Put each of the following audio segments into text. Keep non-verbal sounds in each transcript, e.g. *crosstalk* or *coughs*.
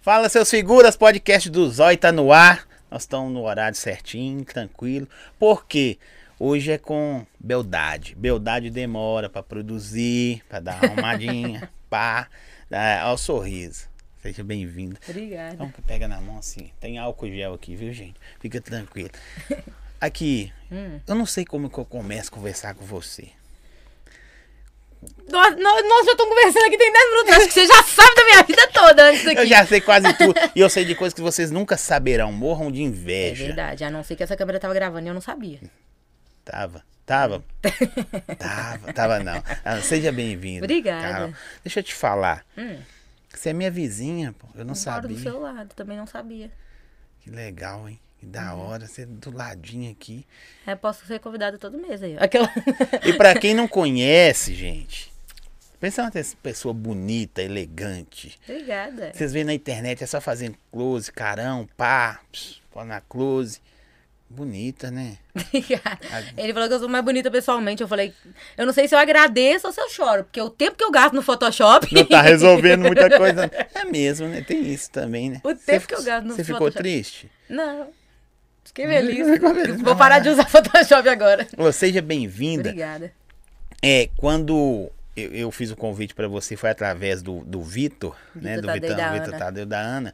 Fala, seus figuras, podcast do Zói tá no ar. Nós estamos no horário certinho, tranquilo. Por quê? Hoje é com Beldade. Beldade demora pra produzir, pra dar uma arrumadinha, pá, dá- ao sorriso. Seja bem-vindo. Obrigada. Então, pega na mão assim. Tem álcool gel aqui, viu, gente? Fica tranquilo. Aqui, eu não sei como que eu começo a conversar com você. Nós, nós, nós já estamos conversando aqui tem 10 minutos. Acho que você já *laughs* sabe da minha vida toda antes daqui. Eu já sei quase tudo. e eu sei de coisas que vocês nunca saberão. Morram de É inveja. verdade, a não ser que essa câmera tava gravando e eu não sabia. Tava, tava. tava, tava não. Ah, seja bem-vindo. Obrigada. Hum. Carol. Deixa eu te falar. Você é minha vizinha, pô. Eu não Moro do sabia. seu lado, também não sabia. Que legal, hein? Que da Hum. hora. Você é do ladinho aqui. É, posso ser convidada todo mês aí. Aquela... *laughs* E pra quem não conhece, gente, pensa numa pessoa bonita, elegante. Obrigada. Vocês veem na internet, é só fazendo close, carão, pá, ps, pô na close. Bonita, né? Obrigada. Ele falou que eu sou mais bonita pessoalmente. Eu falei, eu não sei se eu agradeço ou se eu choro, porque o tempo que eu gasto no Photoshop. Não *laughs* tá resolvendo muita coisa. É mesmo, né? Tem isso também, né? O tempo que eu gasto no Você ficou Photoshop. triste? *laughs* Não. *laughs* Fiquei feliz. Ficou feliz. Vou parar de usar Photoshop agora. Ô, seja bem-vinda. Obrigada. É, quando eu, eu fiz o convite pra você, foi através do, do Vitor, né? Do Tadei Vitão, da Vitor Ana. Tadeu da Ana.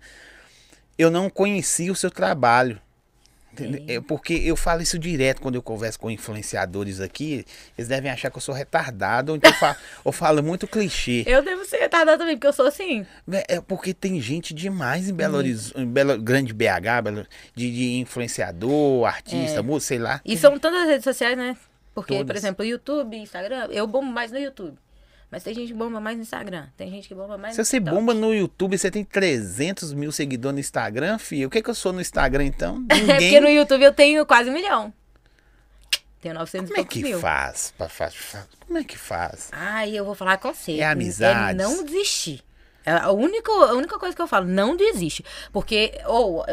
Eu não conhecia o seu trabalho. entende? É porque eu falo isso direto quando eu converso com influenciadores aqui. Eles devem achar que eu sou retardado, ou então eu *laughs* falo, eu falo muito clichê. Eu devo ser retardada também, porque eu sou assim. Vé, É porque tem gente demais em Belo Horizonte, em Belo, Grande BH, Belo- de, de influenciador, artista, É. músico, sei lá. E são tantas redes sociais, né? Porque, por Todas. exemplo, YouTube, Instagram, eu bombo mais no YouTube. Mas tem gente que bomba mais no Instagram. Tem gente que bomba mais Se no você TikTok. bomba no YouTube, você tem 300 mil seguidores no Instagram, filho. O que, que eu sou no Instagram, então? *laughs* É *laughs* porque Ninguém. no YouTube eu tenho quase um milhão. Tenho 900 e Como é poucos que mil. faz? pra fa- fa- Como é que faz? Ai, eu vou falar com você. É amizades. não desistir. É a única, a única coisa que eu falo, não desiste. Porque, ou.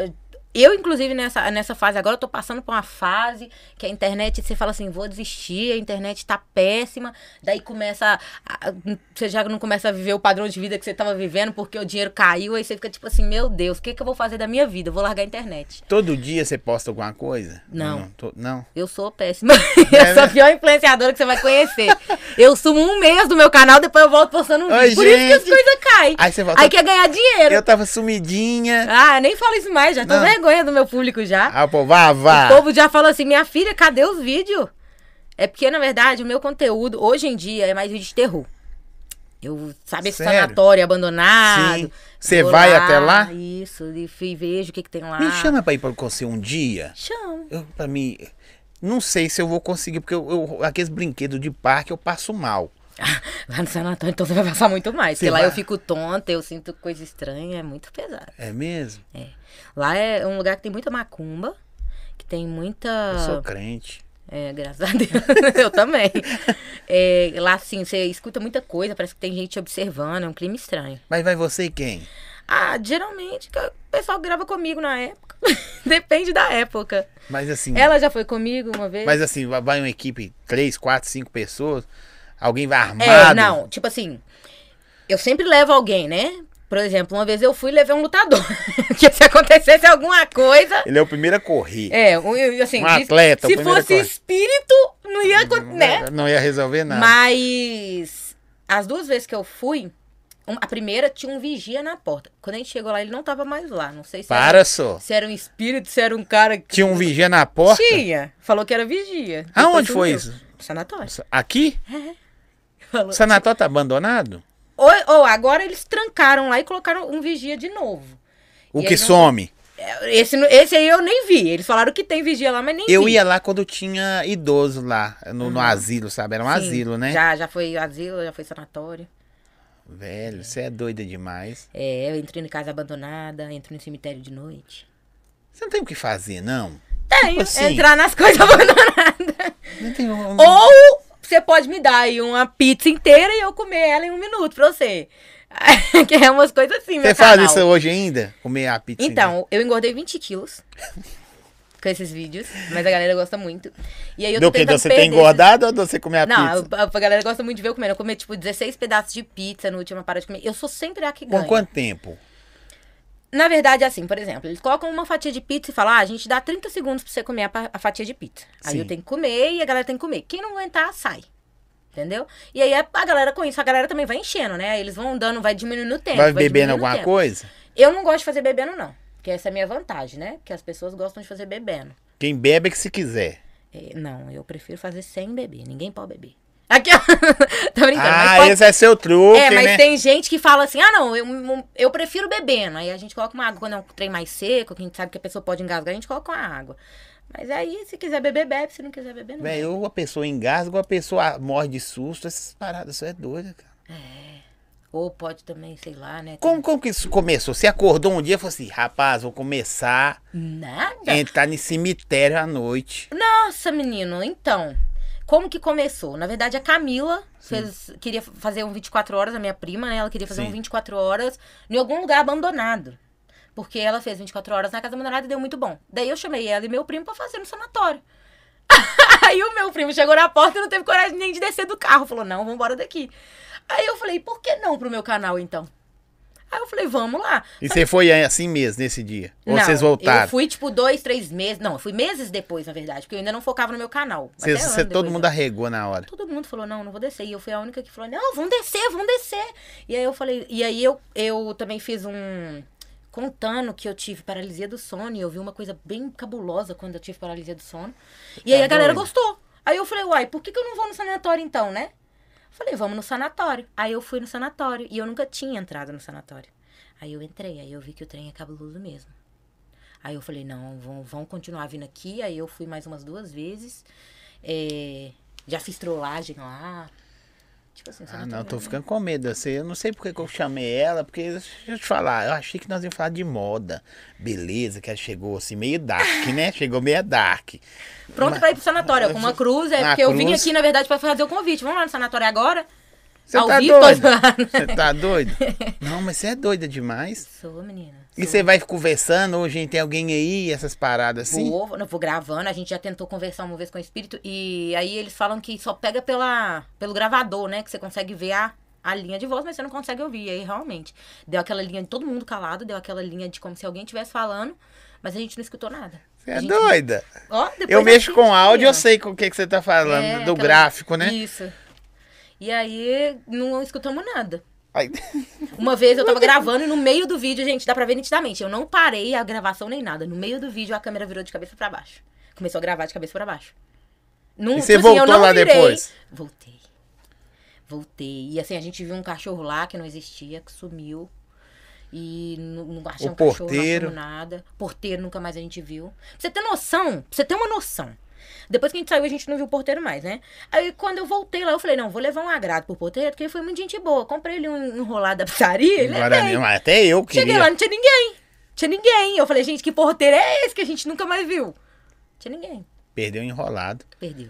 eu, inclusive, nessa, nessa fase agora, eu tô passando por uma fase que a internet, você fala assim, vou desistir, a internet tá péssima. Daí começa. a- a- você já não começa a viver o padrão de vida que você tava vivendo, porque o dinheiro caiu, aí você fica tipo assim, meu Deus, o que, que eu vou fazer da minha vida? Eu vou largar a internet. Todo dia você posta alguma coisa? Não. Não. to- não. Eu sou péssima. *laughs* eu Né? sou a pior influenciadora que você vai conhecer. eu sumo um mês do meu canal, depois eu volto postando um vídeo. Oi, Por isso que as gente. coisas caem. Aí você volta. Aí quer ganhar dinheiro. Eu tava sumidinha. Ah, eu nem falo isso mais, já tô Não. vergonha do meu público já. Ah, pô, vá, vá. O povo já fala assim, minha filha, cadê os vídeos? É porque, na verdade, o meu conteúdo, hoje em dia, é mais vídeo de terror. Eu, sabe, esse Sério? sanatório abandonado. Sim. Você "Ah, Vou vai até lá? Isso, e fui- vejo o que, que tem lá. Me chama pra ir pra você um dia. Chama. Eu, pra mim, não sei se eu vou conseguir, porque eu, eu- aqueles brinquedos de parque eu passo mal. Lá no sanatório, então você *laughs* vai passar muito mais. Você porque lá vai- eu fico tonta, eu sinto coisa estranha, é muito pesado. É mesmo? Lá é um lugar que tem muita macumba, que tem muita. Eu sou crente. É, graças a Deus, *laughs* eu também. É, lá, assim, você escuta muita coisa, parece que tem gente observando, é um clima estranho. Mas vai você e quem? Ah, geralmente que o pessoal grava comigo na época. *laughs* Depende da época. Mas assim. Ela já foi comigo uma vez? Mas assim, vai- vai uma equipe, três, quatro, cinco pessoas, alguém vai armado. é, não, tipo assim, eu sempre levo alguém, né? Por exemplo, uma vez eu fui e levei um lutador. *laughs* Porque se acontecesse alguma coisa. Ele é o primeiro a correr. É, um- eu- assim, Um se- atleta, o se primeiro fosse corre. espírito, não ia acontecer, né? Não ia resolver nada. Mas as duas vezes que eu fui, um- a primeira tinha um vigia na porta. Quando a gente chegou lá, ele não tava mais lá. Não sei se, Para só. Era, se era um espírito, se era um cara que. Tinha um vigia na porta. Tinha. Falou que era vigia. Aonde Depois foi sumiu. isso? Sanatório. *laughs* Aqui? Falou. O sanatório tá abandonado? Ou, ou agora eles trancaram lá e colocaram um vigia de novo. O E que aí não- some? Esse, no- esse aí eu nem vi. Eles falaram que tem vigia lá, mas nem Eu vi. ia lá quando tinha idoso lá, no, no asilo, sabe? Era um Uhum. Sim. asilo, né? Já, já foi asilo, já foi sanatório. Velho, você é doida demais. É, eu entrei em casa abandonada, entro no cemitério de noite. Você não tem o que fazer, não? Tenho. assim? Entrar nas *laughs* coisas abandonadas. Não tem um... Ou você pode me dar aí uma pizza inteira e eu comer ela em um minuto pra você. *laughs* que é umas coisas assim, meu Você faz canal. isso hoje ainda? Comer a pizza? Então, eu engordei 20 quilos *laughs* com esses vídeos, mas a galera gosta muito. E aí eu ainda? Do tô que? tentando de Você tem perder engordado ou de você comer a esses- Não, pizza? a, a galera gosta muito de ver eu comendo. Eu comi, tipo, 16 pedaços de pizza no último parada de comer. Eu sou sempre a que ganha. Com quanto tempo? Na verdade, é assim, por exemplo, eles colocam uma fatia de pizza e falam: ah, a gente dá 30 segundos pra você comer a, pa- a fatia de pizza. Aí Sim. eu tenho que comer e a galera tem que comer. Quem não aguentar, sai. Entendeu? E aí a a galera com isso, a galera também vai enchendo, né? Eles vão dando, vai diminuindo o tempo. Vai bebendo diminuindo o alguma tempo. coisa? Eu não gosto de fazer bebendo, não. Que essa é a minha vantagem, né? Porque as pessoas gostam de fazer bebendo. Quem bebe é que se quiser. É, não, eu prefiro fazer sem beber. Ninguém pode beber. Aqui, *laughs* tô brincando. Então, mas ah, pode esse é seu truque, é, mas né? tem gente que fala assim, ah, não, eu, eu prefiro bebendo. Aí a gente coloca uma água quando é um trem mais seco, que a gente sabe que a pessoa pode engasgar, a gente coloca uma água. Mas aí, se quiser beber, bebe. Se não quiser beber, não. Véi, ou a pessoa engasga, ou a pessoa morre de susto. Essas paradas, isso é doida, cara. Ou pode também, sei lá, né? Como, como que isso começou? Você acordou um dia e falou assim, rapaz, vou começar Nada. a entrar no cemitério à noite. Nossa, menino, então. Como que começou? Na verdade, a Camila fez- queria fazer um 24 horas, a minha prima, né? Ela queria fazer um Sim. 24 horas em algum lugar abandonado. Porque ela fez 24 horas na casa abandonada e deu muito bom. Daí eu chamei ela e meu primo pra fazer no sanatório. *laughs* Aí o meu primo chegou na porta e não teve coragem nem de descer do carro. Falou, não, vamos embora daqui. Aí eu falei, por que não pro meu canal, então? Aí eu falei, vamos lá. E você foi assim mesmo, nesse dia? Ou Não, vocês Eu voltaram? fui, tipo, dois, três meses. Não, eu fui meses depois, na verdade, porque eu ainda não focava no meu canal. Vocês- Até ano você- depois todo mundo eu- arregou na hora. Todo mundo falou, não, não vou descer. E eu fui a única que falou, não, vão descer, vão descer. E aí eu falei, e aí eu, eu também fiz um. Contando que eu tive paralisia do sono, e eu vi uma coisa bem cabulosa quando eu tive paralisia do sono. E Tá aí a galera doido. gostou. Aí eu falei, uai, por que, que eu não vou no sanatório então, né? Falei, vamos no sanatório. Aí eu fui no sanatório, e eu nunca tinha entrado no sanatório. Aí eu entrei, aí eu vi que o trem é cabuloso mesmo. Aí eu falei, não, vão, vão continuar vindo aqui. Aí eu fui mais umas duas vezes. É, já fiz trollagem lá. Tipo assim, Ah, sabe, não, eu tô trollagem. ficando com medo. Assim, eu não sei porque que eu chamei ela, porque deixa eu te falar, eu achei que nós íamos falar de moda. Beleza, que ela chegou assim, meio dark, *laughs* né? Chegou meio dark. Pronto pra ir pro sanatório, ó, *laughs* com uma cruz. É Ah, porque eu vim cruz. aqui, na verdade, pra fazer o convite. Vamos lá no sanatório agora? Você Ao tá vivo, tô doida? zoando. Você tá doida? Não, mas você é doida demais. *laughs* Sou, menina. E você vai conversando, hoje gente, tem alguém aí, essas paradas assim? Vou, não, vou gravando, a gente já tentou conversar uma vez com o espírito, e aí eles falam que só pega pela, pelo gravador, né? Que você consegue ver a, a linha de voz, mas você não consegue ouvir. E aí realmente, deu aquela linha de todo mundo calado, deu aquela linha de como se alguém estivesse falando, mas a gente não escutou nada. Você A é gente- doida? Ó, depois Eu mexo com áudio, eu eu sei sei com o que, que você tá falando, É, do aquela- gráfico, né? Isso. E aí, não escutamos nada. Aí- Uma vez eu tava gravando e no meio do vídeo, gente, dá pra ver nitidamente. Eu não parei a gravação nem nada. No meio do vídeo, a câmera virou de cabeça pra baixo. Começou a gravar de cabeça pra baixo. tipo assim, Não, E você voltou lá depois? Voltei. Voltei. E assim, a gente viu um cachorro lá que não existia, que sumiu. E não, não achamos O cachorro, não porteiro. achamos nada. Porteiro nunca mais a gente viu. Pra você ter noção, pra você ter uma noção. Depois que a gente saiu, a gente não viu o porteiro mais, né? Aí quando eu voltei lá, eu falei, não, vou levar um agrado pro porteiro, porque ele foi muito gente boa. Comprei ele um enrolado da pizzaria, ele Agora levei. mesmo, até eu queria. Cheguei lá, não tinha ninguém. Tinha ninguém. Eu falei, gente, que porteiro é esse que a gente nunca mais viu? Tinha ninguém. Perdeu enrolado. Perdeu.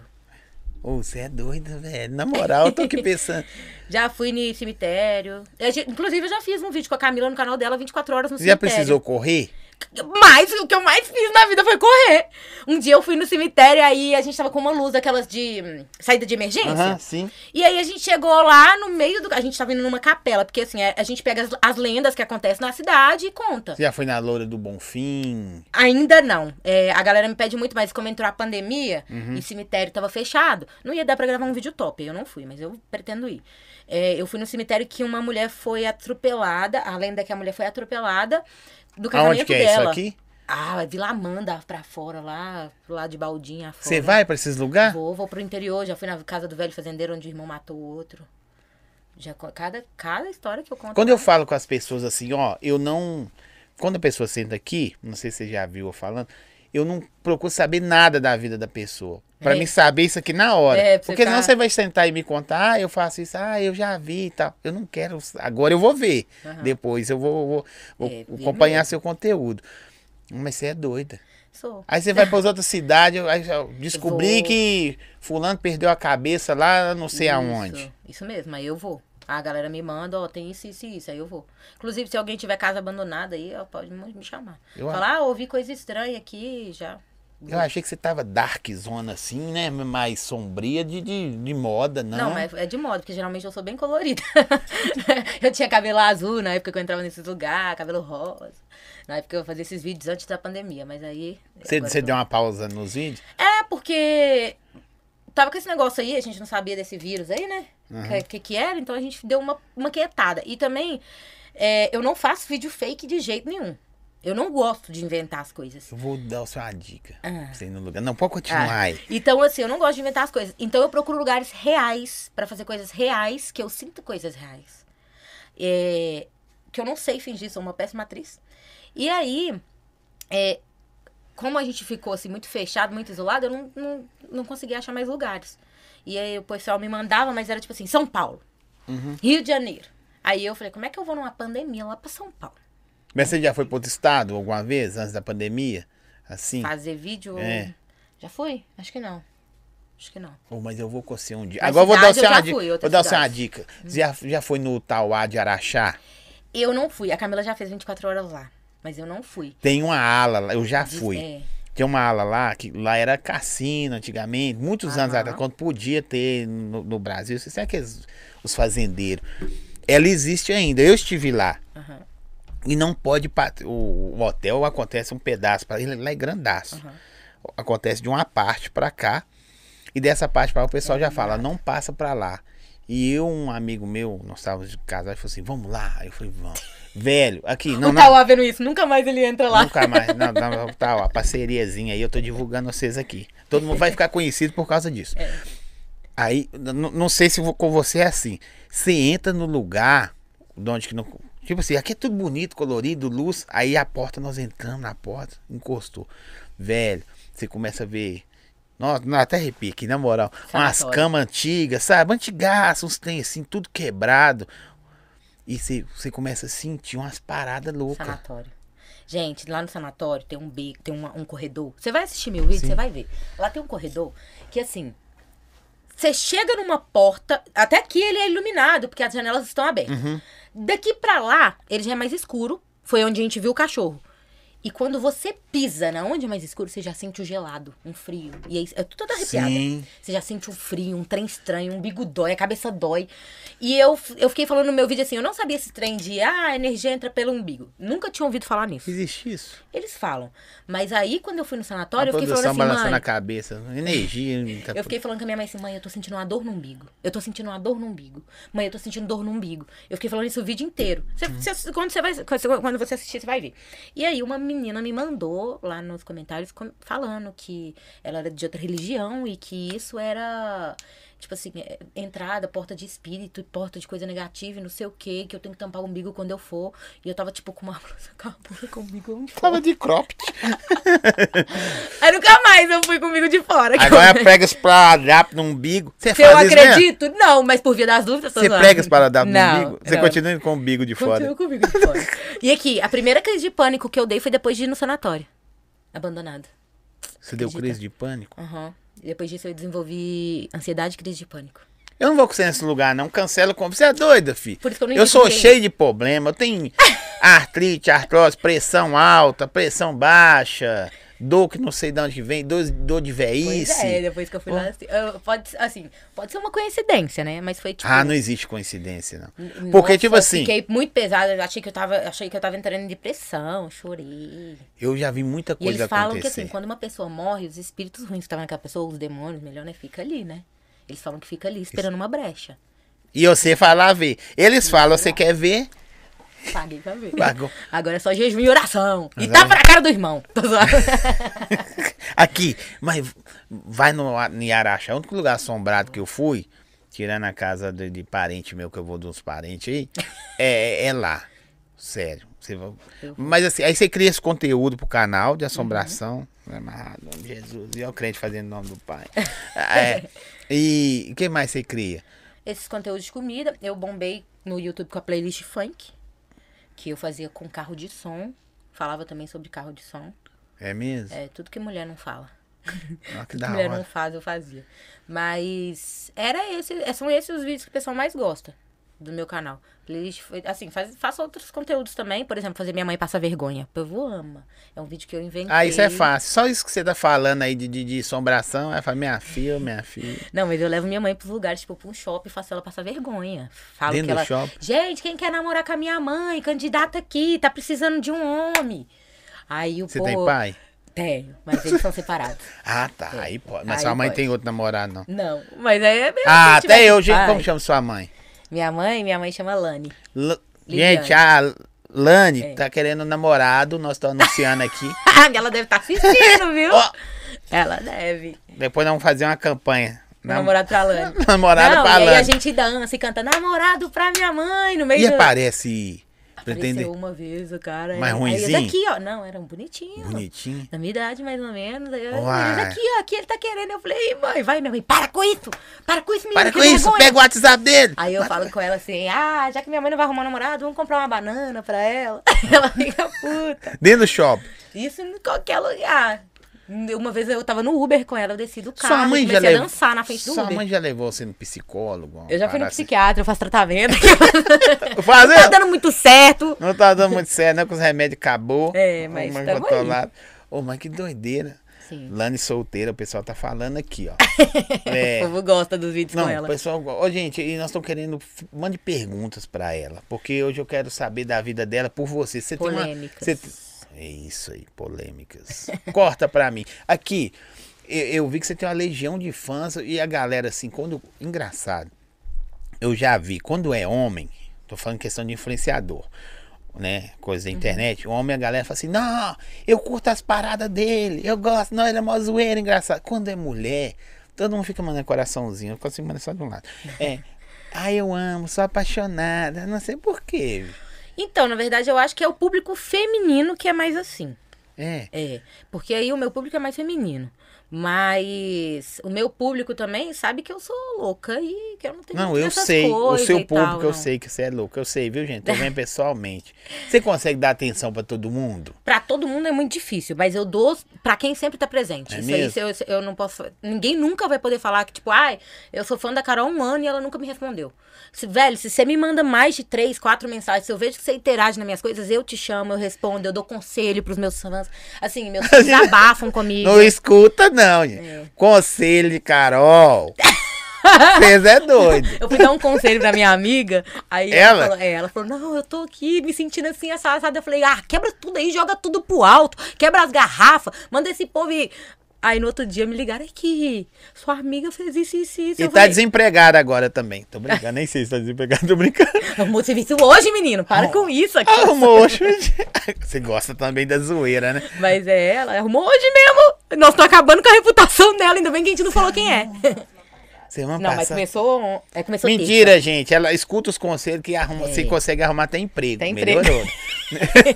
Ô, você é doida, velho. Na moral, eu tô *laughs* aqui pensando. Já fui no cemitério. Eu já- inclusive, eu já fiz um vídeo com a Camila no canal dela, 24 horas no Você já cemitério. precisou correr? Mas o que eu mais fiz na vida foi correr. Um dia eu fui no cemitério, aí a gente tava com uma luz daquelas de hum, saída de emergência. Aham, sim. E aí a gente chegou lá no meio do. A gente tava indo numa capela, porque assim, a, a gente pega as, as lendas que acontecem na cidade e conta. Você já foi na Loura do Bonfim? Ainda não. É, a galera me pede muito, mas como entrou a pandemia Uhum. e cemitério tava fechado, não ia dar pra gravar um vídeo top. Eu não fui, mas eu pretendo ir. É, eu fui no cemitério que uma mulher foi atropelada. A lenda é que a mulher foi atropelada do casamento Aonde que é dela. isso aqui? Ah, é Vila Amanda pra fora, lá, lá de Baldinha afora. Você vai pra esses lugares? Vou, vou pro interior, já fui na casa do velho fazendeiro onde o irmão matou o outro. Já, co- cada, cada história que eu conto. Quando eu falo com as pessoas assim, ó, eu não. Quando a pessoa senta aqui, não sei se você já viu eu falando, eu não procuro saber nada da vida da pessoa. Pra É. mim saber isso aqui na hora. É, pra você Porque senão ficar- você vai sentar e me contar, ah, eu faço isso, ah, eu já vi e tal. Eu não quero. Agora eu vou ver. Aham. Depois eu vou, vou- vou É, vê acompanhar seu conteúdo. Mas você é doida. Sou. Aí você vai para outras cidades, aí já descobri Vou. que fulano perdeu a cabeça lá não sei Isso, é aonde. Isso mesmo, aí eu vou. A galera me manda, ó, tem isso, isso e isso, aí eu vou. Inclusive, se alguém tiver casa abandonada aí, ó, pode me me chamar. Eu- Falar, ah, ouvi coisa estranha aqui, já. Eu achei que você tava dark zona assim, né? Mais sombria de, de, de moda, não. Não, mas é de moda, porque geralmente eu sou bem colorida. *laughs* eu tinha cabelo azul na época que eu entrava nesses lugares, cabelo rosa. Na época eu fazia esses vídeos antes da pandemia, mas aí. Você, agora você eu tô- deu uma pausa nos vídeos? É, porque tava com esse negócio aí, a gente não sabia desse vírus aí, né? O que, que que era, então a gente deu uma, uma quietada. E também, é, eu não faço vídeo fake de jeito nenhum. Eu não gosto de inventar as coisas. Eu vou dar você uma dica. Ah. Pra Você ir no lugar. Não, pode continuar Ah, aí. Então, assim, eu não gosto de inventar as coisas. Então, eu procuro lugares reais pra fazer coisas reais, que eu sinto coisas reais. É, que eu não sei fingir, sou uma péssima atriz. E aí, é, como a gente ficou assim, muito fechado, muito isolado, eu não, não, não conseguia achar mais lugares. E aí o pessoal me mandava, mas era tipo assim, São Paulo, Rio de Janeiro. Aí eu falei, como é que eu vou numa pandemia lá pra São Paulo? Mas você já foi pro outro estado alguma vez, antes da pandemia? Assim? Fazer vídeo? É. Já fui? Acho que não. Acho que não. Ô, mas eu vou com você um dia. Mas Agora eu vou dar cidade você eu já uma fui, dica. Vou outras dar você uma cidades. dica. Você já, já foi no Tauá de Araxá? Eu não fui. A Camila já fez 24 horas lá. Mas eu não fui. Tem uma ala lá, eu já fui. É. Tem uma ala lá, que lá era cassino antigamente, muitos anos Aham. atrás, quando podia ter no, no Brasil. Você sabe aqueles os fazendeiros? Ela existe ainda. Eu estive lá. Aham. E não pode. pa- O, o hotel acontece um pedaço para ele, lá é grandaço. Aham. Acontece de uma parte para cá. E dessa parte para o pessoal É já fala, não passa para lá. E eu, um amigo meu, nós estávamos de casal, ele falou assim: vamos lá. Eu falei: vamos. *laughs* Velho, aqui, não, o não. Tauá vendo isso. Nunca mais ele entra lá. Nunca mais. Não, não, tá, ó, a parceriazinha aí, eu tô divulgando vocês aqui. Todo mundo vai ficar conhecido por causa disso. É. Aí, n- n- não sei se vo- com você é assim. Você entra no lugar de onde que não. Tipo assim, aqui é tudo bonito, colorido, luz. Aí a porta, nós entramos na porta, encostou. Velho, você começa a ver. Nossa, não, até arrepia aqui, na moral. Umas Sanatório. camas antigas, sabe? Antigaço, uns tem assim, tudo quebrado. E você você começa a sentir umas paradas loucas. Sanatório. Gente, lá no sanatório tem um beco, tem uma- um corredor. Você vai assistir meu vídeo, você vai ver. Lá tem um corredor que assim. Você chega numa porta, até aqui ele é iluminado, porque as janelas estão abertas. Uhum. Daqui pra lá, ele já é mais escuro. Foi onde a gente viu o cachorro. E quando você pisa na onde é mais escuro, você já sente o gelado, um frio. E aí, eu tô toda arrepiada. Sim. Você já sente um frio, um trem estranho, um bigo dói, a cabeça dói. E eu, eu fiquei falando no meu vídeo assim, eu não sabia esse trem de, ah, a energia entra pelo umbigo. Nunca tinha ouvido falar nisso. Existe isso? Eles falam. Mas aí, quando eu fui no A sanatório, eu fiquei produção falando assim, balançando mãe... a cabeça. Energia. tá- Eu fiquei falando com a minha mãe assim, mãe, eu tô sentindo uma dor no umbigo. Eu tô sentindo uma dor no umbigo. Mãe, eu tô sentindo dor no umbigo. Eu fiquei falando isso o vídeo inteiro. Você- você- quando, você vai, quando você- quando você assistir, você vai ver. E aí, uma menina me mandou lá nos comentários com- falando que ela era de outra religião e que isso era, tipo assim, é, entrada, porta de espírito, porta de coisa negativa e não sei o quê, que eu tenho que tampar o umbigo quando eu for. E eu tava, tipo, com uma *laughs* blusa com a blusa com o umbigo onde for. Tava de cropped. *laughs* Aí nunca mais eu fui comigo de fora. que eu- Agora prega esse paradap no umbigo. Você Se eu faz isso mesmo? acredito? Não, mas por via das dúvidas, eu tô Você zoando. prega esse paradap no Não, umbigo? Você não. continua com o umbigo de Continua fora. comigo de fora. e aqui, a primeira crise de pânico que eu dei foi depois de ir no sanatório. Abandonada. Você deu Acredita. crise de pânico? Aham. E Depois disso eu desenvolvi ansiedade e crise de pânico. Eu não vou com você nesse lugar, não. Cancela com você. é doida, filho. Por isso que eu não Eu indico sou ninguém. cheio de problema. Eu *laughs* tenho artrite, artrose, pressão alta, pressão baixa, dor que não sei de onde que vem, dor, dor de Pois velhice. é, depois que eu fui lá. Assim, ah, pode, assim, pode ser uma coincidência, né? Mas foi tipo. Ah, não existe coincidência, não. nossa, Porque, tipo eu assim. Fiquei muito pesada. eu Achei que eu tava, achei que eu tava entrando em depressão, chorei. Eu já vi muita E coisa eles falam que acontecer. assim, quando uma pessoa morre, os espíritos ruins que estavam naquela pessoa, os demônios, melhor, né? Fica ali, né? Eles falam que fica ali esperando uma brecha. E você falar ver. Eles falam, você quer ver? *laughs* Paguei pra ver. Pagou. Agora é só jejum e oração. E dá pra cara do irmão. Tô zoando. *laughs* Aqui, mas vai no A- em Araxá. O único lugar assombrado que eu fui, tirando a casa de, de parente meu, que eu vou de uns parentes aí, é, é lá. Sério. Você vai- Eu vou. Mas assim, aí você cria esse conteúdo pro canal de assombração. né, mas, ah, nome de Jesus. E é o crente fazendo o nome do pai. É, e o que mais você cria? Esses conteúdos de comida, eu bombei no YouTube com a playlist funk, que eu fazia com carro de som. Falava também sobre carro de som. É mesmo? É um tudo que mulher não fala. Olha que Tudo da que mulher não hora. é, faz, eu fazia. Mas era esse, são esses os vídeos que o pessoal mais gosta. do meu canal. Playlist, foi- assim, faz, faça outros conteúdos também. Por exemplo, fazer Minha Mãe Passa Vergonha. O povo ama. É um vídeo que eu inventei. Ah, isso é fácil. Só isso que você tá falando aí de, de, de assombração, aí fala, minha filha, minha filha. Não, mas eu levo minha mãe pros lugares, tipo, pra um shopping, faço ela passar vergonha. Falo Dentro que do ela... shopping? Gente, quem quer namorar com a minha mãe? Candidata aqui, tá precisando de um homem. Aí o Você povo... tem pai? Tenho, mas *laughs* eles são separados. Ah, tá. Aí pode. Mas É. Aí sua mãe pode. tem outro namorado, não. Não, mas aí é mesmo Ah, se tivesse até eu, gente. pai. Como chama sua mãe? Minha mãe, minha mãe chama Lani. L- Liliane. Gente, a Lani É. tá querendo um namorado, nós estamos anunciando *laughs* aqui. ela deve estar *laughs* assistindo, viu? Ó. Ela deve. Depois nós vamos fazer uma campanha. Meu Nam- namorado pra Lani. *laughs* Namorado Não, pra e aí a Lani. gente dança e canta namorado pra minha mãe no meio E do... aparece. Pretende. Apareceu uma vez o cara. é, Mas aí- ruinzinho? Aí esse aqui, ó. Não, era um bonitinho. Bonitinho. Na minha idade, mais ou menos. Aí eu, Uai. esse aqui, ó, aqui ele tá querendo. Eu falei, "Ei, mãe, vai, minha mãe, para com isso! Para com isso, menina, Para que com isso, vergonha." pega o WhatsApp dele. Aí eu falo com ela assim, ah, já que minha mãe não vai arrumar namorado, vamos comprar uma banana pra ela. *laughs* ela fica puta. Dentro do shopping. Isso em qualquer lugar. Uma vez eu tava no Uber com ela, eu desci do carro, Sua mãe já comecei levou. a dançar na frente do Sua Uber. mãe já levou você no psicólogo. uma Eu já fui no parada assim. psiquiatra, eu *laughs* faço tratamento. não tá Fazendo? dando muito certo. Não tá dando muito certo, né? Que os remédios acabou. É, mas Uma tamo aí. controlada. Ô, mas que doideira. Sim. Lani solteira, o pessoal tá falando aqui, ó. É. O povo gosta dos vídeos Não, *laughs* com ela. o pessoal. go- Ô, gente, e nós estamos querendo. f- Mande perguntas pra ela. Porque hoje eu quero saber da vida dela por você. Você tem uma- Polêmicas. você te- É isso aí, polêmicas. *laughs* Corta pra mim. Aqui, eu, eu vi que você tem uma legião de fãs e a galera, assim, quando. Engraçado. Eu já vi, quando é homem, tô falando questão de influenciador, né? Coisa da internet, o homem, a galera fala assim, não, eu curto as paradas dele, eu gosto, não, ele é mó zoeira, engraçado. Quando é mulher, todo mundo fica mandando coraçãozinho, eu consigo mandar só de um lado. É. Ai, eu amo, sou apaixonada, não sei por quê. Então, na verdade, eu acho que é o público feminino que é mais assim. É. É, porque aí o meu público é mais feminino. Mas o meu público também sabe que eu sou louca e que eu não tenho Não, muito eu dessas sei, o coisas seu e público tal, né? eu não. sei que você é louco, eu sei, viu, gente? Tô *laughs* vendo pessoalmente. Você consegue dar atenção pra todo mundo? Pra todo mundo é muito difícil, mas eu dou pra quem sempre tá presente. É Isso mesmo? aí se eu, se eu não posso. Ninguém nunca vai poder falar que, tipo, ai, eu sou fã da Carol há um ano e ela nunca me respondeu. Se- velho, se você me manda mais de três, quatro mensagens, se eu vejo que você interage nas minhas coisas, eu te chamo, eu respondo, eu dou conselho pros meus fãs. Assim, *laughs* meus fãs desabafam comigo. Não escuta, É. não, gente. Conselho de Carol. Vocês é *laughs* doido. Eu fui dar um conselho pra minha amiga, aí Ela? ela falou, é, ela falou, não, eu tô aqui me sentindo assim, essa assada. Eu falei, ah, quebra tudo aí, joga tudo pro alto, quebra as garrafas, manda esse povo ir. Aí no outro dia me ligaram aqui, sua amiga fez isso, isso, isso. E eu tá falei, desempregado agora também. Tô brincando, nem sei se tá desempregado, tô *laughs* brincando. arrumou serviço hoje, menino, para com isso aqui. Ah, Arrumou, gente. *laughs* Você gosta também da zoeira, né? Mas é ela, arrumou hoje mesmo. Nós tô acabando com a reputação dela, ainda bem que a gente não falou quem é. Semana *laughs* Não, mas passada- começou, on- é, começou Mentira, gente. Ela escuta os conselhos que arruma, você consegue arrumar até emprego. É. Até emprego. Melhorou.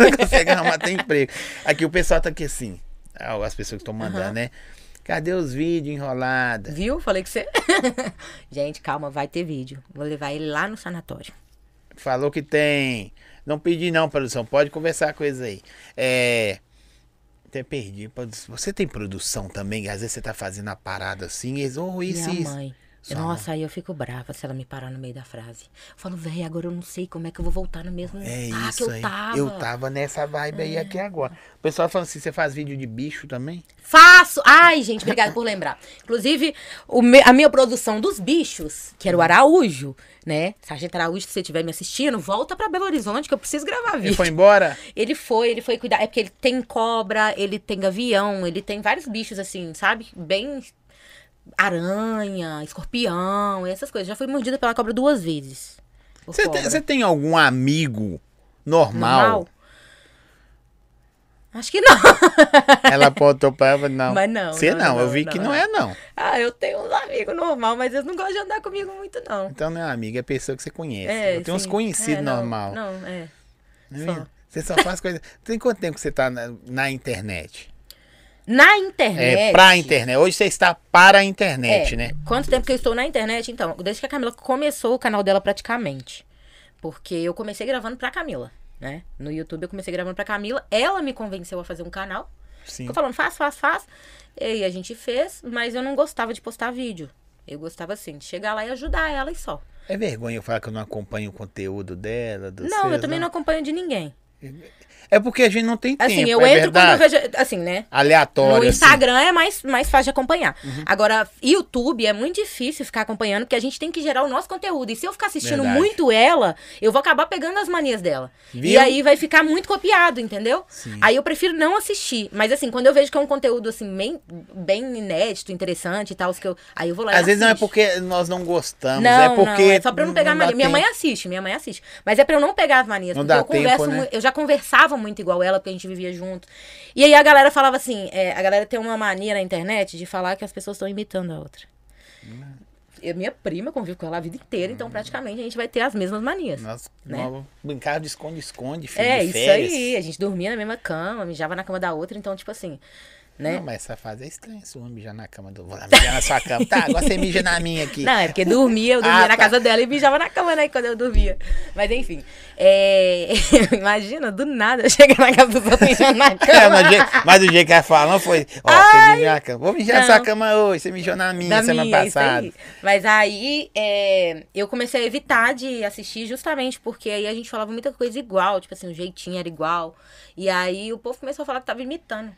Não *laughs* consegue arrumar até emprego. Aqui o pessoal tá aqui assim. ah, As pessoas que estão mandando, né? Cadê os vídeos enrolada? Viu? Falei que você. *laughs* Gente, calma, vai ter vídeo. Vou levar ele lá no sanatório. Falou que tem. Não pedi não, produção. Pode conversar com eles aí. É. Até perdi. produ- Você tem produção também? Às vezes você tá fazendo a parada assim. e Eles, oh, isso, Minha isso. mãe. Sua Nossa, aí eu fico brava se ela me parar no meio da frase. Eu falo, véi, agora eu não sei como é que eu vou voltar no mesmo É lugar isso Ah, que eu aí. tava. É. Eu tá- tava nessa vibe aí aqui agora. O pessoal falando assim, você faz vídeo de bicho também? Faço! Ai, gente, obrigada por lembrar. Inclusive, o me- a minha produção dos bichos, que era o Uhum. Araújo, né? Sargento Araújo, se você estiver me assistindo, volta pra Belo Horizonte que eu preciso Ele gravar vídeo. É, foi embora? Ele foi, ele foi cuidar. É porque ele tem cobra, ele tem gavião, ele tem vários bichos assim, sabe? Bem. Aranha, escorpião, essas coisas. Já fui mordida pela cobra duas vezes. por Você tem, cobra. você tem algum amigo normal? Normal? Acho que não. *laughs* *laughs* Ela apontou pra ela, não. Mas não, Você não, não, eu não, vi que não. não é não. Ah, eu tenho uns amigos normal, mas eles não gostam de andar comigo muito, não. Então não é amigo, é pessoa que você conhece. É, eu tenho uns sim. conhecidos É, não, normal. Não, é. Não é só. mesmo? Você só faz coisa. Tem quanto tempo que você tá na, na internet? Na É, internet. pra internet. Hoje você está para a internet, É, né? Quanto tempo que eu estou na internet? Então, desde que a Camila começou o canal dela praticamente. Porque eu comecei gravando pra Camila, né? No YouTube eu comecei gravando pra Camila. Ela me convenceu a fazer um canal. Sim. Ficou falando, faz, faz, faz. E aí a gente fez, mas eu não gostava de postar vídeo. Eu gostava assim, de chegar lá e ajudar ela e só. É vergonha eu falar que eu não acompanho o conteúdo dela. do Não, eu Cezão. também não acompanho de ninguém. É porque a gente não tem tempo. Assim, eu é entro verdade? quando eu vejo. Assim, né? Aleatório. no assim. Uhum. Instagram é mais, mais fácil de acompanhar. Agora, YouTube é muito difícil ficar acompanhando, porque a gente tem que gerar o nosso conteúdo. E se eu ficar assistindo Verdade. muito ela, eu vou acabar pegando as manias dela. E Viu? aí vai ficar muito copiado, entendeu? Sim. Aí eu prefiro não assistir. Mas assim, quando eu vejo que é um conteúdo assim, bem, bem inédito, interessante e tal, os que eu. Aí eu vou lá e Às vezes não é assisto. porque nós não gostamos, Não, é porque. não, é só pra eu não pegar dá mania. Minha tempo. mãe assiste, minha mãe assiste. Mas é pra eu não pegar as manias, Não porque dá eu converso tempo, né? mui- Eu já conversava muito igual ela, porque a gente vivia junto. E aí a galera falava assim, é, a galera tem uma mania na internet de falar que as pessoas estão imitando a outra. Hum. Eu, minha prima convive com ela a vida inteira, então praticamente a gente vai ter as mesmas manias. Nós, né? nós brincava de esconde-esconde, filho, é, de isso férias. aí. A gente dormia na mesma cama, mijava na cama da outra, então, tipo assim, né? Não, mas essa fase é estranha, se homem mijar na cama do... Vou lá mijar na sua cama. Tá, agora você mija na minha aqui. *laughs* Não, é porque dormia, eu dormia Ah, tá. na casa dela e mijava na cama, né? Quando eu dormia. Mas enfim. é, *laughs* Imagina, do nada, eu cheguei na casa dos outros mijando na *laughs* É, cama. mas, do jeito- mas do jeito que ela falou foi, ó, você mijou na cama. Vou mijar na sua Não. cama hoje, você mijou na minha *laughs* Da semana minha, isso passada. aí. Mas aí é, eu comecei a evitar de assistir justamente porque aí a gente falava muita coisa igual, tipo assim, o jeitinho era igual. E aí o povo começou a falar que tava imitando.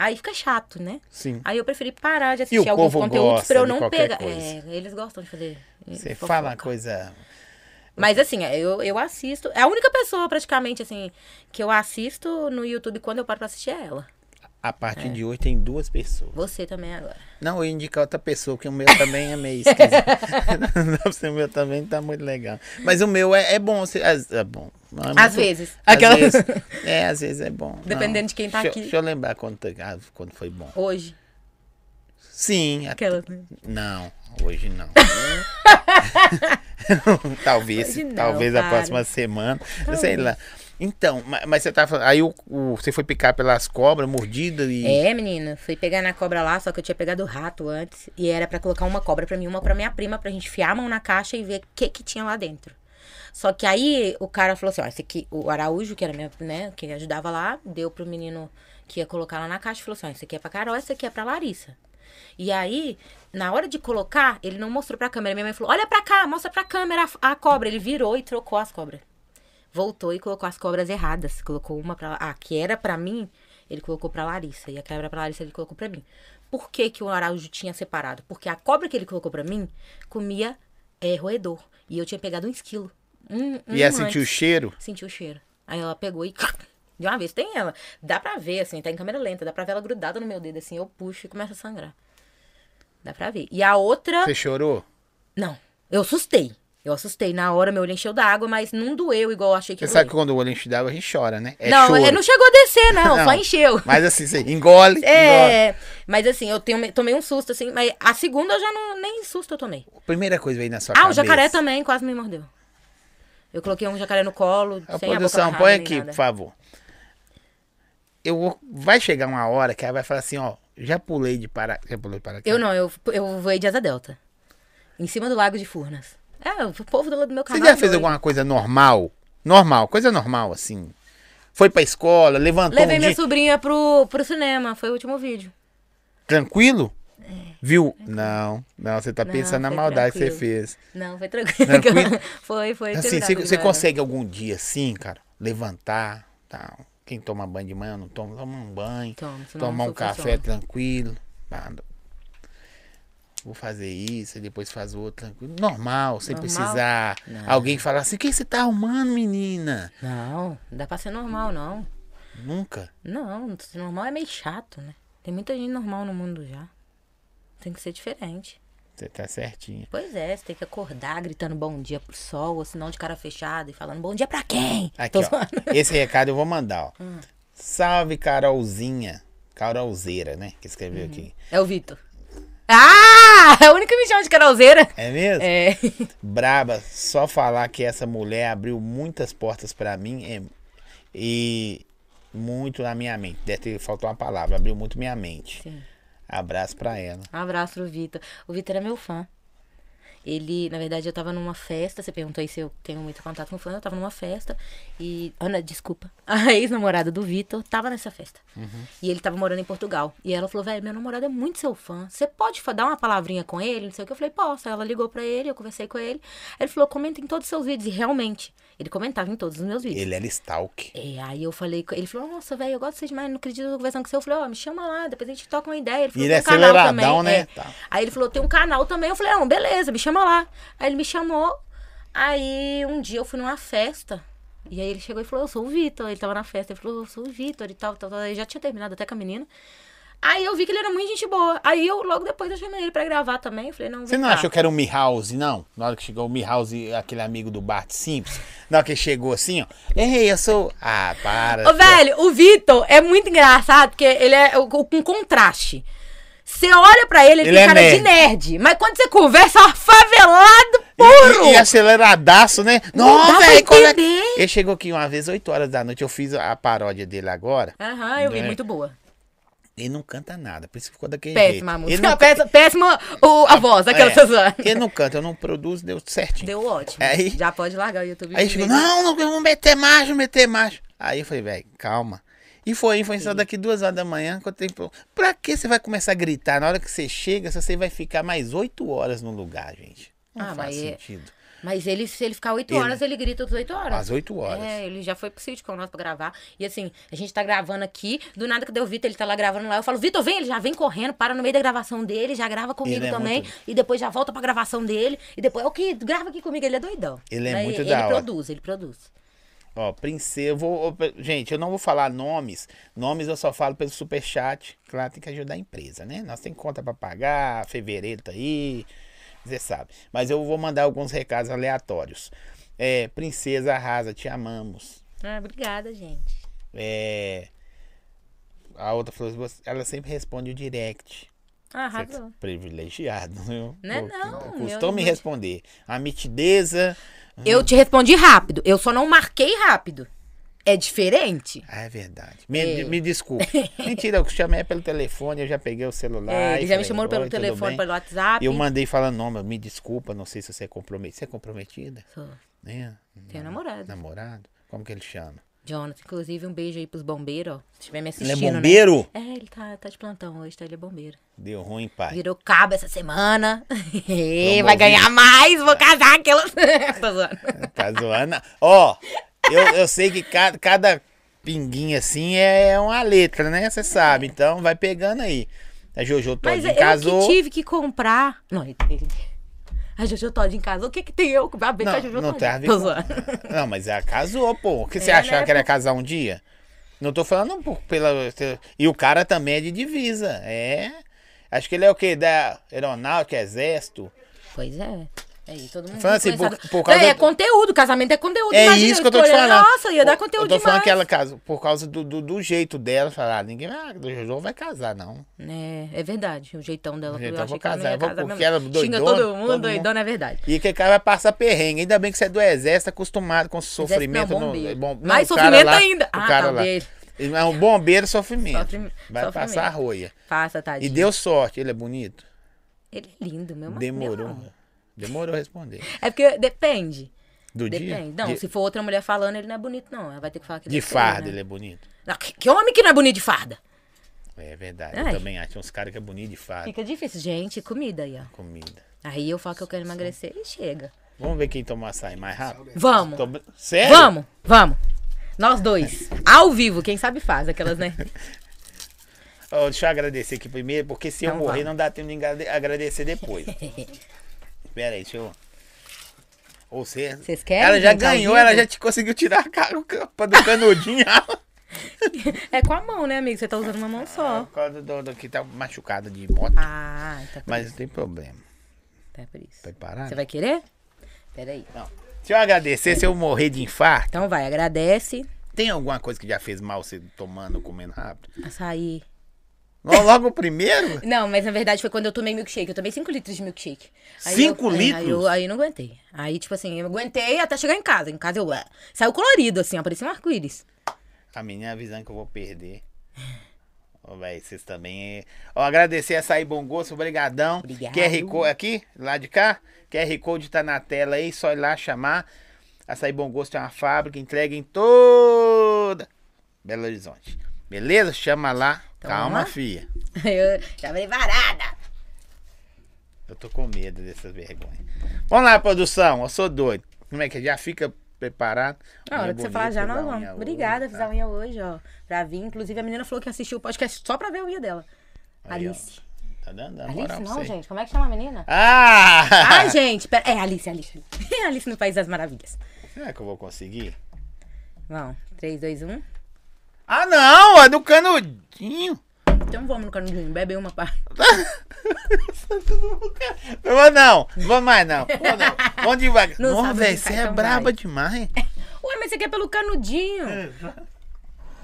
Aí fica chato, né? Sim. Aí eu preferi parar de E assistir o alguns povo conteúdos gosta pra eu de não qualquer pegar. coisa. É, eles gostam de fazer. eh, Você fofoca. fala coisa... Mas assim, eu, eu assisto. É a única pessoa, praticamente, assim, que eu assisto no YouTube quando eu paro pra assistir é ela. A É. partir de hoje tem duas pessoas. Você também agora. Não, eu ia indicar outra pessoa, porque o meu também é meio *laughs* esquisito. *laughs* Não, porque o meu também tá muito legal. Mas o meu é, é bom. se- as- é bom. Não, é Às muito- vezes. Às Aquela- vezes. *laughs* É, às vezes é bom. Não, Dependendo de quem tá deixa, eu- aqui. Deixa eu lembrar quando, tá- ah, quando foi bom. Hoje. Sim. a- Aquela. né? Não, hoje *laughs* não. *laughs* talvez, Hoje não, talvez a para. próxima semana, sei lá. Então, ma- mas, você tá falando, aí o, o- você foi picar pelas cobras, mordida e É, menina, fui pegar na cobra lá, só que eu tinha pegado o rato antes. E era pra colocar uma cobra pra mim, uma pra minha prima, pra gente fiar a mão na caixa e ver o que que tinha lá dentro. Só que aí o cara falou assim, ó, esse aqui, o Araújo, que era minha, né, que ajudava lá, deu pro menino que ia colocar lá na caixa e falou assim, ó, esse aqui é pra Carol, esse aqui é pra Larissa. E aí, na hora de colocar, ele não mostrou pra câmera. Minha mãe falou, olha pra cá, mostra pra câmera a, a cobra. Ele virou e trocou as cobras. Voltou e colocou as cobras erradas. Colocou uma pra... A que era pra mim, ele colocou pra Larissa. E a que era pra Larissa, ele colocou pra mim. Por que que o Araújo tinha separado? Porque a cobra que ele colocou pra mim comia é, roedor. E eu tinha pegado um esquilo. Um, um e ela sentiu o antes. cheiro. Sentiu o cheiro. Aí ela pegou e. De uma vez, tem ela. Dá pra ver, assim, tá em câmera lenta, dá pra ver ela grudada no meu dedo, assim, eu puxo e começa a sangrar. Dá pra ver. E a outra. Você chorou? Não, eu assustei. Eu assustei. Na hora meu olho encheu d'água, mas não doeu igual eu achei que Você ia sabe que doer. quando o olho enche d'água a gente chora, né? É Não, choro. ele não chegou a descer, não, *laughs* Não. só encheu. Mas assim, você engole. engole. *laughs* É, mas assim, eu tenho, tomei um susto, assim, mas a segunda eu já não. Nem susto eu tomei. Primeira coisa veio na sua ah, cabeça. o jacaré também quase me mordeu. Eu coloquei um jacaré no colo, A sem a boca produção, amarrada, põe nem aqui, nada. por favor. Eu vou- vai chegar uma hora que ela vai falar assim, ó, já pulei de para, já pulei de para Eu não, eu, eu voei de asa delta. Em cima do lago de Furnas. É, o povo do, do meu Você canal. é já fez doido. alguma coisa normal? Normal, coisa normal assim. Foi pra escola, levantou Levei um minha dia, sobrinha pro, pro cinema, foi o último vídeo. tranquilo? Viu? Não, não, você tá É. Não, pensando na foi maldade que você tranquilo. fez. Não, foi tranquilo. Tranquilo? *laughs* foi, foi. Assim, teve você, nada você demais, não. consegue algum dia assim, cara, levantar, tal. Quem toma banho de manhã não toma, toma um banho, Toma, senão tomar não um café funciona. tranquilo. Ah, não. Vou fazer isso, aí depois faz outro tranquilo. Normal, sem Normal? precisar. Alguém falar assim, o que você tá arrumando, menina? Não, não dá pra ser normal, não. Nunca. Não, ser normal é meio chato, né? Tem muita gente normal no mundo já. Tem que ser diferente. Você tá certinha. Pois é, você tem que acordar gritando bom dia pro sol, ou senão de cara fechada e falando bom dia pra quem? Aqui, Tô ó. zoando. Ah. Esse recado eu vou mandar, ó. Salve, Carolzinha. Carolzeira, né? Que escreveu aqui. É o Vitor. Ah! *laughs* É o único que me chama de carolzeira. É mesmo? É. *laughs* Braba, só falar que essa mulher abriu muitas portas pra mim é- e muito na minha mente. Deve ter faltou uma palavra, abriu muito minha mente. Sim. Abraço pra ela. Um abraço pro Vitor. O Vitor é meu fã. Ele, na verdade, eu tava numa festa. Você perguntou aí se eu tenho muito contato com fã. Eu tava numa festa e. Ana, desculpa. *laughs* A ex-namorada do Vitor tava nessa festa. E ele tava morando em Portugal. E ela falou: velho, meu namorado é muito seu fã. Você pode fa- dar uma palavrinha com ele? Não sei o que. Eu falei: posso. Aí Ela ligou pra ele, eu conversei com ele. Ele falou: comenta em todos os seus vídeos. E realmente, ele comentava em todos os meus vídeos. Ele era stalk. É, aí eu falei, com- ele falou, nossa, velho, eu gosto de você demais, não acredito que eu tô conversando com você. Eu falei, ó, me chama lá, depois a gente toca uma ideia. E Ele falou, ele é "Tem um canal aceleradão, também." né? É. Tá. Aí ele falou, tem um canal também. Eu falei, não, beleza, me chama lá. Aí ele me chamou, aí um dia eu fui numa festa. E aí ele chegou e falou, eu sou o Vitor. Ele tava na festa, ele falou, eu sou o Vitor e tal, tal, tal. Ele já tinha terminado até com a menina. Aí eu vi que ele era muito gente boa. Aí eu logo depois eu chamei ele pra gravar também. Eu falei, não, Você vem não cá. achou que era o Milhouse, não? Na hora que chegou o Milhouse, aquele amigo do Bart Simples, na hora que ele chegou assim, ó. Ei, eu sou. Ah, para. Ô, velho, o Vitor é muito engraçado, porque ele é o- com contraste. Você olha pra ele, ele, Ele tem é cara de nerd. Mas quando você conversa, é um favelado puro. E, e aceleradaço, né? Não dá Nossa, pra velho, como é que- entender. Ele chegou aqui uma vez, 8 horas da noite, eu fiz a paródia dele agora. Aham, eu vi, Né? muito boa. Ele não canta nada, por isso que ficou daquele jeito. Péssima a música. Ele *laughs* não, Não, péssima, péssima o- a voz, aquela é, que você zoa. ele não canta, eu não produzo, deu certinho. Deu ótimo. Aí- Já pode largar o YouTube. Aí chegou, não, não, vamos meter macho, meter macho. Aí eu falei, velho, calma. E foi, foi só daqui duas horas da manhã, quanto tempo. Pra que você vai começar a gritar? Na hora que você chega, você vai ficar mais oito horas no lugar, gente. Não Ah, faz mas é- sentido. Mas ele, se ele ficar 8 Ele- horas, ele grita outras 8 horas. Às oito horas. É, ele já foi pro sítio nós pra gravar. E assim, a gente tá gravando aqui, do nada que deu o Vitor, ele tá lá gravando lá. Eu falo, Vitor, vem, ele já vem correndo, para no meio da gravação dele, já grava comigo Ele é também. muito- E depois já volta pra gravação dele. E depois, é o que? Grava aqui comigo, ele é doidão. Ele é Mas muito ele da hora. produz, ele produz. Ó, princesa, eu vou. eu- Gente, eu não vou falar nomes. Nomes eu só falo pelo superchat. Claro, tem que ajudar a empresa, né? Nós tem conta pra pagar, fevereiro tá aí. Você sabe. Mas eu vou mandar alguns recados aleatórios. É, princesa arrasa, te amamos. Ah, obrigada, gente. É, a outra falou, "Você- ela sempre responde o direct. Ah, Você é arrasou. Privilegiado, viu? Né, Pô, que- não, Custou eu me não- responder. A mitideza. Eu te respondi rápido, eu só não marquei rápido. É diferente. Ah, é verdade. Me, me *laughs* desculpe. Mentira, eu chamei pelo telefone, eu já peguei o celular. e É, ele já me falei, chamou "Oi, pelo tudo telefone, bem?" pelo WhatsApp. Eu mandei falando, não, mas me desculpa, não sei se você é comprometida. Você é comprometida? Sou- Né? Tenho um namorado. Namorado? Como que ele chama? Jonathan, inclusive, um beijo aí pros bombeiros, ó. Se estiver Ele me assistindo, é né? bombeiro? É, ele tá, tá de plantão hoje, tá? Ele é bombeiro. Deu ruim, pai. Virou cabo essa semana. *laughs* Vamos Vai ouvir. ganhar mais, vou casar aquelas. *laughs* Tô zoando. Tá zoando. Ó, eu, eu sei que ca- cada pinguinha assim é uma letra, né? Você sabe. Então vai pegando aí. A Jojo Mas Todinho eu casou. que tive que comprar. Não, ele. ele- A Jojo Todd em casa. O que que tem eu que vai ver com a Jojo Não, não Todinho? tem a ver Tô com- zoando. *laughs* Não, mas ela casou, pô. O que você É, achava né, que ela ia casar um dia? Não tô falando por, pela. E o cara também é de divisa. É. Acho que ele é o quê? Da aeronáutica, é exército. Pois é. Aí, todo mundo Falando assim, influenciado. por- por causa é, é do- conteúdo, casamento é conteúdo. É Imagina isso que eu tô te escolhendo, falando. Nossa, ia Eu- dar conteúdo Eu tô falando demais. que ela casou por causa do, do, do jeito dela. Falar, ah, ninguém vai, a Jojo vai casar, não. É, é verdade, o jeitão dela. O jeitão, eu achei vou que ela não casar, ia vou casar porque mesmo. ela é Xinga doidona, todo todo mundo, mundo. doidona é verdade. E que o cara vai passar perrengue. Ainda bem que você é do exército, acostumado com sofrimento. não, é no- um é bombeiro. bom- não, Mais o cara sofrimento lá- ainda. O Ah, cara tá, lá. dele. É um bombeiro sofrimento. Sofrim- Vai sofrimento. passar a roia. Faça, E tadinho. deu sorte. Ele é bonito? Ele é lindo, meu amor. Demorou. meu amor. Demorou a responder. É porque depende. Do Depende. dia? Não, de, se for outra mulher falando, ele não é bonito, não. Ela vai ter que falar que de é feio, farda né? ele é bonito. Não, que, que homem que não é bonito de farda? É verdade. Ai. Eu também acho. Tem uns caras que é bonito de farda. Fica difícil. Gente, comida aí, ó. Comida. Aí eu falo que eu quero emagrecer e chega. Vamos ver quem toma açaí mais rápido? Vamos. Tô... Sério? Vamos, vamos. Nós dois. Ao vivo, quem sabe faz aquelas, né? Ó, deixa eu agradecer aqui primeiro, porque se eu Então morrer vamos. não dá tempo de engrade- agradecer *laughs* depois. Pera aí, deixa eu... Ou você... Vocês querem um Ela já brincar ao ganhou, ela vivo? já te conseguiu tirar a ca- o capa do *laughs* canudinho. É com a mão, né, amigo? Você tá usando uma mão Por só. causa do, do que tá machucado de moto. Ah, tá. por- Mas não tem problema. Tá por isso. Vai parar? Você né? vai querer? Peraí. Não. Deixa eu agradecer Então, se eu morrer de infarto. Então vai, agradece. Tem alguma coisa que já fez mal você tomando, comendo rápido? Açaí. Lo- Logo o primeiro? Não, mas na verdade foi quando eu tomei milkshake. Eu tomei 5 litros de milkshake. Cinco eu- é, litros? Aí eu, aí eu não aguentei. Aí, tipo assim, eu aguentei até chegar em casa. Em casa eu. ué, *laughs* Saiu colorido, assim, ó, parecia um arco-íris. A menina avisando que eu vou perder. Ô, véi, vocês também. Ó, agradecer a Sair Bom Gosto, obrigadão. Obrigado. QR Code aqui, lá de cá. QR Code tá na tela aí, só ir lá chamar. Açaí Bom Gosto é uma fábrica, entrega em toda Belo Horizonte. Beleza? Chama lá. Então, vamos Calma, lá? fia. Eu já veio varada. Eu tô com medo dessas vergonhas. Vamos lá, produção. Eu sou doido. Como é que é? Já fica preparado? Na hora de você falar, já um nós vamos. Obrigada, fiz a Fizão. unha hoje, ó. Pra vir. Inclusive, a menina falou que assistiu o podcast só pra ver a unha dela. Aí, ó. Alice. Tá dando a moral Alice, pra não, você. gente. Como é que chama *laughs* a menina? Ah! Ai, gente. Pera... É, Alice, Alice. *laughs* Alice no País das Maravilhas. Será que eu vou conseguir? Vamos. um. 3, 2, 1. Ah, não! É do canudinho. *laughs* Então vamos no canudinho. Bebe uma pá. Não vou não. Não vou mais, não. Vou não. Vamos devagar. *laughs* Não Nossa, sabe velho, onde você vai, é então braba vai. demais. Ué, mas você quer pelo canudinho. É,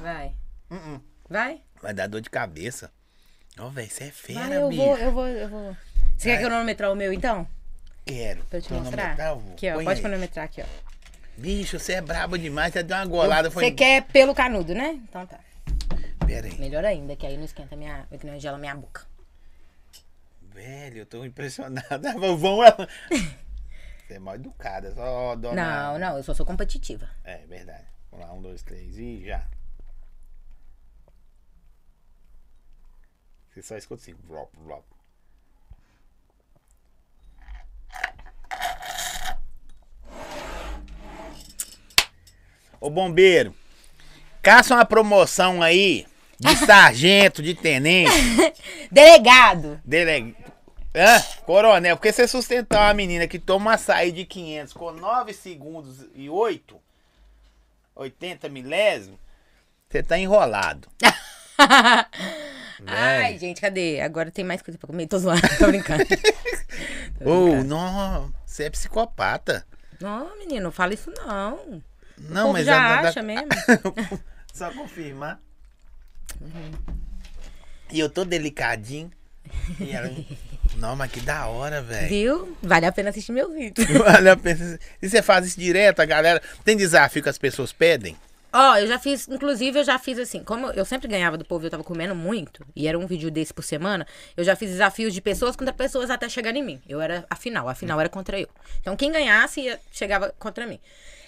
Vai. Uh-uh. Vai. Vai dar dor de cabeça. Ô, velho, você é fera, Vai, eu bicho. vou, eu vou, eu vou. Você quer que eu cronometrar o meu, então? Quero. Pra eu te Cronometrar, mostrar? tá, eu vou. Aqui, ó. Põe Pode aí. cronometrar aqui, ó. Bicho, você é braba demais. Você deu uma golada. Foi... Você quer pelo canudo, né? Então tá. Pera aí. Melhor ainda, que aí não esquenta minha. que não gela minha boca. Velho, *laughs* eu tô impressionada. Vovão, ela... Você é mal educada. Só dona... Não, não, eu só sou competitiva. É, verdade. Vamos lá, um, dois, três e já. Você só escuta assim. Vlop, vlop. Ô bombeiro, caça uma promoção aí de sargento, de tenente, Delegado! dele... Hã? Coronel, porque você sustentar uma menina que toma um açaí de 500 com 9 segundos e 8, 80 milésimos, você tá enrolado. Ai, gente, cadê? Agora tem mais coisa pra comer. Tô zoando, *laughs* *laughs* tô brincando. É Ô, não, você é psicopata. não, menino, não fala isso não. Não, o povo mas já a- a- acha mesmo. *laughs* Só confirmar. Uhum. E eu tô delicadinho. E ela, não, mas que da hora, velho. *laughs* Viu? Vale a pena assistir meu vídeo. Olha, eu penso- E você faz isso direto, a galera. Tem desafio que as pessoas pedem? Ó, eu já fiz, inclusive eu já fiz assim, como eu sempre ganhava do povo, e eu tava comendo muito, e era um vídeo desse por semana, eu já fiz desafios de pessoas contra pessoas até chegar em mim. Eu era a final, a final era contra eu. Então quem ganhasse ia- chegava contra mim.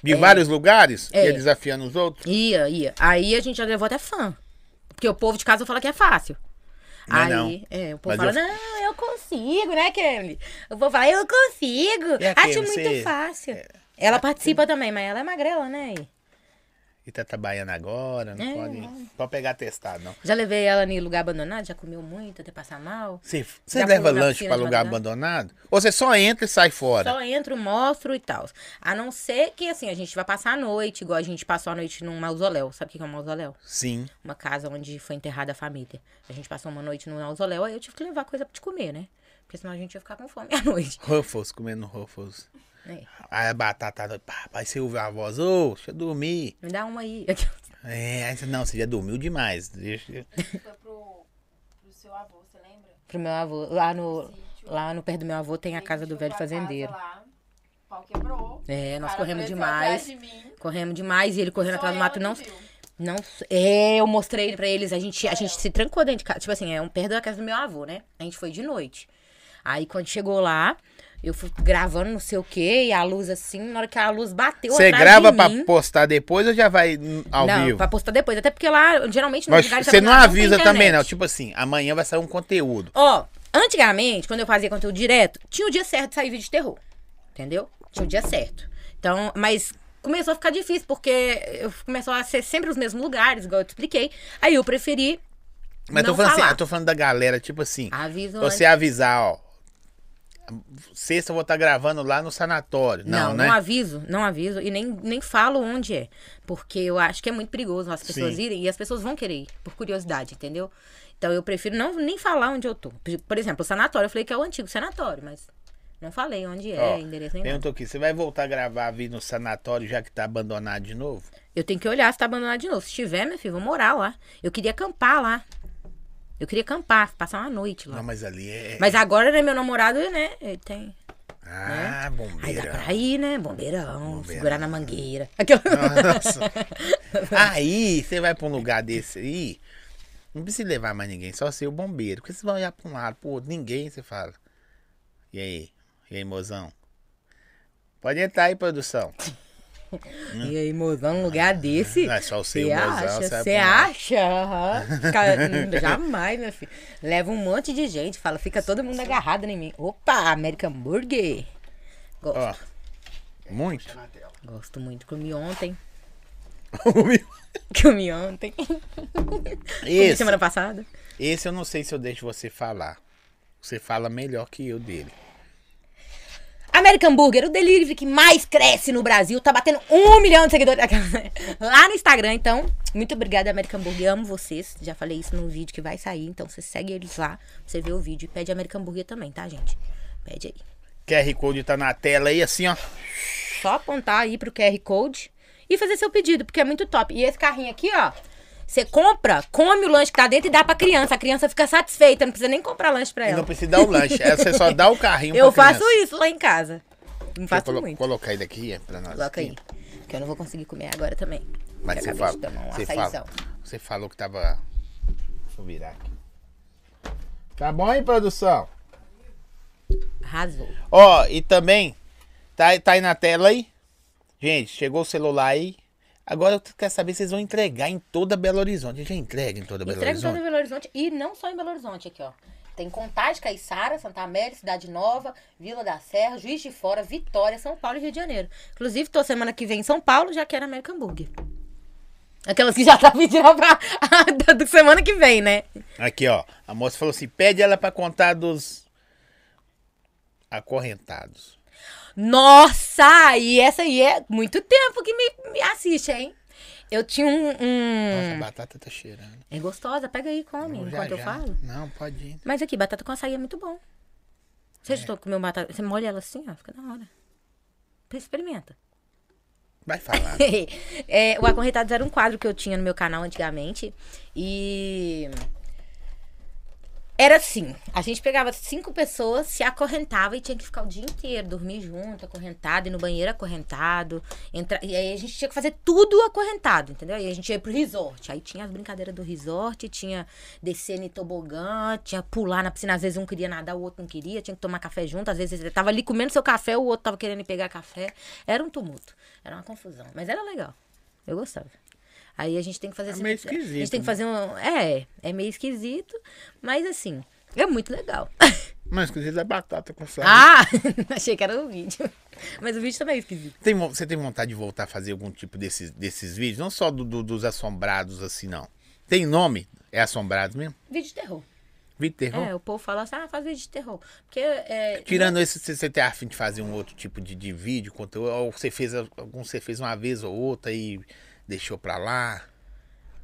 De vários lugares? É. Ia desafiando os outros? Ia, ia. Aí a gente já levou até fã. Porque o povo de casa fala que é fácil. Não é Aí, não. é, o povo Mas fala, não, eu consigo, né, Kemily? O povo fala, eu consigo. E a Acho Kemily, você- é, muito fácil. Ela participa também, mas ela é magrela, né? E tá trabalhando agora, não É, pode. Pode pegar testado, não. Já levei ela em lugar abandonado, já comeu muito até passar mal. Você você Já leva pulou na lanche piscina pra de lugar madrugada? abandonado? Ou você só entra e sai fora? Só entro, mostro e tal. A não ser que, assim, a gente vai passar a noite, igual a gente passou a noite num mausoléu. Sabe o que que é um mausoléu? Sim. Uma casa onde foi enterrada a família. A gente passou uma noite num mausoléu, aí eu tive que levar coisa pra te comer, né? Porque senão a gente ia ficar com fome *laughs* à noite. Ruffles, comendo Ruffles. né? Aí a batata, pá, aí você ouve a voz, ô, deixa eu dormir. Me dá uma aí. É, aí você, não, você já dormiu demais. Deixa... Foi pro, pro seu avô, você lembra? um Pro meu avô. Lá no, Sítio. lá no perto do meu avô tem a gente casa do foi velho pra fazendeiro. casa lá, o pau quebrou. É, nós Cara, corremos apareceu demais. atrás de mim. Corremos demais e ele correndo Só atrás do ela mato. que Não, viu. Não, s- é, eu mostrei pra eles, a gente, a gente se trancou dentro de casa, tipo assim, é um perto da casa do meu avô, né? A gente foi de noite. Aí quando chegou lá, eu fui gravando não sei o quê, e a luz assim, na hora que a luz bateu Você atrás grava de pra mim, postar depois ou já vai hum, ao não, vivo? pra postar depois, até porque lá, geralmente, nos Mas lugares você não abrigados tem avisa também, não. internet. Tipo assim, amanhã vai sair um conteúdo. Ó, antigamente, quando eu fazia conteúdo direto, tinha o dia certo de sair vídeo de terror. Entendeu? Tinha o dia certo. Então, mas começou a ficar difícil, porque eu começou a ser sempre os mesmos lugares, igual eu te expliquei. Aí eu preferi. Mas não tô falando falar. assim, eu tô falando da galera, tipo assim. Aviso você avisar, ó. Sexta eu vou estar gravando lá no sanatório. Não, Não, não, né? aviso, não aviso e nem, nem falo onde é. Porque eu acho que é muito perigoso as pessoas Sim. irem e as pessoas vão querer ir, por curiosidade, entendeu? Então eu prefiro não nem falar onde eu tô. Por- Por exemplo, o sanatório, eu falei que é o antigo sanatório, mas não falei onde é, Ó, endereço nem nada. Perguntou aqui, você vai voltar a gravar vídeo no sanatório já que tá abandonado de novo? Eu tenho que olhar se tá abandonado de novo. Se tiver, meu filho, vou morar lá. Eu queria acampar lá. Eu queria acampar, passar uma noite lá. Não, mas ali é. Mas agora, né, meu namorado, né, ele tem... Ah, né? Aí dá bombeiro. *laughs* pra ir, né, bombeirão, segurar na *laughs* mangueira. Nossa. Aí você vai pra um lugar desse aí Não precisa levar mais ninguém, só ser o bombeiro. Porque vocês vão olhar pra um lado, pro outro, ninguém, você fala. E aí? E aí, mozão? Pode entrar aí, *laughs* produção. E aí, mozão, num lugar desse. Não é só o seu Você mozão, acha? você vai Você pra um lado. acha? Aham. *laughs* Fica- Hum, Jamais, meu filho. Leva um monte de gente, fala, fica todo mundo agarrado em mim. Opa, American Burger. Gosto, Ó. Muito. É, na *laughs* tela. gosto muito. Comi ontem. *laughs* Ouviu? Comi ontem. Comi Esse, semana passada. esse eu não sei se eu deixo você falar. Você fala melhor que eu dele. American Burger, o delivery que mais cresce no Brasil, tá batendo um milhão de seguidores *laughs* lá no Instagram. Então, muito obrigada, American Burger. Amo vocês. Já falei isso no vídeo que vai sair. Então, você segue eles lá pra você ver o vídeo. E pede American Burger também, tá, gente? Pede aí. QR Code tá na tela aí, assim, ó. Só apontar aí pro QR Code e fazer seu pedido, porque é muito top. E esse carrinho aqui, ó. Você compra, come o lanche que tá dentro e dá pra criança. A criança fica satisfeita, não precisa nem comprar lanche pra E ela. não precisa dar o lanche. É, você só dá o carrinho Eu pra faço criança. isso lá em casa. Não Deixa eu faço colo- muito. colocar ele aqui é, pra nós. Coloca aqui. aí. Que eu não vou conseguir comer agora também. Mas Eu você, acabei fala, de tomar um você, açaizão. fala, você falou que tava. Deixa eu virar aqui. Tá bom, hein, produção? Arrasou. Ó, e também, tá, tá aí na tela aí? Gente, chegou o celular aí. Agora eu quero saber se vocês vão entregar em toda Belo Horizonte. Já entrega em toda Belo Entrega em todo Horizonte? Belo Horizonte e não só em Belo Horizonte aqui, ó. Tem Contagem, Caiçara, Santa Amélia, Cidade Nova, Vila da Serra, Juiz de Fora, Vitória, São Paulo e Rio de Janeiro. Inclusive, tô semana que vem em São Paulo, já quero American Burger. Aquelas que já tá pedindo *laughs* pra da- da semana que vem, né? Aqui, ó. A moça falou assim: pede ela pra contar dos acorrentados. Nossa, e essa aí é muito tempo que me, me assiste, hein? Eu tinha um... um- Nossa, a batata tá cheirando. É gostosa, pega aí e come Já, enquanto eu já. falo. Não, pode ir. Mas aqui, batata com açaí é muito bom. Você já estou comendo batata? Você molha ela assim, ó, fica da hora. Você experimenta. Vai *laughs* falar. É, o Acorrentados era um quadro que eu tinha no meu canal antigamente. E. Era assim, a gente pegava cinco pessoas, se acorrentava e tinha que ficar o dia inteiro, dormir junto, acorrentado, ir no banheiro acorrentado. Entra... E aí a gente tinha que fazer tudo acorrentado, entendeu? E a gente ia pro resort. Aí tinha as brincadeiras do resort, tinha descer em tobogã, tinha pular na piscina. Às vezes um queria nadar, o outro não queria, tinha que tomar café junto. Às vezes tava ali comendo seu café, o outro tava querendo ir pegar café. Era um tumulto, era uma confusão. Mas era legal, eu gostava. Aí a gente tem que fazer... É esse- meio A gente esquisito, tem que né? fazer um... É, é meio esquisito, mas assim, é muito legal. *laughs* Mas que da batata com sal. Ah, *laughs* achei que era o vídeo. Mas o vídeo também é esquisito. Tem vo- você tem vontade de voltar a fazer algum tipo desses, desses vídeos? Não só do- do- dos assombrados, assim, não. Tem nome? É assombrado mesmo? Vídeo de terror. Vídeo de terror? É, o povo fala assim, ah, faz vídeo de terror. Porque é, Tirando esse, você você tem a fim de fazer um outro tipo de, de vídeo, conteúdo? Ou você fez a- algum, você fez uma vez ou outra e deixou pra lá?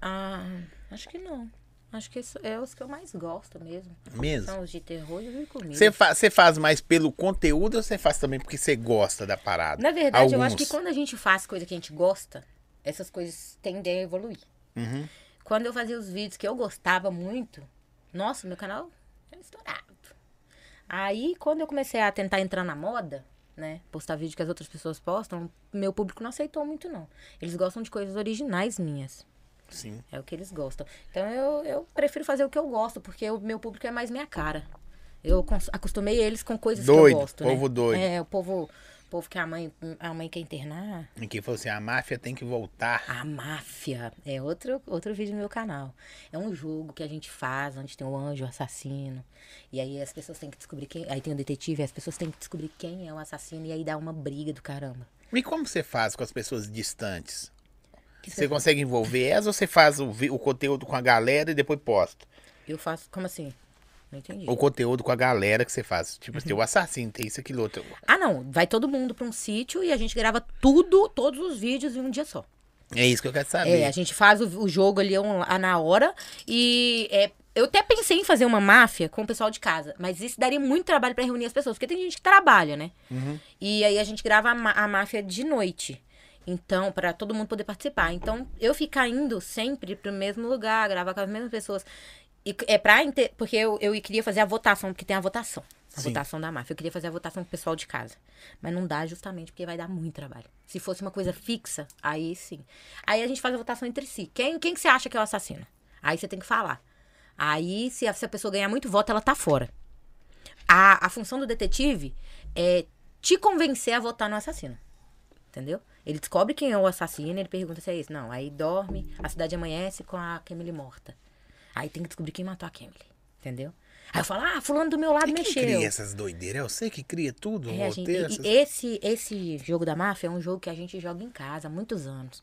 Ah, acho que não. Acho que isso é os que eu mais gosto mesmo. Mesmo? São os de terror e os de comida. Você, fa- você faz mais pelo conteúdo ou você faz também porque você gosta da parada? Na verdade, eu acho que Alguns. quando a gente faz coisa que a gente gosta, essas coisas tendem a evoluir. Quando eu fazia os vídeos que eu gostava muito, nossa, meu canal era estourado. Aí, quando eu comecei a tentar entrar na moda, né, postar vídeo que as outras pessoas postam, meu público não aceitou muito, não. Eles gostam de coisas originais minhas. Sim. É o que eles gostam. Então eu, eu prefiro fazer o que eu gosto, porque o meu público é mais minha cara. Eu cons- acostumei eles com coisas que Doido, eu gosto. povo né? doido. É, o povo, o povo que a mãe, a mãe quer internar. E que falou assim, a máfia tem que voltar. A máfia é outro, outro vídeo no meu canal. É um jogo que a gente faz, onde tem o anjo, o assassino. E aí as pessoas têm que descobrir quem. Aí tem o detetive, e as pessoas têm que descobrir quem é o assassino. E aí dá uma briga do caramba. E como você faz com as pessoas distantes? Que Você consegue envolver elas ou você faz o, vi- o conteúdo com a galera e depois posta? Eu faço. Como assim? Não entendi. O conteúdo com a galera que você faz. Tipo, tem o assassino, tem isso, aquilo, outro. Ah, não. Vai todo mundo pra um sítio e a gente grava tudo, todos os vídeos em um dia só. É isso que eu quero saber. É, a gente faz o, o jogo ali on- a- na hora e é, eu até pensei em fazer uma máfia com o pessoal de casa, mas isso daria muito trabalho pra reunir as pessoas, porque tem gente que trabalha, né? E aí a gente grava a, ma- a máfia de noite. Então, pra todo mundo poder participar. Então, eu ficar indo sempre pro mesmo lugar, gravar com as mesmas pessoas. E c- é pra. inte- Porque eu, eu queria fazer a votação, porque tem a votação. A Sim. votação da máfia. Eu queria fazer a votação com o pessoal de casa. Mas não dá justamente porque vai dar muito trabalho. Se fosse uma coisa fixa, aí sim. Aí a gente faz a votação entre si. Quem, quem que você acha que é o assassino? Aí você tem que falar. Aí, se a, se a pessoa ganhar muito voto, ela tá fora. A, a função do detetive é te convencer a votar no assassino. Entendeu? Ele descobre quem é o assassino, ele pergunta se é isso. Não, aí dorme, a cidade amanhece com a Camille morta. Aí tem que descobrir quem matou a Camille. Entendeu? Aí eu falo, ah, fulano do meu lado E quem mexeu. cria essas doideiras? Eu sei que cria tudo, um É, a gente- roteiro, e- essas- e esse, esse jogo da máfia é um jogo que a gente joga em casa há muitos anos.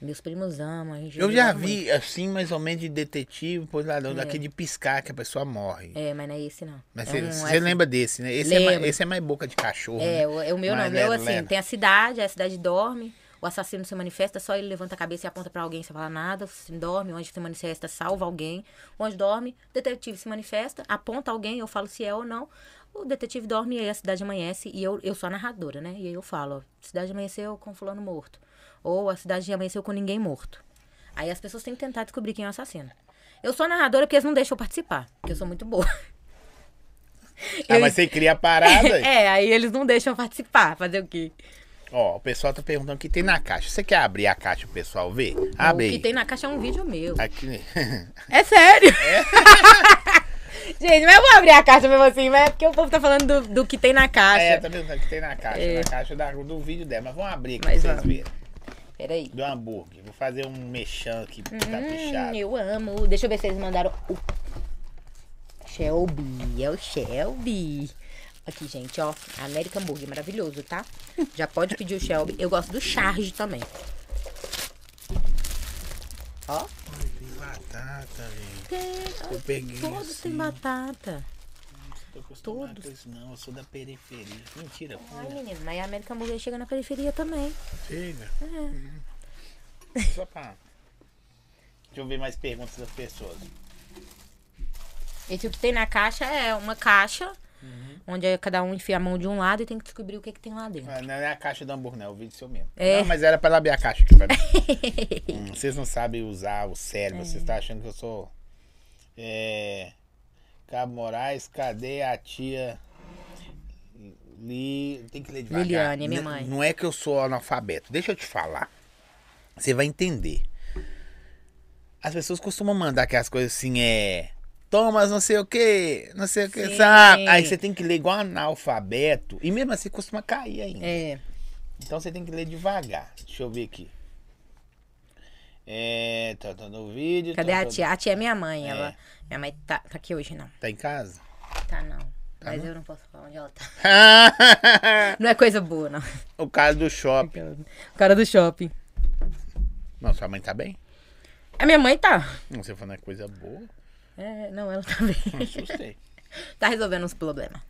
Meus primos amam, a gente Eu joga já muito. vi, assim, mais ou menos de detetive, pois ladrão, daquele de piscar que a pessoa morre. É, mas não é esse não. Mas É você um- é- lembra desse, né? Esse é, mais, Lembro. esse é mais boca de cachorro. É, né? o, é o meu não. Mas O meu, leva, assim, leva. tem a cidade, a cidade dorme, o assassino se manifesta, só ele levanta a cabeça e aponta pra alguém sem falar nada, o assassino dorme, o anjo se manifesta, salva alguém, o anjo dorme, o detetive se manifesta, aponta alguém, eu falo se é ou não, o detetive dorme e aí a cidade amanhece, e eu, eu sou a narradora, né? E aí eu falo, ó, cidade amanheceu com fulano morto, ou a cidade amanheceu com ninguém morto. Aí as pessoas têm que tentar descobrir quem é o assassino. Eu sou a narradora porque eles não deixam eu participar, porque eu sou muito boa. Ah, eu- mas *laughs* você cria a parada. É, aí eles não deixam eu participar, fazer o quê? Ó, o pessoal tá perguntando o que tem na caixa. Você quer abrir a caixa pro pessoal ver? Abre O que aí. tem na caixa é um vídeo meu. Aqui. *laughs* É sério. *laughs* Gente, mas eu vou abrir a caixa mesmo assim, mas é porque o povo tá falando do, do que tem na caixa. É, tá vendo o que tem na caixa? Na caixa da- do vídeo dela. Mas vamos abrir aqui pra É. Mas vocês vamos. verem. Peraí. Do hambúrguer. Vou fazer um mexão aqui que tá Hum, fechado. eu amo. Deixa eu ver se eles mandaram o Shelby. É o Shelby. Aqui, gente, ó. American Burger, maravilhoso, tá? Já pode pedir o Shelby. Eu gosto do Charge também. Ó. Tem batata, gente. Tem, Eu peguei. assim. todos têm batata. Tô acostumado com isso, não. Eu sou da periferia. Mentira, Ai, pô. menino, mas a American Burger chega na periferia também. Chega. Só pra. Deixa eu ver mais perguntas das pessoas. Esse o que tem na caixa é uma caixa, onde cada um enfia a mão de um lado e tem que descobrir o que, que tem lá dentro. Ah, Não é a caixa do hambúrguer, não. É o vídeo seu mesmo. É. Não, mas era pra ela abrir a caixa aqui *laughs* pra mim. Hum, vocês não sabem usar o cérebro. Vocês estão achando que eu sou... É... Cabo Moraes, cadê a tia... Li... Tem que ler devagar. Liliane, é minha N- mãe. Não é que eu sou analfabeto. Deixa eu te falar. Você vai entender. As pessoas costumam mandar aquelas coisas assim, é... Thomas, não sei o quê, não sei o quê, Sim. sabe? Aí você tem que ler igual analfabeto. E mesmo assim costuma cair ainda. É. Então você tem que ler devagar. Deixa eu ver aqui. É, tá, tá no vídeo. Cadê tá, a tá- tia? A tia é minha mãe. Ela, É. minha mãe tá, tá aqui hoje, não. Tá em casa? *laughs* Tá, não. Tá, Mas não? eu não posso falar onde ela tá. *laughs* Não é coisa boa, não. o caso do shopping. O cara do shopping. Não, sua mãe tá bem? A minha mãe tá. Não, você falando é coisa boa. É, não, ela tá bem. *laughs* Assustei. tá resolvendo uns problemas.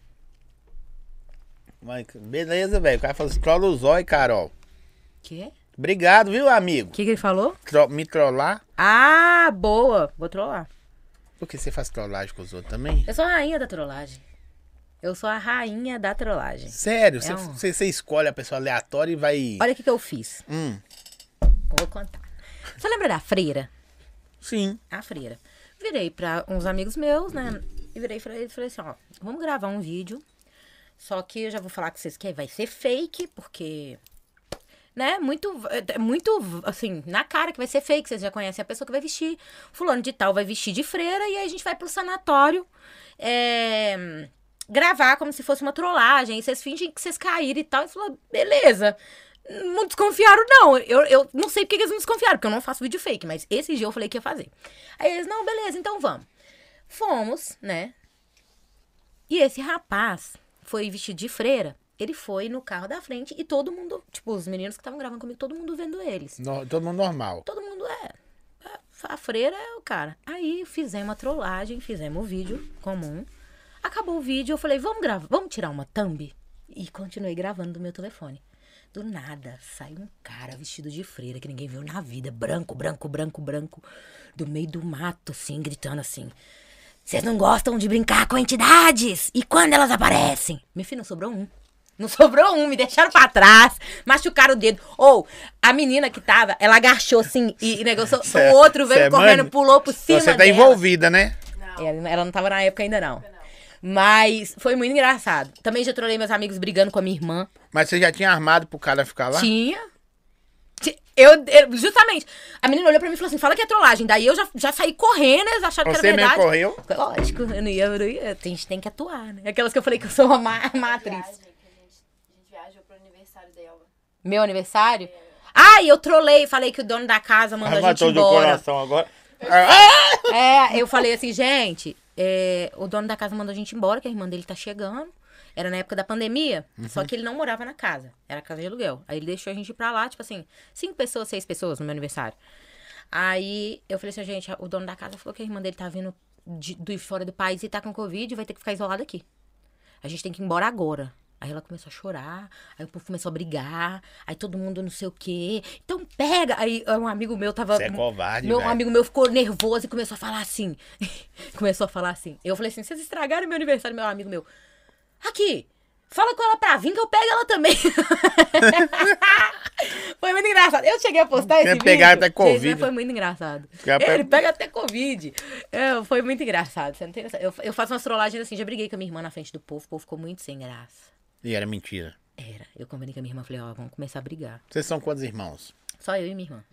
Mas, beleza, velho. O cara falou assim: trola o zóio, Carol. Quê? Obrigado, viu, O amigo? que, que ele falou? Tro- me trollar? Ah, boa. Vou trollar. Porque você faz trollagem com os outros também? Eu sou a rainha da trollagem. Eu sou a rainha da trollagem. Sério? Você, É um- você- você escolhe a pessoa aleatória e vai. Olha o que, que eu fiz. Hum, Vou contar. Você lembra da freira? sim. A freira. Virei pra uns amigos meus, né? E virei pra eles e falei assim, ó, vamos gravar um vídeo. Só que eu já vou falar com vocês que vai ser fake, porque. Né? Muito, é muito, assim, na cara que vai ser fake. Vocês já conhecem a pessoa que vai vestir. Fulano de tal vai vestir de freira. E aí a gente vai pro sanatório é, gravar como se fosse uma trollagem. E vocês fingem que vocês caíram e tal. E falou, beleza. Não desconfiaram, não. Eu, eu não sei porque que eles não desconfiaram, porque eu não faço vídeo fake, mas esse dia eu falei que ia fazer. Aí eles, não, beleza, então vamos. Fomos, né? E esse rapaz foi vestido de freira. Ele foi no carro da frente e todo mundo, tipo, os meninos que estavam gravando comigo, todo mundo vendo eles. No- todo mundo normal. Todo mundo é. é, A freira é o cara. Aí fizemos a trollagem, fizemos o vídeo comum. Acabou o vídeo, eu falei, vamos gravar, vamos tirar uma thumb? E continuei gravando do meu telefone. Do nada, saiu um cara vestido de freira que ninguém viu na vida. Branco, branco, branco, branco. Do meio do mato, assim, gritando assim. Vocês não gostam de brincar com entidades? E quando elas aparecem? Meu filho, não sobrou um. Não sobrou um, me deixaram pra trás, machucaram o dedo. Ou a menina que tava, ela agachou assim e, e negociou. Cê- O outro cê veio é correndo, mãe? pulou por cima. Você tá dela. envolvida, né? Não. Ela, ela não tava na época ainda, não. Mas foi muito engraçado. Também já trolei meus amigos brigando com a minha irmã. Mas você já tinha armado pro cara ficar lá? Tinha. Ti- Eu, eu- justamente, a menina olhou pra mim e falou assim: fala que é trollagem. Daí eu já, já saí correndo, eles acharam que Você era mesmo verdade. correu? Lógico, eu não ia, eu não ia. A gente tem que atuar, né? Aquelas que eu falei que eu sou uma má, *laughs* má atriz. Viagem, que a gente, a gente viajou pro aniversário dela. Meu aniversário? Ah, e eu trolei, falei que o dono da casa mandou a gente Matou do embora. um coração agora. Ah, É, eu falei assim, gente, é, o dono da casa mandou a gente embora, que a irmã dele tá chegando. Era na época da pandemia, só que ele não morava na casa. Era casa de aluguel. Aí ele deixou a gente ir pra lá, tipo assim, cinco pessoas, seis pessoas no meu aniversário. Aí eu falei assim, gente, o dono da casa falou que a irmã dele tá vindo de, do fora do país e tá com Covid e vai ter que ficar isolada aqui. A gente tem que ir embora agora. Aí ela começou a chorar, aí o povo começou a brigar, aí todo mundo não sei o quê. Então pega! Aí um amigo meu tava. Você é covarde, Meu velho. amigo meu ficou nervoso e começou a falar assim. *laughs* começou a falar assim. Eu falei assim: vocês estragaram meu aniversário, meu amigo meu. Aqui, fala com ela pra vir que eu pego ela também. *laughs* foi muito engraçado. Eu cheguei a postar esse Quer vídeo. pegar até Gente, mas Covid. Foi muito engraçado. Quer pe- Ele pega até Covid. É, foi muito engraçado. Você não tem noção. Eu, eu faço umas trollagens assim. Já briguei com a minha irmã na frente do povo. O povo ficou muito sem graça. E era mentira. Era. Eu combinei com a minha irmã. Falei, ó, vamos começar a brigar. Vocês são quantos irmãos? Só eu e minha irmã.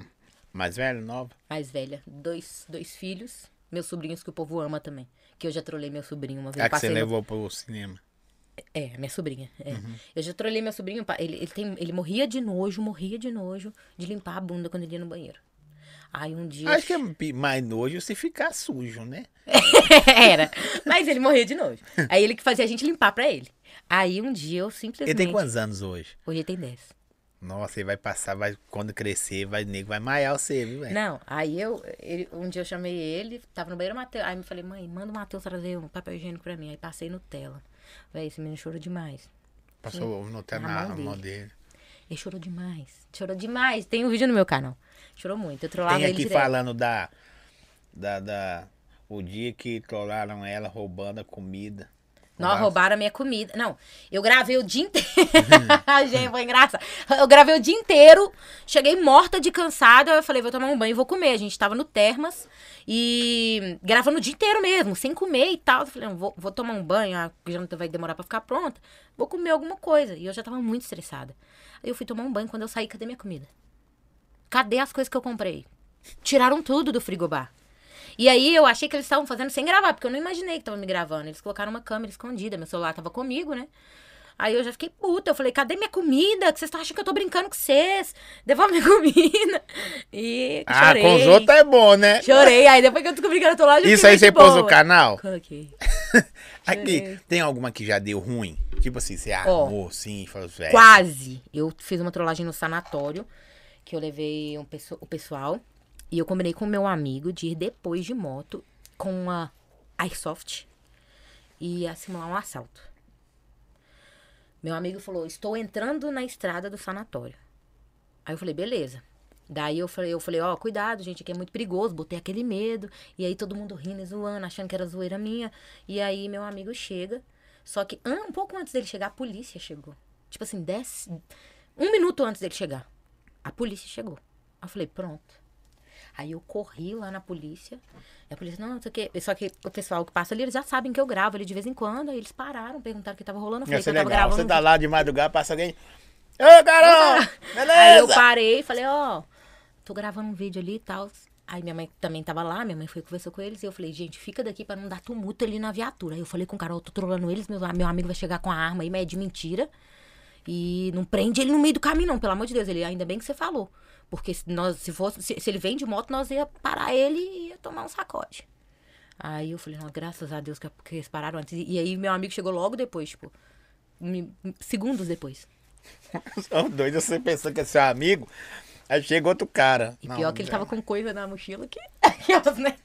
Mais velho, nova? Mais velha. Dois, dois filhos. Meus sobrinhos que o povo ama também. Que eu já trolei meu sobrinho uma vez. É que eu você passei no- levou Uhum. pro cinema. É, minha sobrinha. é. Eu já trolei meu sobrinho. pa- Ele, ele, tem, ele morria de nojo, morria de nojo de limpar a bunda quando ele ia no banheiro. Aí um dia. Acho que é pi- mais nojo se ficar sujo, né? Era. *laughs* Mas ele morria de nojo. Aí ele que fazia a gente limpar pra ele. Aí um dia eu simplesmente. Ele tem quantos anos hoje? Hoje ele tem 10. Nossa, ele vai passar, vai, quando crescer, vai, nego vai maiar você, viu, velho? Não, aí eu. ele- um dia eu chamei ele, tava no banheiro Matheus. Aí me falei, mãe, manda o Matheus trazer um papel higiênico pra mim. Aí passei Nutella. Véi, esse menino chorou demais. Passou o Nutella Na na, mão mão dele. Ele chorou demais. Chorou demais. Tem um vídeo no meu canal. Chorou muito. Eu trollava Tem ele aqui direto. falando da, da, da- O dia que trollaram ela roubando a comida. Não, Roubaram- roubaram a minha comida. Não, eu gravei o dia inteiro. *laughs* Gente, foi engraçado. Eu gravei o dia inteiro, cheguei morta de cansada. Eu falei, vou tomar um banho e vou comer. A gente tava no Termas e gravando o dia inteiro mesmo, sem comer e tal. Eu falei, não, vou, vou tomar um banho, a janta vai demorar pra ficar pronta. Vou comer alguma coisa. E eu já tava muito estressada. Aí eu fui tomar um banho. Quando eu saí, cadê minha comida? Cadê as coisas que eu comprei? Tiraram tudo do frigobar. E aí eu achei que eles estavam fazendo sem gravar, porque eu não imaginei que estavam me gravando. Eles colocaram uma câmera escondida, meu celular tava comigo, né? Aí eu já fiquei puta, eu falei, cadê minha comida? Que vocês estão achando que eu tô brincando com vocês? Devolve minha *laughs* comida. E Ah, chorei. com os outros é bom, né? Chorei. Aí depois que eu descobri que eu tô lá, eu já Isso fiquei aí muito você pôs no boa. canal? Coloquei. Aqui, tem alguma que já deu ruim? Tipo assim, você armou, sim, falou, velho. Quase. Eu fiz uma trollagem no sanatório, que eu levei um pesso- o pessoal. E eu combinei com o meu amigo de ir depois de moto com uma Airsoft e a simular um assalto. Meu amigo falou: Estou entrando na estrada do sanatório. Aí eu falei, beleza. Daí eu falei, eu falei, ó, cuidado, gente, aqui é muito perigoso, botei aquele medo. E aí todo mundo rindo e zoando, achando que era zoeira minha. E aí meu amigo chega. Só que an- um pouco antes dele chegar, a polícia chegou. Tipo assim, dez. Um minuto antes dele chegar. A polícia chegou. Aí eu falei, pronto. Aí eu corri lá na polícia. E a polícia, não, não sei o quê. Só que o pessoal que passa ali, eles já sabem que eu gravo ali de vez em quando. Aí eles pararam, perguntaram o que tava rolando. Eu Ia falei que ser eu tava legal. gravando. Você um tá lá de madrugada, passa alguém. Ô, Carol! Aí eu Beleza! parei e falei, ó, tô gravando um vídeo ali e tal. Aí minha mãe também tava lá, minha mãe foi e conversou com eles. E eu falei, gente, fica daqui pra não dar tumulto ali na viatura. Aí eu falei com o Carol, tô trolando eles, meu, meu amigo vai chegar com a arma aí, mas é de mentira. E não prende ele no meio do caminho, não, pelo amor de Deus. Ele, ainda bem que você falou. Porque se, nós, se, fosse, se, se ele vem de moto, nós ia parar ele e ia tomar um sacode. Aí eu falei, não, graças a Deus que, que eles pararam antes. E aí meu amigo chegou logo depois, tipo, mi- segundos depois. *laughs* São dois, você pensando que é seu amigo. Aí chega outro cara. E Não, pior que ele velho. tava com coisa na mochila que. *laughs* Aquelas, né?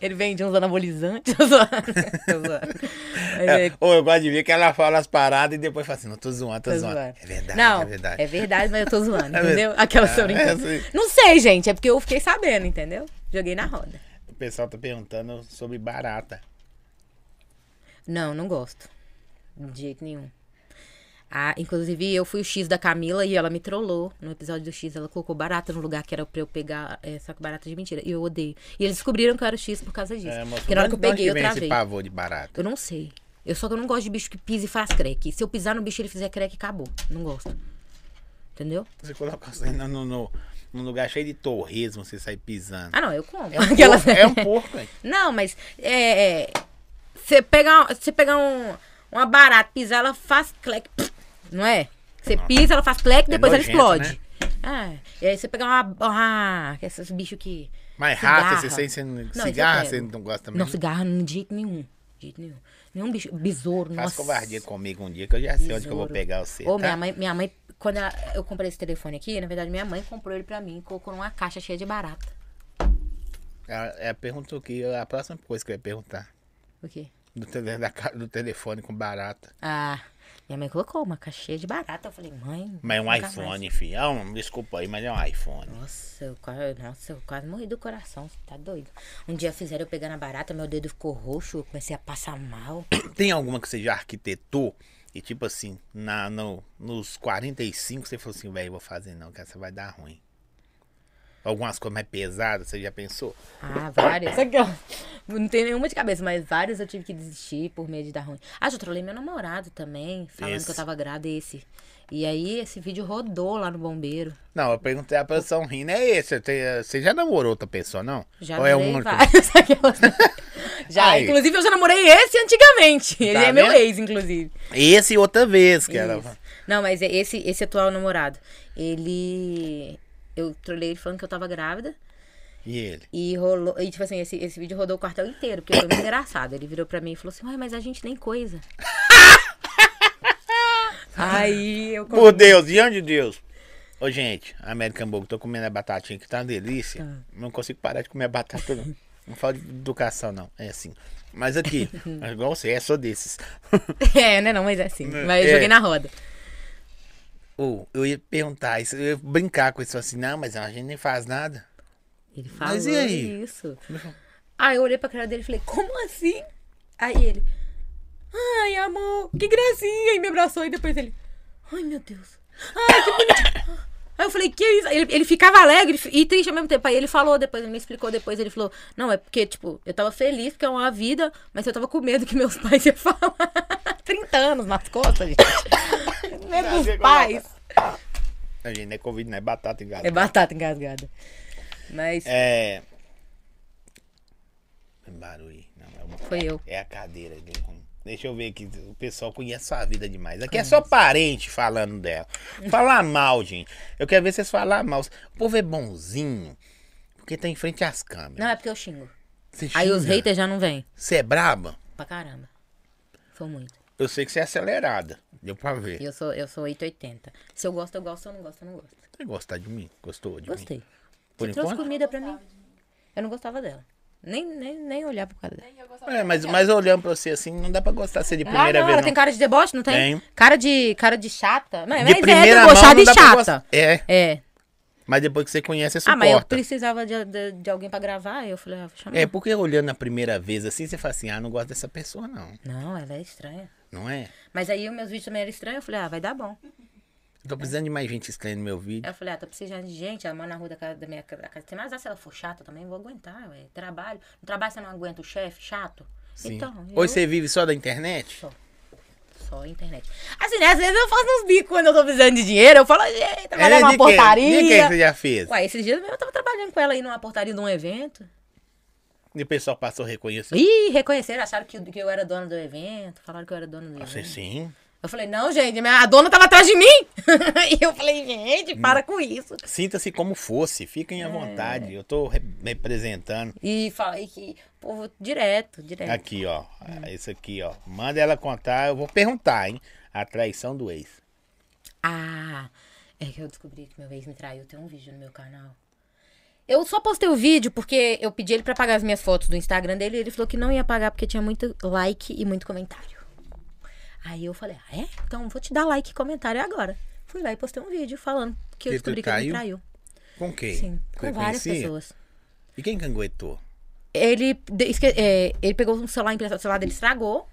Ele vende uns anabolizantes. *laughs* Tô zoando. Tô zoando. Mas É, é- ou eu gosto de ver que ela fala as paradas e depois fala assim: não, tô zoando, tô, tô zoando. zoando. É verdade, não, é verdade. mas eu tô zoando, *laughs* É mesmo. entendeu? Aquela É, sobre. é assim. Não sei, gente, é porque eu fiquei sabendo, entendeu? Joguei na roda. O pessoal tá perguntando sobre barata. Não, não gosto. De jeito nenhum. Ah, inclusive, eu fui o X da Camila e ela me trollou. No episódio do X, ela colocou barata no lugar que era pra eu pegar, é, só que barata de mentira. E eu odeio. E eles descobriram que eu era o X por causa disso. É, moço, porque na hora que eu de onde peguei, eu vem travei. esse pavor de barata. Eu não sei. Eu só que eu não gosto de bicho que pisa e faz creque. Se eu pisar no bicho e ele fizer creque, acabou. Não gosto. Entendeu? Você coloca assim no, no, no, num lugar cheio de torresmo, você sai pisando. Ah, não, eu como. É um Aquelas- porco, *laughs* é um porco, hein? Não, mas é. Você pegar, você pegar um, uma barata, pisar, ela faz clec. Não é? Você pisa, ela faz clec, depois ela É nojento, né? explode. Ah, e aí você pegar uma. Ah, esses bichos que. Mas Cigarra. rato, você sem, sem isso eu cigarra, pego. você não gosta também? Não, cigarra de jeito nenhum. De jeito nenhum. Nenhum bicho. Besouro, Faz nossa. covardia comigo um dia, que eu já sei onde que eu vou Besouro. pegar você. Ô, tá? minha mãe, minha mãe, quando ela- eu comprei esse telefone aqui, na verdade, minha mãe comprou ele pra mim e colocou numa caixa cheia de barata. Ela, ela perguntou o que? A próxima coisa que eu ia perguntar. O quê? Do, tele, da ca- do telefone com barata. Ah, minha mãe colocou uma caixa cheia de barata. Eu falei, mãe. Mas é um nunca mais. iPhone, filho. Ah, um- desculpa aí, mas é um iPhone. Nossa, eu quase, nossa, eu quase morri do coração, você tá doido. Um dia fizeram eu pegar na barata, meu dedo ficou roxo, eu comecei a passar mal. Tem alguma que você já arquitetou? E tipo assim, na, no, nos 45 você falou assim, velho, vou fazer não, que essa vai dar ruim. Algumas coisas mais pesadas, você já pensou? Ah, várias. Só que eu *laughs* não tenho nenhuma de cabeça, mas várias eu tive que desistir por medo de dar ruim. Ah, já trolei meu namorado também, falando Esse. que eu tava grávida, esse. E aí esse vídeo rodou lá no bombeiro. Não, eu perguntei a produção rindo, é esse? Você você já namorou outra pessoa, não? Já Ou é namorei um vários. *laughs* *laughs* Aquelas- já, Aí. Tá inclusive eu já namorei esse antigamente. Ele é meu vendo? ex, inclusive. Esse outra vez, que Isso. era. Não, mas é esse, esse atual namorado, ele. Eu trolei ele falando que eu tava grávida. E ele? E rolou. E, tipo assim, esse, esse vídeo rodou o quartel inteiro, porque foi muito engraçado. Ele virou pra mim e falou assim: Ué, mas a gente nem coisa. Aí eu. Por Deus, diante de Deus. Ô, gente, American Burger, tô comendo a batatinha que tá uma delícia. Não consigo parar de comer a batata, não. Não falo de educação, não. É assim. Mas *laughs* aqui, é igual você, é só desses. *laughs* É, né? Não, mas é assim. Mas eu É. joguei na roda. Ou eu ia perguntar isso, eu ia brincar com isso assim, não, mas a gente nem faz nada. Ele falou Mas e aí? isso. Aí eu olhei pra cara dele e falei, como assim? Aí ele, ai amor, que gracinha. E me abraçou e depois ele, ai meu Deus. Ai, que bonitinho. *gasps* Aí eu falei, que isso? Ele, ele ficava alegre e triste ao mesmo tempo. Aí ele falou depois, ele me explicou depois, ele falou, não, é porque, tipo, eu tava feliz porque é uma vida, mas eu tava com medo que meus *laughs* pais iam falar. *laughs* 30 anos nas costas, gente. medo é dos pais. A gente não é Covid, não é batata e gato. É batata engasgada. Mas É. Tem Barulho. aí. Não, é uma... foi eu. É a cadeira dele. Deixa eu ver aqui. O pessoal conhece a vida demais. Aqui é só parente falando dela. Falar mal, gente. Eu quero ver vocês falar mal. O povo é bonzinho. Porque tá em frente às câmeras. Não, é porque eu xingo. Você Aí os xinga? haters já não vêm. Você é braba? Pra caramba. Sou muito. Eu sei que você é acelerada. Deu pra ver. E eu sou, eu sou 880. Se eu gosto, eu gosto. Se eu não gosto, eu não gosto. Você gostar de mim? Gostou de mim? Gostei. Por Você trouxe enquanto? comida pra mim. Eu não gostava dela. Nem, nem, nem olhar por causa dela. Nem eu gostava É, mas, mas olhando pra você assim, não dá pra gostar de ser de Ah, primeira não, ela vez. tem não. cara de deboche, não tem? Tem. Cara de, cara de chata. De Mas, mas primeira é mão debochada não e dá pra gostar. chata. É, É. mas depois que você conhece, você Ah, mas eu suporta. precisava de, de, de alguém pra gravar. aí Eu falei, ah, vou chamar. é, porque olhando a primeira vez assim, você fala assim, ah, não gosto dessa pessoa não, Não, ela é estranha. não é? Mas aí os meus vídeos também eram estranhos. Eu falei, ah, vai dar bom. Eu tô precisando de mais gente estranha no meu vídeo. Aí eu falei, ah, tô precisando de gente, ela mora na rua da casa da minha ca- da casa. Tem mais ah, se ela for chata também, vou aguentar, ué. Trabalho. No trabalho você não aguenta o chefe, chato? Sim. Então, eu Hoje você vive só da internet? Só. só a internet. Assim, né, às vezes eu faço uns bicos quando eu tô precisando de dinheiro, eu falo, gente, É, trabalhar de numa quê? portaria. De quem você já fez? Ué, esses dias mesmo eu tava trabalhando com ela aí numa portaria de um evento. E o pessoal passou a reconhecer. Ih, reconheceram, acharam que, que eu era dona do evento, falaram que eu era dona do Você evento. sim. Eu falei, não, gente, minha- a dona tava atrás de mim. *laughs* e eu falei, gente, Hum. para com isso. Sinta-se como fosse, fiquem É. à vontade. Eu tô re- representando. E falei que, povo, direto, direto. Aqui, ó. É. Ah, Isso aqui, ó. Manda ela contar, eu vou perguntar, hein? A traição do ex. Ah, é que eu descobri que meu ex me traiu. Tem um vídeo no meu canal. Eu só postei o vídeo porque eu pedi ele pra pagar as minhas fotos do Instagram dele e ele falou que não ia pagar porque tinha muito like e muito comentário. Aí eu falei, ah, é? Então vou te dar like e comentário agora. Fui lá e postei um vídeo falando que eu Que tu descobri que ele me traiu? traiu. Com quem? Sim, Você com várias conhecia? pessoas. E quem canguetou? Ele, de- esque- é, ele pegou um celular emprestado, o celular dele estragou.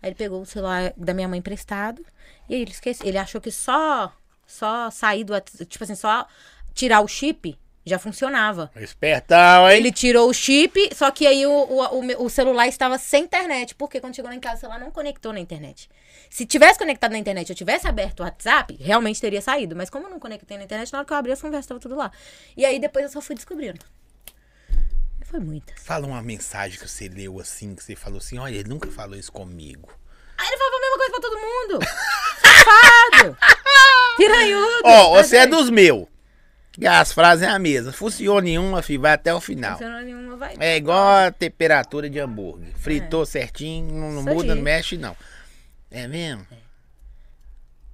Aí ele pegou o celular da minha mãe emprestado. E aí ele esqueceu. Ele achou que só, só sair do. WhatsApp, Tipo assim, só tirar o chip Já funcionava. Espertão, hein? Ele tirou o chip, só que aí o, o, o meu- o celular estava sem internet. Porque quando chegou lá em casa, o celular não conectou na internet. Se tivesse conectado na internet, eu tivesse aberto o WhatsApp, realmente teria saído. Mas como eu não conectei na internet, na hora que eu abri as conversas, tava tudo lá. E aí depois eu só fui descobrindo. Foi muitas. Fala uma mensagem que você leu assim, que você falou assim, olha, ele nunca falou isso *laughs* comigo. Aí ele falava a mesma coisa pra todo mundo. Safado. Piranhudo. Ó, Mas você é aí, dos meus. E as frases é a mesma. Funcionou nenhuma, fi, vai até o final. Não funcionou nenhuma, vai. É igual a temperatura de hambúrguer. Fritou certinho, não, não É. Isso muda, aí. não mexe, não. É mesmo?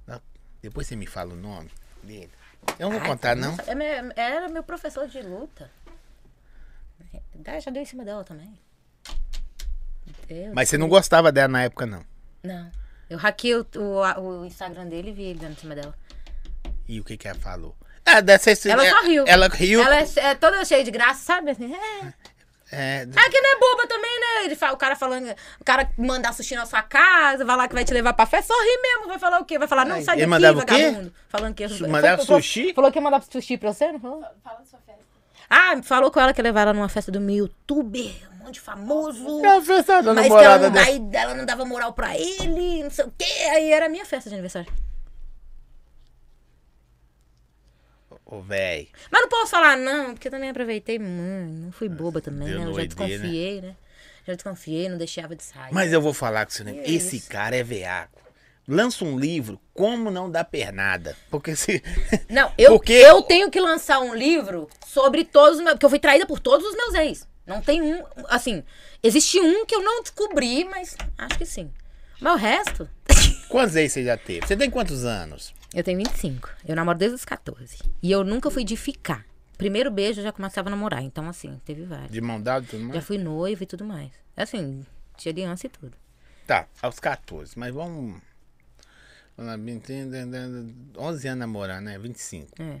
Não, Depois você me fala o nome dele. Eu não vou É. Ai, contar, não. nossa, é meu- Era meu professor de luta. Dá- Já deu em cima dela também. Deus. Mas você não gostava dela na época, não. Não. Eu hackei o, o- a- o Instagram dele e vi ele dando em cima dela. E o que que ela falou? Ah, dessa Ela só riu. Ela riu. Ela é, é toda cheia de graça, sabe? Assim, é. É, Ah, que não é boba também, né? Ele fala, o cara falando, o cara mandar sushi na sua casa, vai lá que vai te levar pra festa, sorri mesmo, vai falar o quê? Vai falar, não, Ai, sai ele daqui, mandava o quê? vagabundo. Falando que Su- mandava Falou- sushi? Falou que ia mandar sushi pra você, não falou? Fala da sua festa. Ah, falou com ela que ia levar ela numa festa do meu youtuber, um monte de famoso. a festa da Mas que ela namorada não, dela. aí ela não dava moral pra ele, não sei o quê. Aí era a minha festa de aniversário. Ô, véi. Mas não posso falar, não, porque eu também aproveitei, mano. Não fui boba também, Ah, deu né? Eu já doideira, né? desconfiei, né? Já desconfiei, não deixava de sair. Mas eu vou falar com você. né? Que Esse isso? cara é veaco. Lança um livro, Como Não Dar Pernada. Porque se. Não, eu, Porque- eu tenho que lançar um livro sobre todos os meus. Porque eu fui traída por todos os meus ex. Não tem um. Assim, existe um que eu não descobri, mas acho que sim. Mas o resto. *laughs* Quantos ex você já teve? Você tem quantos anos? Eu tenho 25. Eu namoro desde os 14. E eu nunca fui de ficar. Primeiro beijo eu já começava a namorar. Então, assim, teve vários. De mão dada e tudo mais? Já fui noiva e tudo mais. Assim, tinha aliança e tudo. Tá, aos 14, mas vamos. vamos lá, 20, 11 anos namorar, né? 25. É.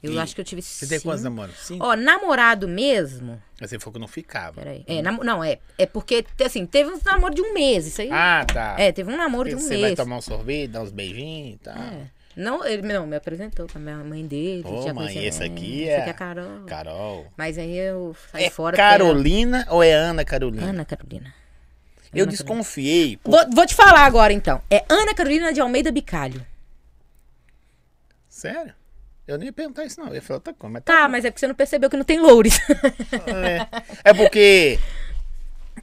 Eu E acho que eu tive Você tem quantos cinco- namoros? 5? Ó, namorado mesmo. Mas Você falou que não ficava. Peraí. É, namo- não, é. É porque, assim, teve um namoro de um mês, isso aí. Ah, tá. É, teve um namoro Porque de um você mês. vai tomar um sorvete, dar uns beijinhos e tal. É. Não, ele não, me apresentou com a minha mãe dele. Ô, já mãe, conhecia esse minha mãe, aqui Esse é- aqui é a Carol. Carol. Mas aí eu saí É fora. porque Carolina ou é Ana Carolina? era Ana Carolina. Eu Ana desconfiei. por- Vou, vou te falar agora, então. É Ana Carolina de Almeida Bicalho. Sério? Eu nem ia perguntar isso, não. Eu ia falar outra coisa. Mas tá. Tá, mas é porque você não percebeu que não *laughs* tem loures. *laughs* É, é porque.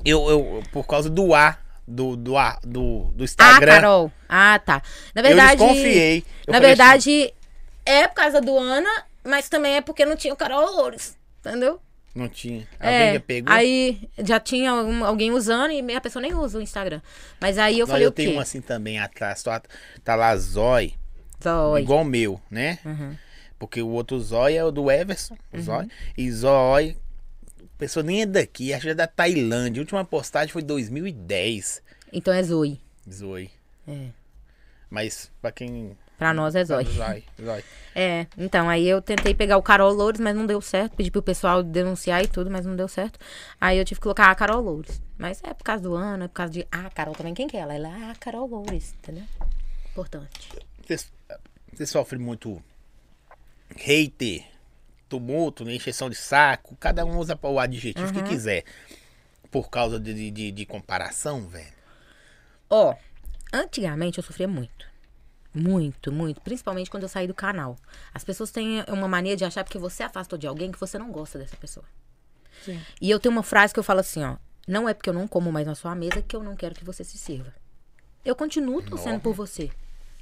Eu, eu, por causa do A, do, do, A, do, do ah, Instagram. Carol. Ah, tá. Na verdade. eu desconfiei. Eu na falei assim, verdade, é por causa do Ana, mas também é porque não tinha o Carol Loures. Entendeu? Não tinha. Alguém é, já pegou? Aí já tinha algum- alguém usando e a pessoa nem usa o Instagram. Mas aí eu Não, falei eu o quê? tenho um assim também atrás. Tá, tá lá Zói, Zói. igual o meu, né? Uhum. Porque o outro Zói é o do Everson, o Zói. E Zói, a pessoa nem é daqui, acho que é da Tailândia. A última postagem foi 2010, Então é Zoe. Zói. É. Mas pra quem... Pra nós é Zoe. Zói, Zói. É, então, aí eu tentei pegar o Carol Loures, mas não deu certo. Pedi pro pessoal denunciar e tudo, mas não deu certo. Aí eu tive que colocar a Carol Loures. Mas é por causa do Ana, é por causa de. Ah, Carol também, quem que é ela? Ela é a Carol Loures, entendeu? Importante. Você- Você sofre muito hater, tumulto, né, encheção de saco. Cada um usa o adjetivo Uhum. que quiser. Por causa de- de, de, de comparação, velho. Ó, antigamente eu sofria muito. Muito, muito. Principalmente quando eu saí do canal. As pessoas têm uma mania de achar porque você afastou de alguém que você não gosta dessa pessoa. E eu tenho uma frase que eu falo assim, ó. Não é porque eu não como mais na sua mesa que eu não quero que você se sirva. Eu continuo torcendo por você.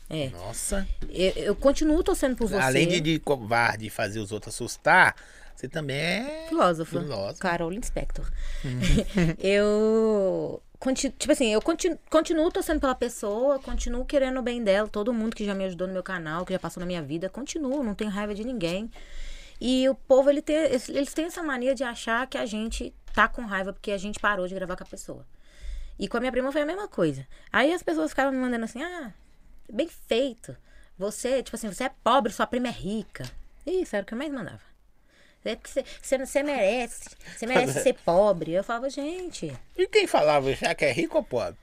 É. Nossa. Eu, eu continuo torcendo por você. Além de, de covarde e fazer os outros assustar, você também é. filósofa. Filósofa. Carol Inspector. *laughs* eu. conti- Tipo assim, eu conti- continuo torcendo pela pessoa, continuo querendo o bem dela, todo mundo que já me ajudou no meu canal, que já passou na minha vida, continuo, não tenho raiva de ninguém. E o povo, ele tem, eles têm essa mania de achar que a gente tá com raiva porque a gente parou de gravar com a pessoa. E com a minha prima foi a mesma coisa. Aí as pessoas ficavam me mandando assim, ah, bem feito. Você, tipo assim, você é pobre, sua prima é rica. Isso era o que eu mais mandava. É porque você- você não- você merece. Você merece ser pobre. Eu falava, gente, "Ah, E quem falava já que é rico ou pobre?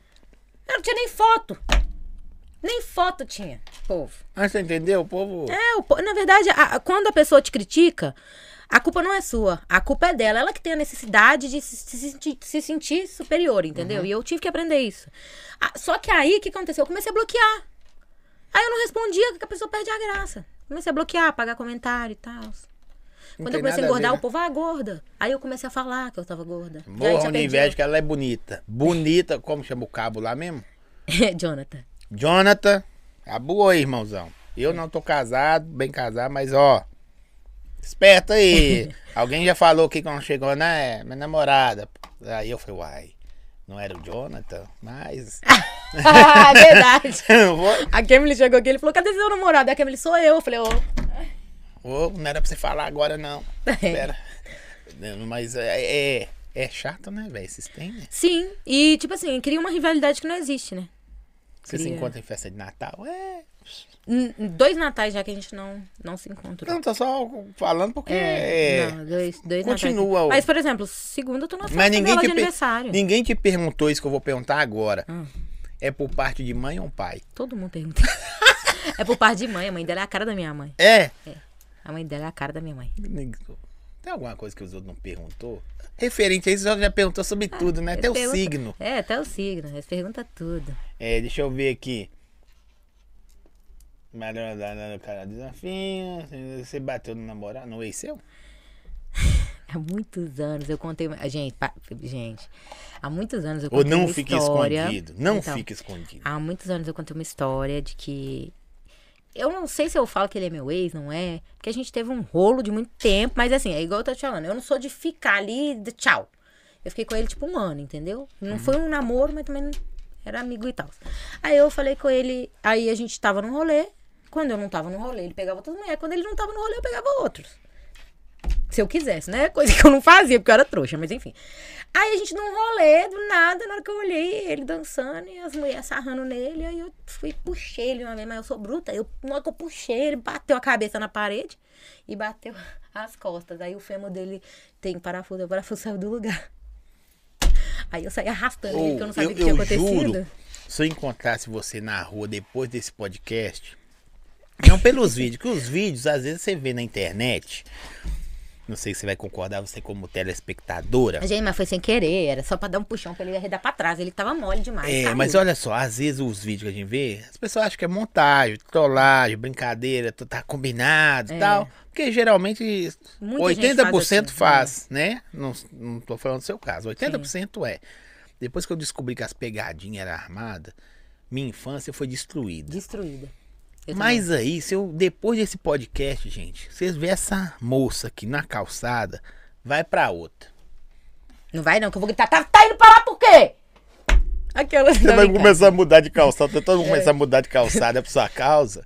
eu não tinha nem foto. Nem foto tinha, povo. Ah, você entendeu? O povo. É, o po- na verdade, a- a- quando a pessoa te critica, a culpa não é sua, a culpa é dela. Ela que tem a necessidade de se, se sentir, se sentir superior, Uhum. entendeu? E eu tive que aprender isso. Ah, só que aí, o que aconteceu? Eu comecei a bloquear. Aí eu não respondia, que a pessoa perde a graça. Comecei a bloquear, apagar comentário e tal. Não Quando tem eu comecei nada a engordar, ver, né? o povo, ah, gorda. Aí eu comecei a falar que eu tava gorda. E aí Morram tinha de perdido- inveja que ela é bonita. Bonita, como chama o cabo lá mesmo? *laughs* *laughs* Jonathan. *laughs* Jonathan, a boa aí, irmãozão. Eu não tô casado, bem casado, mas ó. Esperta *laughs* aí. Alguém já falou que quando chegou, né? Minha namorada. Aí eu falei, uai, não era o Jonathan, mas. *laughs* Ah, verdade. Eu vou- A Camille chegou aqui, ele falou, cadê seu namorado? Aí A Camille, sou eu. Eu falei, ô, vou- não era pra você falar agora, não. *laughs* Espera. Mas é, é, é chato, né, velho? Esses tem, né? Sim, e tipo assim, cria uma rivalidade que não existe, né? Você se Cria. encontra em festa de Natal? É. N- n- dois natais já que a gente não, não se encontrou. Não, tô só falando porque. é, não, dois, dois Continua natais. o- Mas, por exemplo, segunda eu tô na festa Mas ninguém dela te, de per- aniversário. ninguém te perguntou isso que eu vou perguntar agora. Hum. É por parte de mãe ou pai? Todo mundo pergunta. *laughs* é por par de mãe, a mãe dela é a cara da minha mãe. É. A mãe dela é a cara da minha mãe. Tem alguma coisa que os outros não perguntou? Referente a isso, já já perguntou sobre Ah, tudo, né? Até o Pergunta- signo. É, até o signo. Eles perguntam tudo. É, deixa eu ver aqui. Melhor da- da- da cara desafio. Você bateu no namorado, é no ex seu? Há muitos anos eu contei. uma- Gente, pa- gente, há muitos anos eu Ou contei. não uma fica história. escondido? Não Então, fica escondido. Há muitos anos eu contei uma história de que. Eu não sei se eu falo que ele é meu ex, não é? Porque a gente teve um rolo de muito tempo, mas assim, é igual eu tô te falando. Eu não sou de ficar ali de tchau. Eu fiquei com ele tipo um ano, entendeu? Não foi um namoro, mas também não- era amigo e tal. Aí eu falei com ele, aí a gente tava num rolê. Quando eu não tava no rolê, ele pegava outras mulheres. Quando ele não tava no rolê, eu pegava outros. Se eu quisesse, né? Coisa que eu não fazia, porque eu era trouxa, mas enfim. Aí a gente num rolê, do nada, na hora que eu olhei, ele dançando e as mulheres sarrando nele, aí eu fui, puxei ele uma vez, mas eu sou bruta. Eu, na hora que eu puxei, ele bateu a cabeça na parede e bateu *laughs* as costas. Aí o fêmur dele tem parafuso, o parafuso saiu do lugar. Aí eu saí arrastando ele, porque eu não sabia o que tinha acontecido. Oh, Juro, se eu encontrasse você na rua depois desse podcast, não pelos *laughs* vídeos, que os vídeos às vezes você vê na internet. Não sei se você vai concordar, você como telespectadora. Gente, mas foi sem querer, era só pra dar um puxão pra ele arredar pra trás. Ele tava mole demais. É, caiu. mas olha só, às vezes os vídeos que a gente vê, as pessoas acham que é montagem, trollagem, brincadeira, tu tá combinado e tal. Porque geralmente Muita gente 80% faz, faz assim, né? Não, não tô falando do seu caso, 80% é. Depois que eu descobri que as pegadinhas eram armadas, minha infância foi destruída. Destruída. Eu Mas aí, se eu, depois desse podcast, gente, vocês vê essa moça aqui na calçada, vai pra outra. Não vai não, que eu vou gritar, tá, tá indo pra lá por quê? Aquela *laughs* Você vai começar a mudar de calçada, todo É. mundo começar a mudar de calçada pra sua *laughs* causa.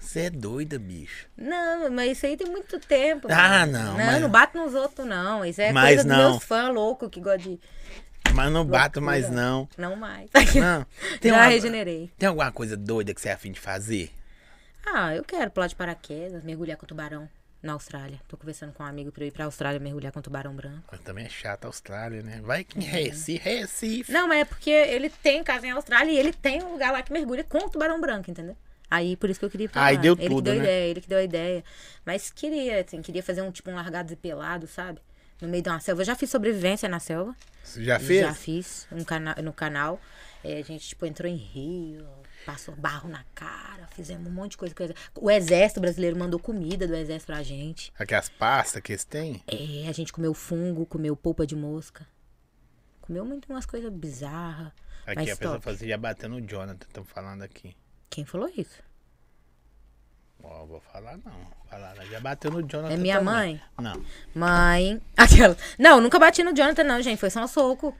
Você é doida, bicho. Não, mas isso aí tem muito tempo. Ah, mano. não, Não, mas- não bato nos outros, não. Isso é Mas coisa dos não. meus fãs loucos que gostam de... Mas não bato mais, não. Não mais. Não. Tem, *laughs* um Já uma- regenerei. tem alguma coisa doida que você é afim de fazer? Ah, eu quero pular de paraquedas, mergulhar com tubarão na Austrália. Tô conversando com um amigo pra eu ir pra Austrália mergulhar com tubarão branco. Mas também é chato a Austrália, né? Vai É. que em Recife, Recife. Não, mas é porque ele tem casa em Austrália e ele tem um lugar lá que mergulha com o tubarão branco, entendeu? Aí por isso que eu queria ir pra Aí lá. deu ele tudo, que deu né? ideia, ele que deu a ideia. Mas queria, assim, queria fazer um tipo um largado e pelado, sabe? No meio de uma selva. Eu já fiz sobrevivência na selva. Você já fez? Já fiz um cana no canal. É, a gente, tipo, entrou em rio, passou barro na cara, fizemos um monte de coisa. com o exército. O exército brasileiro mandou comida do exército pra gente. Aquelas pastas que eles têm? É, a gente comeu fungo, comeu polpa de mosca. Comeu muito umas coisas bizarras. Aqui mas a pessoa top. fala, você já bateu no Jonathan, estão falando aqui. Quem falou isso? Ó, vou falar não. Falar, não. já bateu no Jonathan. É minha também. mãe? *laughs* Não. Mãe. Aquela. Não, nunca bati no Jonathan, não, gente. Foi só um soco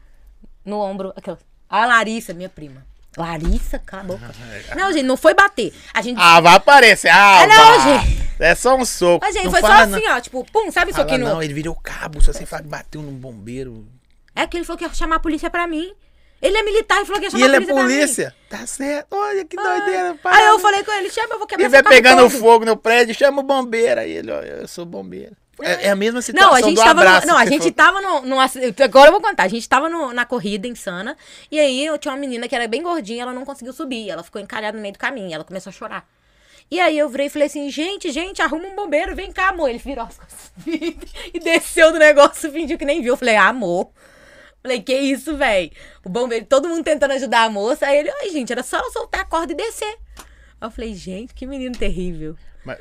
no ombro. Aquela. A Larissa, minha prima. Larissa, cala a boca. Não, gente, não foi bater. A gente Ah, vai aparecer. Ah, Ah, não, não, gente. É só um soco. Mas, gente, Não foi só fala assim, ó, tipo, pum, sabe isso Fala aqui no. não, ele virou cabo. Se você falar que bateu num bombeiro. É que ele falou que ia chamar a polícia pra mim. Ele é militar e falou que ia E chamar ele a é polícia. pra mim. Ah. polícia. Tá certo. Olha que doideira. Aí parada. eu falei com ele, chama, eu vou quebrar Ele vai seu carro pegando todo. fogo no prédio, chama o bombeiro. Aí ele, ó, eu sou bombeiro. É, é a mesma situação Não, a gente do tava. abraço. no- não, a que gente tá- você tava no, no ac- Agora eu vou contar. A gente tava no- na corrida insana. E aí eu tinha uma menina que era bem gordinha, ela não conseguiu subir. Ela ficou encalhada no meio do caminho. Ela começou a chorar. E aí eu virei e falei assim, gente, gente, arruma um bombeiro, vem cá, amor. Ele virou as costas *laughs* e desceu do negócio, fingiu que nem viu. Eu falei, ah, amor. Falei, que isso, véi? O bombeiro, todo mundo tentando ajudar a moça. Aí ele, ai, gente, era só ela soltar a corda e descer. Aí eu falei, gente, que menino terrível. Mas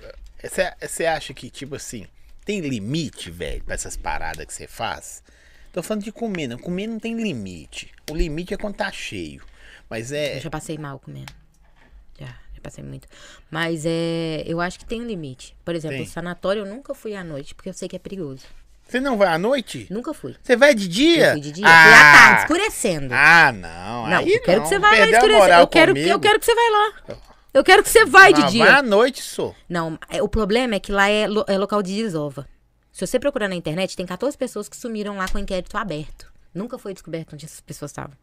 você acha que, tipo assim, tem limite, velho, pra essas paradas que você faz? Tô falando de comer, não. Comer não tem limite. O limite é quando tá cheio. Mas Eu é. já passei mal comendo. Já, já passei muito. Mas é, eu acho que tem um limite. Por exemplo, Tem. o sanatório eu nunca fui à noite, porque eu sei que é perigoso. Você não vai à noite? Nunca fui. Você vai de dia? Eu fui de dia, fui à tarde, escurecendo. É. Ah, não. não, aí eu quero não. que você vá lá Perdeu a escurecer. moral Eu quero, que- comigo. eu quero que você vá lá. Eu quero que você vai de Não, dia. Vai à noite, sou. Não, é- o problema é que lá é, lo- é local de desova. Se você procurar na internet, tem 14 pessoas que sumiram lá com o inquérito aberto. Nunca foi descoberto onde essas pessoas estavam.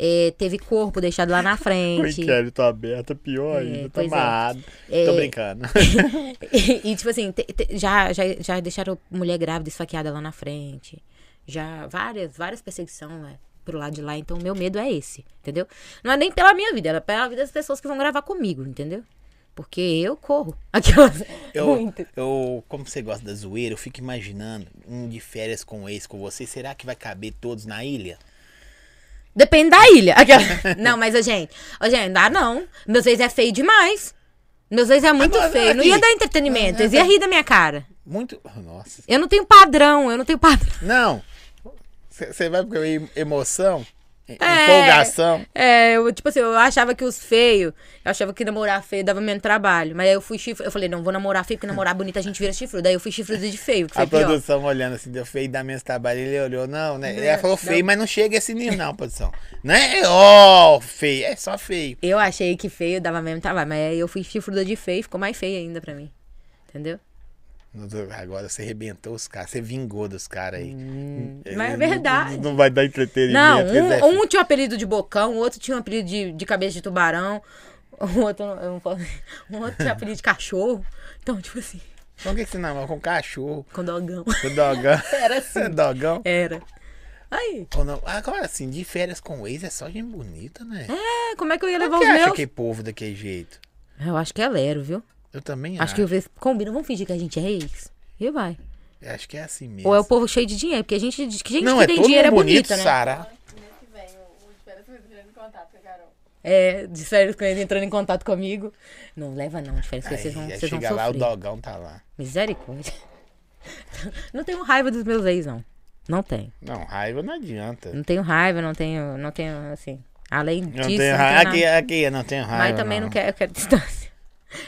É, teve corpo deixado lá na frente. tá aberto, pior ainda, pois é. tá amarrado. Tô *laughs* brincando. e, e, tipo assim, te- te- já, já, já deixaram mulher grávida esfaqueada lá na frente. Já várias, várias perseguições né, pro lado de lá. Então, o meu medo é esse, entendeu? Não é nem pela minha vida, é pela vida das pessoas que vão gravar comigo, entendeu? Porque eu corro. *laughs* Aquelas. Eu, Muito. eu, como você gosta da zoeira, eu fico imaginando um de férias com o ex com você. Será que vai caber todos na ilha? Depende da ilha. Aquela. *laughs* Não, mas, ô, gente, ô, gente, dá não. Meus ex é feio demais. Meus ex é muito Agora, feio. Não aqui. É, ia dar entretenimento. Eles iam rir da minha cara. Muito. oh, Nossa. Eu não tenho padrão, eu não tenho padrão. Não! Você vai porque em- emoção, em- É. empolgação. É, eu, tipo assim, eu achava que os feios, eu achava que namorar feio dava menos trabalho. Mas aí eu fui chifre, eu falei, não, vou namorar feio, porque namorar bonita a gente vira chifrudo. Daí eu fui chifrudo de feio, que foi A pior. produção olhando assim, deu feio da minha trabalho. Ele olhou, não, né? Ela falou feio, mas não chega a esse nível, não, produção. *laughs* Não é, ó, feio, é só feio. Eu achei que feio dava mesmo trabalho, mas aí eu fui chifruda de feio, ficou mais feio ainda pra mim. Entendeu? Agora você arrebentou os caras, você vingou dos caras aí. mas é Não- verdade. Não, vai dar Não, entretenimento. porque é um, um tinha o apelido de bocão, o outro tinha o apelido de, de cabeça de tubarão, *laughs* o outro, eu não posso, *laughs* um outro tinha apelido de cachorro. Então, tipo assim, Então o que que você namora? Com cachorro, com dogão. *laughs* com dogão. é Era assim. dogão. Era. Aí, Ou não? Agora, assim, de férias com o ex é só gente bonita, né? é, como é que eu ia Por levar que os acha meus? que povo daquele jeito? Eu acho que é Lero, viu? Eu também Acho que às vezes combinam, vamos fingir que a gente é ex. E vai. Acho que é assim mesmo. Ou é o povo cheio de dinheiro, porque a gente diz que gente não, que é tem todo dinheiro é mundo bonito, bonita, né? Sara. Mês que vem, o Espera também entrando em contato com a Carol. É, de férias com ele entrando em contato comigo. Não leva não, de férias Aí, com ele, vocês vão, aí vocês vão chega lá, o sofrer. dogão tá lá. Misericórdia. *laughs* Não tenho raiva dos meus ex, não. Não tenho. Não, raiva não adianta. Não tenho raiva, não tenho, não tenho, assim... Além Eu Não disso, tenho não raiva. tenho Aqui, nada. aqui eu não tenho raiva. né? Mas também não, quero, eu quero *laughs* distância.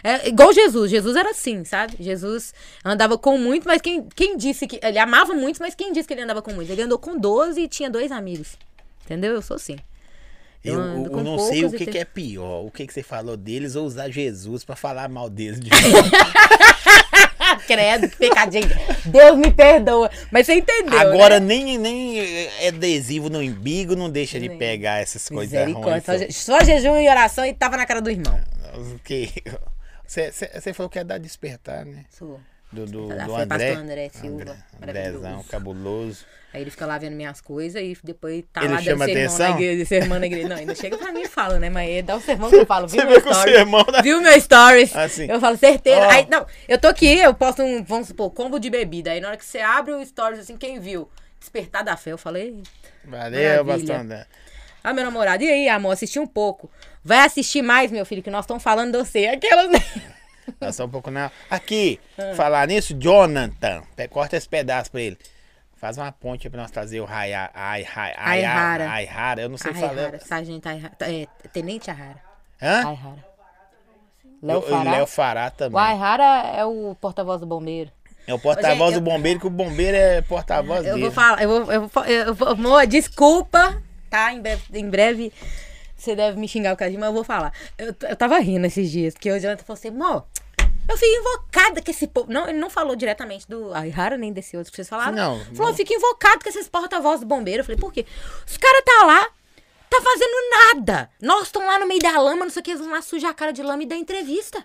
É igual Jesus. Jesus era assim, sabe? Jesus andava com muito, mas quem, quem disse que. Ele amava muito, mas quem disse que ele andava com muito? Ele andou com 12 e tinha dois amigos. Entendeu? Eu sou assim. *laughs* Eu, Eu ando eu com não sei o poucos e que, tenho- que é pior. O que, que você falou deles ou usar Jesus pra falar mal deles. *laughs* De... Ah, credo, que pecadinho. Deus me perdoa. Mas você entendeu. Agora né? nem, nem é adesivo no umbigo não deixa de Nem. pegar essas coisas Misericórdia. ruins. então. Só, je- só jejum e oração e tava na cara do irmão. *laughs* Você falou que ia dar despertar, né? Sou. Do, do, Da do fé, André. Tá, pastor André Silva, Andrezão, maravilhoso. cabuloso. Aí ele fica lá vendo minhas coisas e depois tá Ele lá dando chama sermão na atenção? igreja, sermão na igreja. Não, ele não chega pra mim e fala, né? Mas ele dá o sermão que *laughs* eu falo, viu Você meu vê com o stories? sermão da Viu meu stories? Assim. Eu falo, certeza. Ó. Aí, não, eu tô aqui, eu posto um, vamos supor, combo de bebida. Aí na hora que você abre o stories, assim, quem viu? Despertar da fé. Eu falei, Valeu, Maravilha. Pastor André. ah, meu namorado, e aí, amor, assisti um pouco. Vai assistir mais, meu filho, que nós estamos falando de *laughs* você. Aquelas... né? Tá só um pouco na. Aqui, falar nisso, Jonathan. pe- Corta esse pedaço pra ele. Faz uma ponte pra nós trazer o Raya. Ai, ai, ai, Aihara. ai, Aihara. Eu não sei Ai, Rara, falar. sargento, ai, Rara. É, tenente Arrara. Hã? Ai, Rara. Léo Eu- eu- Fará. Léo Fará também. O Aihara é o porta-voz do bombeiro. É o porta-voz Gente, eu- do bombeiro, que o bombeiro é porta-voz Eu dele. vou falar, eu vou, eu vou, fa- eu vou- amor, desculpa, tá? Em breve, em breve você deve me xingar o cardinho, mas eu vou falar. Eu, t- eu tava rindo esses dias, porque o Jonathan falou assim, amor, eu fico invocada com esse povo. Não, ele não falou diretamente do Aihara, nem desse outro que vocês falaram. Não, Falou, não. eu fico invocado com esses porta-voz do bombeiro. Eu falei, por quê? Os caras tá lá, tá fazendo nada. Nós estamos lá no meio da lama, não sei o que, eles vão lá sujar a cara de lama e dar entrevista.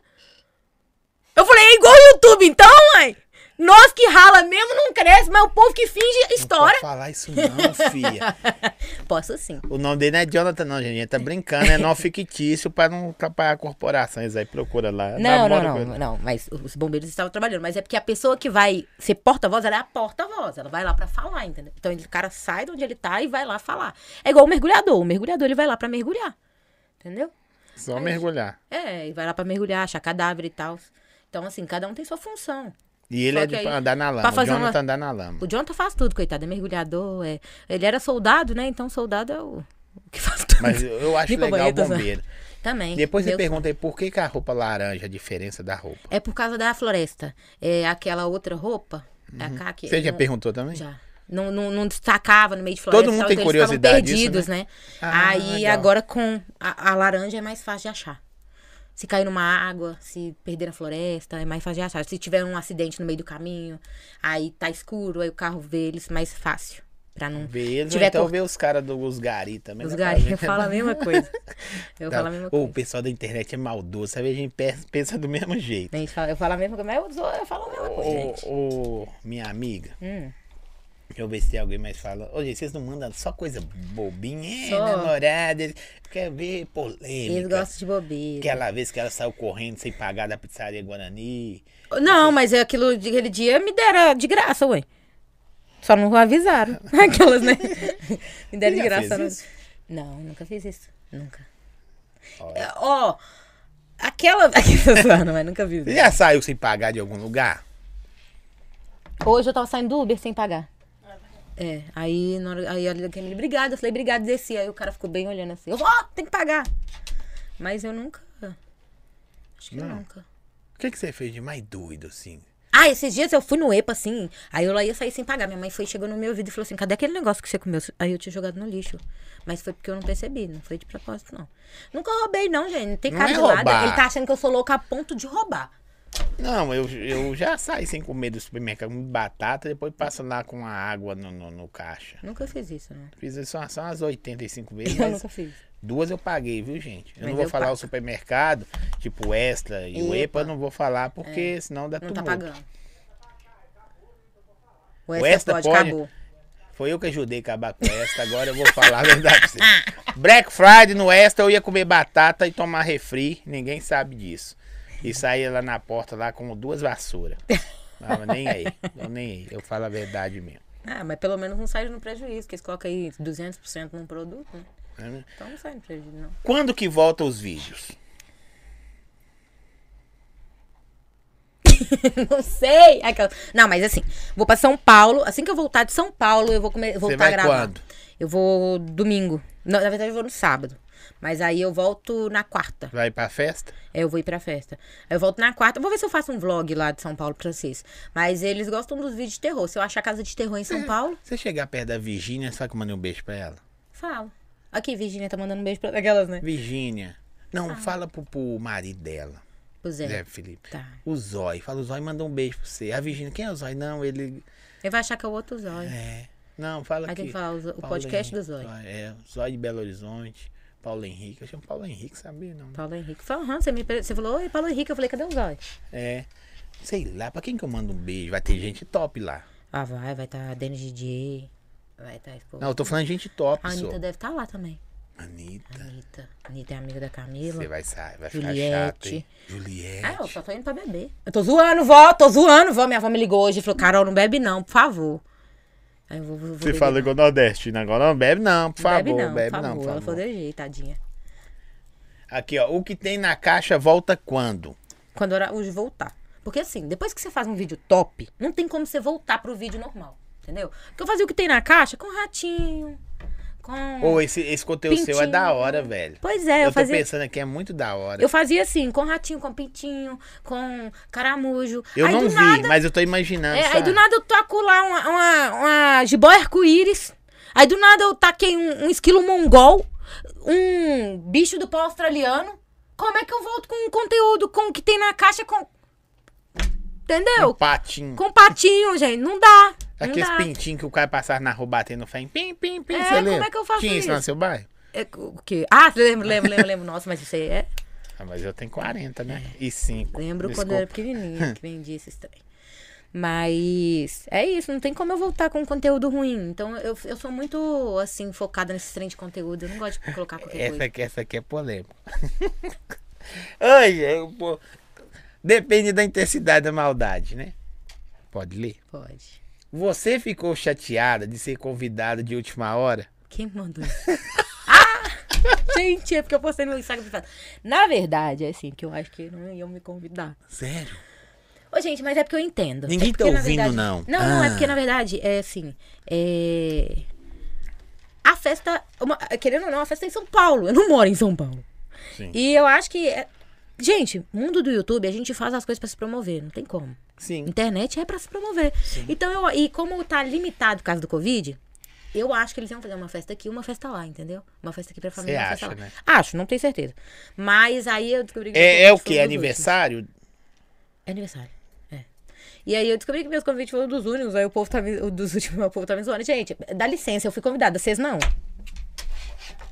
Eu falei, é igual o YouTube então, mãe? Nós que rala mesmo não cresce, mas o povo que finge Não estoura. pode falar isso não, filha. *laughs* Posso sim. O nome dele não é Jonathan, não, gente. A gente tá brincando. É não fictício pra não atrapalhar corporações. Aí procura lá. Não, não, Namora não, com ele. não, mas os bombeiros estavam trabalhando, mas é porque a pessoa que vai ser porta-voz, ela é a porta-voz, ela vai lá pra falar, entendeu? Então ele- o cara sai de onde ele tá e vai lá falar. É igual o mergulhador, o mergulhador ele vai lá pra mergulhar, entendeu? Só mergulhar. É, e vai lá pra mergulhar, achar cadáver e tal. Então assim, cada um tem sua função. E ele Só é de que aí, andar na lama. pra O fazer Jonathan uma- andar na lama. O Jonathan faz tudo, coitado, é mergulhador, é... ele era soldado, né? Então soldado é o, o que faz tudo. Mas eu eu acho *laughs* Limpa legal o banheiro, tá? bombeiro. Também. Depois você meu pergunta aí por que, que a roupa laranja é a diferença da roupa. É por causa da floresta. É aquela outra roupa. É Uhum. a cá que. Você já não- perguntou também? Já. Não, não, não destacava no meio de floresta. Todo mundo tal, tem então eles ficavam curiosidade disso, perdidos, né? Ah, Aí legal. agora com a, a laranja é mais fácil de achar. Se cair numa água, se perder na floresta, é mais fácil de achar. Se tiver um acidente no meio do caminho, aí tá escuro, aí o carro vê eles mais fácil. Pra não. Vê eles, ou Tiver então cor- vê os caras dos gari também. Os né, pra galinhos *laughs* gente- falam a mesma coisa. Eu Tá. falo a mesma Ô, coisa. O pessoal da internet é maldoso, sabe? A gente pe- pensa do mesmo jeito. A gente fala- Eu falo a mesma coisa, mas eu, sou- eu falo a mesma coisa, gente. Ô, ô, minha amiga. Hum. Deixa eu ver se tem alguém mais falando. Ô, gente, vocês não mandam só coisa bobinha, é, Só. namorada. eles- Quer ver Eles polêmica. gostam de bobeira. Aquela vez que ela saiu correndo sem pagar da pizzaria Guarani. Não, mas é aquilo de- aquele dia me deram de graça, ué. Só *laughs* não avisaram. Aquelas, né? Me Você deram de já graça. fez Não, não nunca fiz isso. Nunca. Olha. É, Ó, aquela. *laughs* não, mas nunca vi. Você já saiu sem pagar de algum lugar? Hoje eu tava saindo do Uber sem pagar. É, aí, na hora, aí ela quer me obrigada. Eu falei, obrigada, desci. Aí o cara ficou bem olhando assim. Eu, ó, tem que pagar. Mas eu nunca. Acho que nunca. O que, que você fez de mais doido, assim? Ah, esses dias eu fui no EPA, assim. Aí eu lá ia sair sem pagar. Minha mãe foi, chegou no meu ouvido e falou assim: cadê aquele negócio que você comeu? Aí eu tinha jogado no lixo. Mas foi porque eu não percebi, não foi de propósito, não. Nunca roubei, não, gente. Não tem Não cara é de nada. roubar. Ele tá achando que eu sou louca a ponto de roubar. Não, eu, eu já saí sem comer do supermercado com batata, depois passo lá com a água no, no, no caixa. Nunca fiz isso, não. Fiz isso só, só umas 85 vezes, *laughs* Eu mas nunca fiz. duas eu paguei, viu, gente? Eu não Mas vou eu falar o pago. supermercado, tipo Extra e o EPA, Epa. eu não vou falar, porque senão dá Não tudo. tá pagando. O O Extra Extra pode, pode. acabou. Foi eu que ajudei a acabar com esta, agora eu vou falar a verdade pra você. *laughs* Black Friday no Extra, eu ia comer batata e tomar refri, ninguém sabe disso. E saía lá na porta lá com duas vassouras. Tava nem aí, eu nem aí, eu falo a verdade mesmo. Ah, mas pelo menos não sai no prejuízo, que eles colocam aí 200% num produto, né? Então não sai no prejuízo, não. Quando que volta os vídeos? *laughs* Não sei. Aquela- Não, mas assim, vou pra São Paulo. Assim que eu voltar de São Paulo, eu vou come... voltar vai a gravar. quando? Eu vou domingo. Não, na verdade, eu vou no sábado. Mas aí eu volto na quarta. Vai pra festa? É, Eu vou ir pra festa. Eu volto na quarta. Eu Vou ver se eu faço um vlog lá de São Paulo pra vocês. Mas eles gostam dos vídeos de terror. Se eu achar casa de terror em É. São Paulo, Você chegar perto da Virgínia, sabe que eu mandei um beijo pra ela? falo. Aqui, Virginia tá mandando um beijo pra aquelas, né? Virgínia, não, fala pro, pro marido dela, Pois Zé Ah. é. Felipe. Tá. O Zói, fala o Zói, manda um beijo pra você. A Virgínia, quem é o Zói? Não, ele... Ele vai achar que é o outro zóio. É. Não, fala Aí aqui. tem que falar o zo- o Paulo podcast do Henrique, Zóio. É, Zóio de Belo Horizonte, Paulo Henrique. Eu chamo Paulo Henrique, sabia? Não. Paulo Henrique. Falou, aham, você, me... pre- você falou, oi, Paulo Henrique. Eu falei, cadê o zóio? É. Sei lá, pra quem que eu mando um beijo? Vai ter gente top lá. Ah, vai, vai tá Denis DJ. Vai tá esse povo. Não, eu tô falando gente top, A só. Anitta deve estar lá também. Anitta. Anitta. Anitta é amiga da Camila. Você vai sair, vai ficar Juliette. chato, hein? Juliette. Ah, eu só tô indo pra beber. Eu tô zoando, vó, tô zoando, vó. Minha avó me ligou hoje e falou, Carol, não bebe não, por favor. Aí eu vou, vou, vou Você beber. fala igual nordestina agora. Não, bebe não, por favor. bebe não, bebe por não, por favor. Ela falou favor. desse jeito, tadinha. Aqui, ó. O que tem na caixa volta quando? Quando o Araújo voltar. Porque assim, depois que você faz um vídeo top, não tem como você voltar pro vídeo normal, entendeu? Porque eu fazia o que tem na caixa com ratinho, com... Ou esse, esse conteúdo seu é É. Pintinho. da hora, velho. Pois é, eu, eu tô fazia... pensando aqui, é muito da hora. Eu fazia assim, com ratinho, com pintinho, com caramujo. Eu aí não do vi, nada, mas eu tô imaginando. É, aí sabe? do nada eu taco lá uma, uma, uma jiboia arco-íris. Aí do nada eu taquei um, um esquilo mongol, um bicho do pau australiano. Como é que eu volto com o conteúdo, com o que tem na caixa, com... Um Entendeu? patinho. Com patinho, gente. Não dá. Não Aqueles dá. pintinhos É que o cara passava na rua batendo fé em pim, pim, pim. É, você como lembra? é que eu faço Tinha lá no isso? seu bairro? É, o quê? Ah, lembro, lembro, lembro, lembro. Nossa, mas isso aí é... Ah, mas eu tenho 40, né? E 5. *laughs* Lembro quando eu era pequenininha que vendia esses trem. Mas é isso, não tem como eu voltar com um conteúdo ruim. Então eu, eu sou muito, assim, focada nesse trem de conteúdo. Eu não gosto de colocar qualquer Essa coisa. aqui, essa aqui é polêmica. *laughs* Ai, é, eu, pô, depende da intensidade da maldade, né? Pode ler. Pode. Você ficou chateada de ser convidada de última hora? Quem mandou isso? *laughs* ah! Gente, é porque eu postei no Instagram. privado. Na verdade, é assim, que eu acho que não iam me convidar. Sério? Ô, gente, mas é porque eu entendo. Ninguém É tá porque, na ouvindo, verdade- não. Não, não, Ah. é porque, na verdade, é assim. É... A festa. uma- Querendo ou não, a festa é em São Paulo. Eu não moro em São Paulo. Sim. E eu acho que. é- Gente, mundo do YouTube, a gente faz as coisas pra se promover, não tem como. Sim. Internet é pra se promover. Então eu. E como tá limitado por causa do Covid, eu acho que eles iam fazer uma festa aqui, uma festa lá, entendeu? Uma festa aqui pra família, Cê uma festa acha, lá. né? Acho, não tenho certeza. Mas aí eu descobri que. É, é o meus convites que? foram dos Aniversário? últimos. É aniversário. É. E aí eu descobri que meus convites foram dos únicos, aí o povo tá me, o dos últimos, *laughs* o povo tá me zoando. Gente, dá licença, eu fui convidada, vocês não.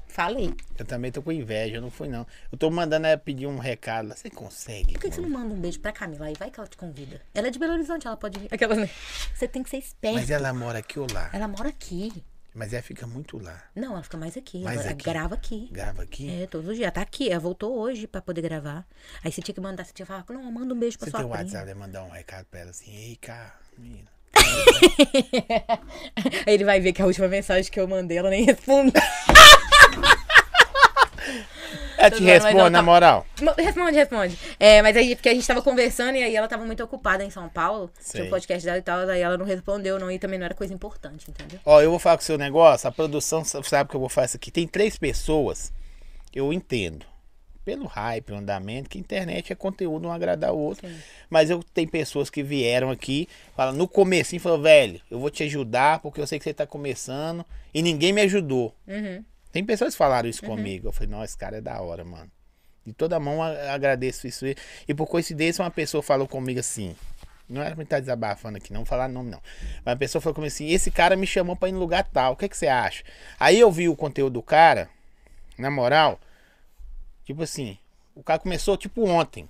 Falei. Por Eu também tô com inveja, eu não fui não. Eu tô mandando ela pedir um recado. lá. Você consegue? que, que você não manda um beijo pra Camila aí? Vai que ela te convida. Ela é de Belo Horizonte, ela pode vir. Aquela, né? Você tem que ser esperta. Mas é- ela mora aqui ou lá? Ela mora aqui. Mas ela fica muito lá. Não, ela fica mais aqui. Mais ela aqui. grava aqui. Grava aqui? É, todos os dias. Tá aqui. Ela voltou hoje pra poder gravar. Aí você tinha que mandar, você tinha que falar, não, manda um beijo pra Você sua tem o prima. WhatsApp, é mandar um recado pra ela assim, ei, cara, menina. *laughs* Aí ele vai ver que é a última mensagem que eu mandei, ela nem respondeu. Ela Tô te zoando, mas responde, ela na tá- moral. Mo- Responde, responde. É, mas aí, porque a gente tava conversando e aí ela tava muito ocupada em São Paulo. Tinha Sei. um podcast dela e tal, aí ela não respondeu, não. E também não era coisa importante, entendeu? Ó, eu vou falar com o seu negócio, a produção sa- sabe que eu vou fazer isso aqui. Tem três pessoas, eu entendo. Pelo hype, o andamento, que internet é conteúdo, um agradar o outro. Mas eu tem pessoas que vieram aqui, falam, no comecinho, falou, velho, eu vou te ajudar, porque eu sei que você tá começando, e ninguém me ajudou. Uhum. Tem pessoas que falaram isso comigo. Eu falei, não, esse cara é da hora, mano. De toda mão a- agradeço isso. E por coincidência, uma pessoa falou comigo assim. Não era pra me estar desabafando aqui, não vou falar nome, não. Mas a pessoa falou comigo assim: esse cara me chamou pra ir no lugar tal, o que, que você acha? Aí eu vi o conteúdo do cara, na moral, tipo assim, o cara começou tipo ontem.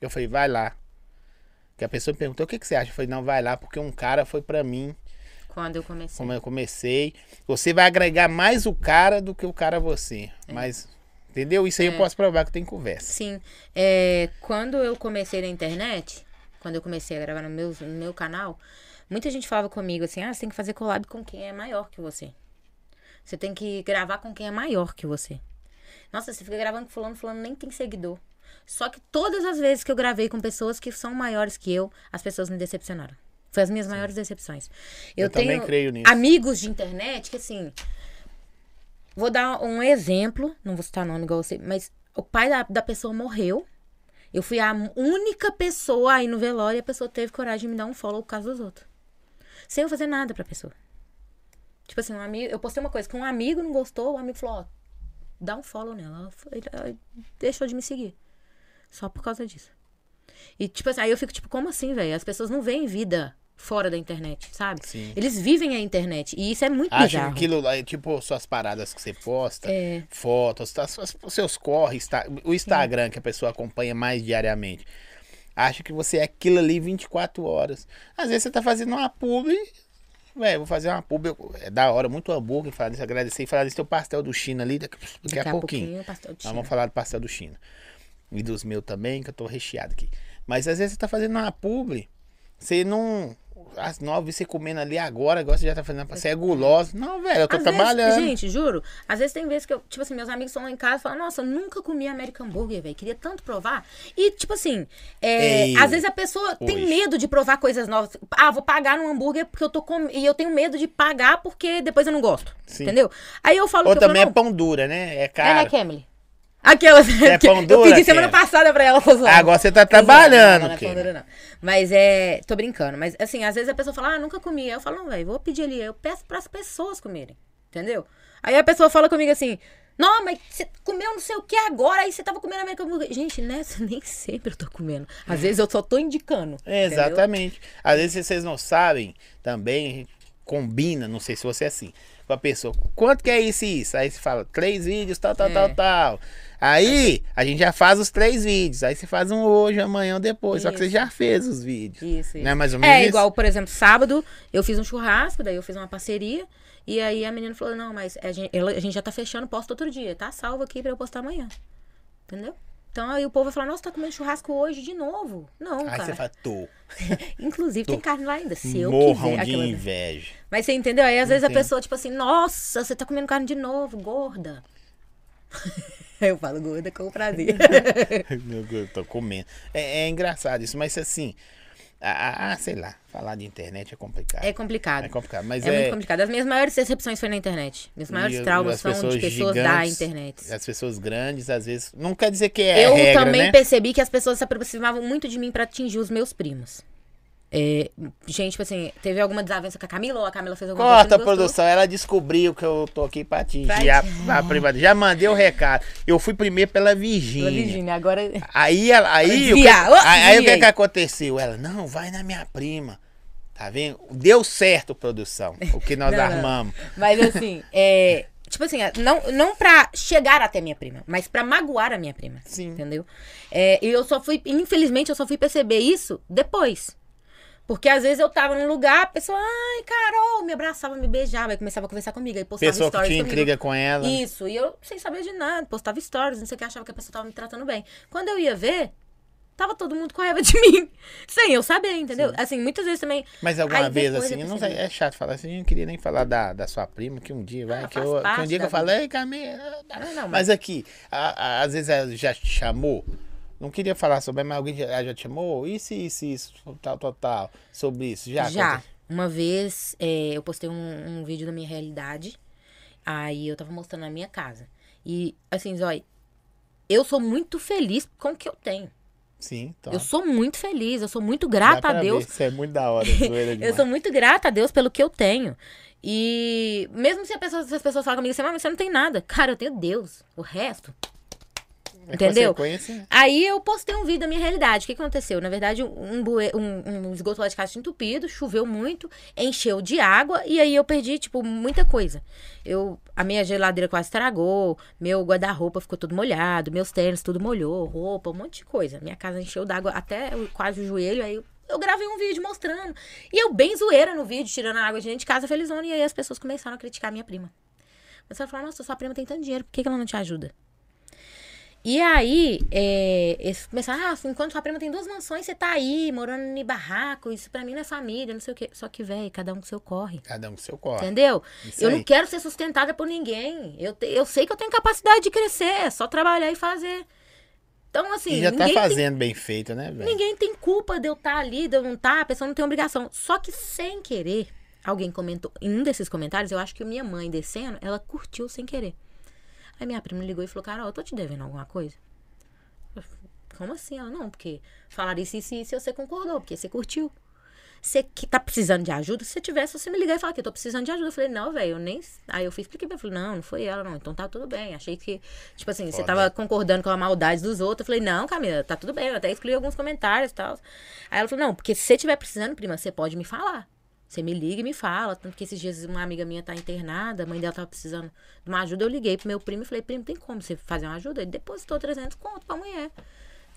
Eu falei, vai lá. Que a pessoa me perguntou, o que, que você acha? Eu falei, não, vai lá, porque um cara foi pra mim Quando eu comecei. como eu comecei. Você vai agregar mais o cara do que o cara a você. Mas, entendeu? Isso aí eu posso provar que tem conversa. Sim. É, quando eu comecei na internet, quando eu comecei a gravar no meu, no meu canal, muita gente falava comigo assim, ah, você tem que fazer collab com quem é maior que você. Você tem que gravar com quem é maior que você. Nossa, você fica gravando com fulano, fulano nem tem seguidor. Só que todas as vezes que eu gravei com pessoas que são maiores que eu, as pessoas me decepcionaram. Foi as minhas maiores decepções. Eu, Eu também tenho creio nisso. amigos de internet que, assim, Vou dar um exemplo, não vou citar nome igual você, mas o pai da, da pessoa morreu. Eu fui a única pessoa aí no velório e a pessoa teve coragem de me dar um follow por causa dos outros. Sem eu fazer nada pra pessoa. Tipo assim, um amigo, eu postei uma coisa que um amigo não gostou, o amigo falou, ó, dá um follow nela. Ela foi- ele- ela deixou de me seguir. Só por causa disso. E tipo assim, aí eu fico tipo, como assim, velho? As pessoas não veem vida fora da internet, sabe? Sim. Eles vivem a internet. E isso é muito Acho que bizarro. aquilo lá, é tipo, suas paradas que você posta, É. fotos, tá, suas, os seus corres, tá, o Instagram que a pessoa acompanha mais diariamente. Acho que você é aquilo ali 24 horas. Às vezes você tá fazendo uma pub. Véi, vou fazer uma pub. eu- É da hora, muito hambúrguer. Falar nisso, agradecer e falar desse teu pastel do China ali daqui, daqui a pouquinho. o pastel de Nós China. vamos falar do pastel do China. E dos meus também, que eu tô recheado aqui. Mas às vezes você tá fazendo uma publi, você não. Às nove você comendo ali agora, agora você já tá fazendo. Você é guloso. Não, velho, eu tô Às vezes- trabalhando. gente, juro. Às vezes tem vezes que eu, tipo assim, meus amigos estão lá em casa e falam, nossa, eu nunca comi American Burger, velho. Queria tanto provar. E, tipo assim, é, Ei, às vezes a pessoa tem hoje. medo de provar coisas novas. Ah, vou pagar num hambúrguer porque eu tô com. E eu tenho medo de pagar porque depois eu não gosto. Sim. Entendeu? Aí eu falo Ou que eu também é falo, não, pão dura, né? É é, caro. né, Kemily? Aquelas. É *laughs* que pão eu dura, pedi semana Kemily? passada pra ela. tô zoando. Agora você tá Tô zoando, trabalhando, não, não é pão Kemily. dura, não. Mas é. Tô brincando. Mas assim, às vezes a pessoa fala, ah, nunca comi. Aí eu falo, não, velho, vou pedir ali. Eu peço pras pessoas comerem. Entendeu? Aí a pessoa fala comigo assim. Não, mas você comeu não sei o que agora, aí você tava comendo American Burger. Gente, nessa *laughs* nem sempre eu tô comendo. Às vezes eu só tô indicando. É, entendeu? Exatamente. Às vezes vocês não sabem também. combina, não sei se você é assim, com a pessoa, quanto que é isso e isso? Aí você fala, três vídeos, tal, tal, É. tal, tal. Aí a gente já faz os três vídeos, aí você faz um hoje, amanhã ou depois, só que você Isso. já fez os vídeos. Isso, Não é mais ou menos É, isso? igual, por exemplo, sábado eu fiz um churrasco, daí eu fiz uma parceria. E aí a menina falou: não, mas a gente, ela- a gente já tá fechando, posta outro dia. Tá salvo aqui pra eu postar amanhã. Entendeu? Então aí o povo vai falar: nossa, tá comendo churrasco hoje de novo. Não, Aí cara. você fala, tô. Inclusive tem carne lá ainda, se eu Morram quiser. de *laughs* aquela- inveja. Mas você entendeu? Aí às vezes Entendo. a pessoa, tipo assim: nossa, você tá comendo carne de novo, gorda. *laughs* eu falo gorda *laughs* com prazer. Meu Deus, eu tô comendo. É, é engraçado isso, mas assim, ah, sei lá, falar de internet é complicado. é complicado. É complicado, mas é, muito complicado. As minhas maiores decepções foi na internet. Meus E maiores as traumas são de pessoas pessoas da gigantes, internet. As pessoas grandes, às vezes. Não quer dizer que é eu regra, também né? percebi que as pessoas se aproximavam muito de mim pra atingir os meus primos. É, gente, tipo assim, teve alguma desavença com a Camila ou a Camila fez alguma Corta, coisa? que não gostou? produção. Ela descobriu que eu tô aqui pra atingir Pra a, a privada. Já mandei o recado. Eu fui primeiro pela Virgínia. Pela Virgínia, agora. Aí ela. Aí, o que, Desviar. Ô, aí, aí o que, desviei. que aconteceu? Ela, não, vai na minha prima. Tá vendo? Deu certo, produção. O que nós Não, não. armamos. Mas assim, é, Tipo assim, não, não pra chegar até minha prima, mas pra magoar a minha prima. Sim. Entendeu? É, e eu só fui, infelizmente, eu só fui perceber isso depois. Porque às vezes eu tava num lugar, a pessoa, ai, Carol, me abraçava, me beijava, e começava a conversar comigo, aí postava Pessoa que stories tinha comigo. intriga né? com ela. Isso, e eu sem saber de nada, postava stories, não sei o que, achava que a pessoa tava me tratando bem. Quando eu ia ver, tava todo mundo com raiva de *laughs* mim, sem eu saber, entendeu? Assim, muitas vezes também. Mas alguma Aí vez, depois assim, eu não sei, percebi. é chato falar assim, eu não queria nem falar da, da sua prima, que um dia vai, Ah, que, eu, faz que um parte dia que da eu falei, ei, Camila, Ah, não, mas- mas aqui, a- a- às vezes ela já te chamou, não queria falar sobre, mas alguém já, ela já te chamou, isso, isso, isso, tal, tal, tal, sobre isso, já? Já. aconteceu? Uma vez é, eu postei um, um vídeo da minha realidade. Aí eu tava mostrando a minha casa. E, assim, Zói, eu sou muito feliz com o que eu tenho. Sim, então. Eu sou muito feliz, eu sou muito dá grata a pra ver, Deus. Isso é muito da *laughs* hora, zoeira Eu demais. sou muito grata a Deus pelo que eu tenho. E mesmo se, a pessoa, se as pessoas falam comigo assim, "Ah, mas você não tem nada. Cara, eu tenho Deus. O resto. É entendeu? consequência, Aí eu postei um vídeo da minha realidade. O que que aconteceu? Na verdade, um, bue- um- um esgoto lá de casa tinha entupido, choveu muito, encheu de água e aí eu perdi, tipo, muita coisa. Eu, a minha geladeira quase estragou, meu guarda-roupa ficou todo molhado, meus tênis tudo molhou, roupa, um monte de coisa. Minha casa encheu d'água até o- quase o joelho, aí eu, eu gravei um vídeo mostrando. E eu bem zoeira no vídeo, tirando a água de dentro de casa, felizona. E aí as pessoas começaram a criticar a minha prima. Começaram a falar, nossa, sua prima tem tanto dinheiro, por que que ela não te ajuda? E aí, é, eles começaram, ah, enquanto sua prima tem duas mansões, você tá aí, morando em barraco, isso pra mim não é família, não sei o quê. Só que, velho, cada um com seu corre. cada um com seu corre. Entendeu? Isso Eu não aí. quero ser sustentada por ninguém. Eu, te- eu sei que eu tenho capacidade de crescer, é só trabalhar e fazer. Então, assim, E já tá ninguém, tem, fazendo bem feito, né, velho? ninguém tem culpa de eu estar ali, de eu não estar, a pessoa não tem obrigação. Só que sem querer, alguém comentou, em um desses comentários, eu acho que minha mãe descendo, ela curtiu sem querer. Aí minha prima ligou e falou, Carol, eu tô te devendo alguma coisa? Eu falei, Como assim? Ela, não, porque falaram isso, isso e isso, e você concordou, porque você curtiu. Você que tá precisando de ajuda, se você tivesse, você me ligar e falar que eu tô precisando de ajuda. Eu falei, não, velho, eu nem. Aí eu fui expliquei pra ela. Eu falei, não, não foi ela, não. Então tá tudo bem. Achei que, tipo assim, você Foda. tava concordando com a maldade dos outros. Eu falei, não, Camila, tá tudo bem. Eu até excluí alguns comentários e tal. Aí ela falou, não, porque se você tiver precisando, prima, você pode me falar. Você me liga e me fala. Tanto que esses dias uma amiga minha tá internada, a mãe dela tava precisando de uma ajuda. Eu liguei pro meu primo e falei, primo, tem como você fazer uma ajuda? Ele depositou 300 conto pra mulher.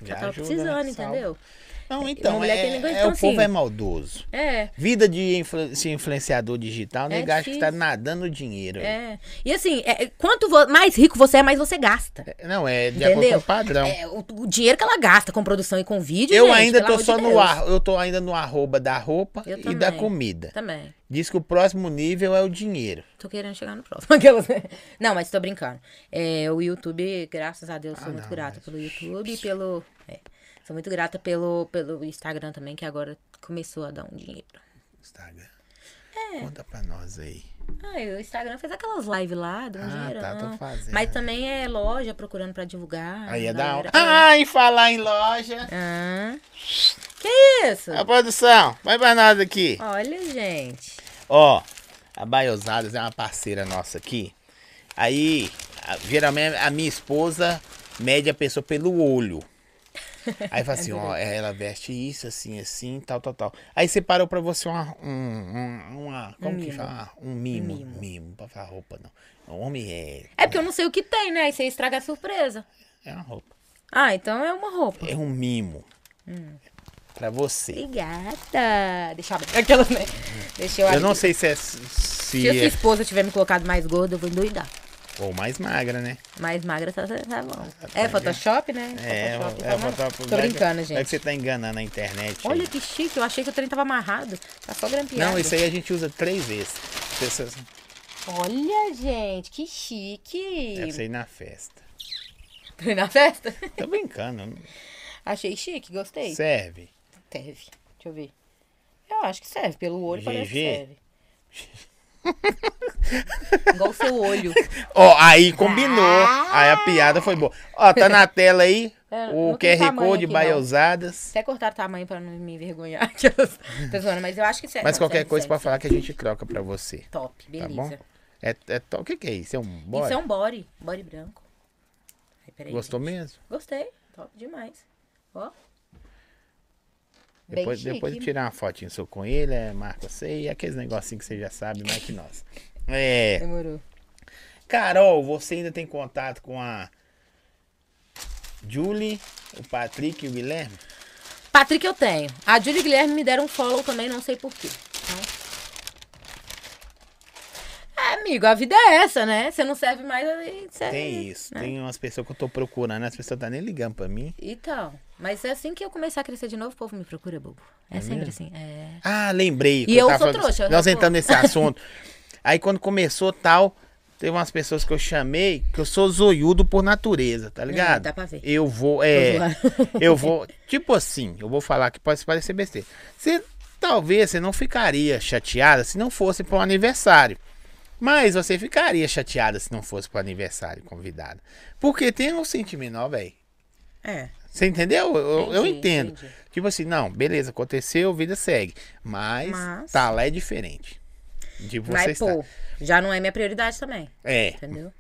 Já Já ajuda, tava né? tá precisando, Salva. entendeu? Não, então, mulher é, tem negócio, é- então, o povo assim- é maldoso. É. Vida de influ- se influenciador digital, É negócio que tá difícil. nadando dinheiro. aí. É. E assim, é, é, quanto vo- mais rico você é, mais você gasta. Não, é de acordo com Entendeu? o padrão. É, o, o dinheiro que ela gasta com produção e com vídeo. eu gente, ainda pelo tô amor de só no Deus. ar, eu tô ainda no arroba da roupa Eu e da também. comida. Também. Diz que o próximo nível é o dinheiro. Tô querendo chegar no próximo. *laughs* Aquelas- Não, mas tô brincando. É, o YouTube, graças a Deus, sou Ah, muito não, grata mas- pelo YouTube e pelo. é, sou muito grata pelo, pelo Instagram também, que agora começou a dar um dinheiro. Instagram. É. Conta pra nós aí. Ah, e o Instagram fez aquelas lives lá, deu um Ah, dinheiro. tá, tô não. fazendo. Mas também é loja procurando pra divulgar. Aí é a da hora. galera- Ah, e falar em loja. Ah. Que isso? A produção, vai pra nós aqui. Olha, gente. Ó, a Baiosadas é uma parceira nossa aqui. Aí, a- geralmente a minha esposa mede a pessoa pelo olho. Aí fala *laughs* assim, ó, ela veste isso, assim, assim, tal, tal, tal. Aí separou pra você uma, um, um- uma, como que mimo. chama? Um mimo, mimo, mimo. pra falar roupa, não. Um homem é, É porque eu não sei o que tem, né? Aí você estraga a surpresa. é uma roupa, Ah, então é uma roupa. é um mimo Hum. pra você. Obrigada. Deixa eu abrir. Aquela, né? *laughs* Deixa eu abrir. Eu não sei se é, se Se a sua é, esposa tiver me colocado mais gorda, eu vou endoidar. ou mais magra, né? Mais magra, tá, tá, tá bom. É Photoshop, né? É, Photoshop, é, tá mal- Photoshop. Tô Vai que- brincando, vai que gente. você tá enganando na internet. aí. Olha que chique, eu achei que o trem tava amarrado. Tá só grampeado. Não, isso aí a gente usa três vezes. Isso- isso- Olha, gente, que chique. Deve sair na festa. Foi *laughs* na festa? Tô *laughs* brincando. Achei chique, gostei. Serve. Serve. Deixa eu ver. Eu acho que serve. Pelo olho parece que GG. serve. *laughs* Igual o seu olho. Ó, aí combinou. Aí a piada foi boa. Ó, tá *laughs* na tela aí É, o não tem QR tamanho Code aqui, Baia não. Usadas. Até cortar o tamanho pra não me envergonhar. *laughs* Tô zoando, mas eu acho que serve. Mas Não, qualquer serve, coisa serve, pra falar que a gente troca pra você. serve. Top, Tá beleza. bom? É, é to- O que, que é isso? É um bora? Isso é um body. Body branco. Ai, peraí, Gostou gente. mesmo? Gostei. Top demais. Ó. Bem Depois, chique. depois eu tirar uma fotinho sua com ele, é, marca você e aqueles negocinhos que você já sabe mais que nós. É. Demorou. Carol, você ainda tem contato com a Julie, o Patrick e o Guilherme? Patrick eu tenho. A Júlia e Guilherme me deram um follow também, não sei porquê. É, amigo, a vida é essa, né? Você não serve mais, aí você... Tem isso. né? Tem umas pessoas que eu tô procurando, as pessoas tá nem ligando pra mim. Então, mas é assim que eu começar a crescer de novo, o povo me procura, bobo. É, sempre mesmo? assim. É. Ah, lembrei. que eu tava sou falando- trouxa, né, eu Nós respondo. entramos *laughs* nesse assunto. Aí quando começou tal, teve umas pessoas que eu chamei que eu sou zoiudo por natureza, tá ligado? É, dá pra ver. Eu vou, é. Tô zoando. *laughs* eu vou. Tipo assim, eu vou falar que pode parecer besteira. Você talvez você não ficaria chateada se não fosse para um aniversário. Mas você ficaria chateada se não fosse para aniversário convidada. Porque tem um sentimento, ó, velho. É. Você entendeu? Eu, eu Entendi, entendo. entendi. Tipo assim, não, beleza, aconteceu, vida segue. Mas, Mas- tá lá é diferente. De você Mas, estar. pô, já não é minha prioridade também, É. entendeu?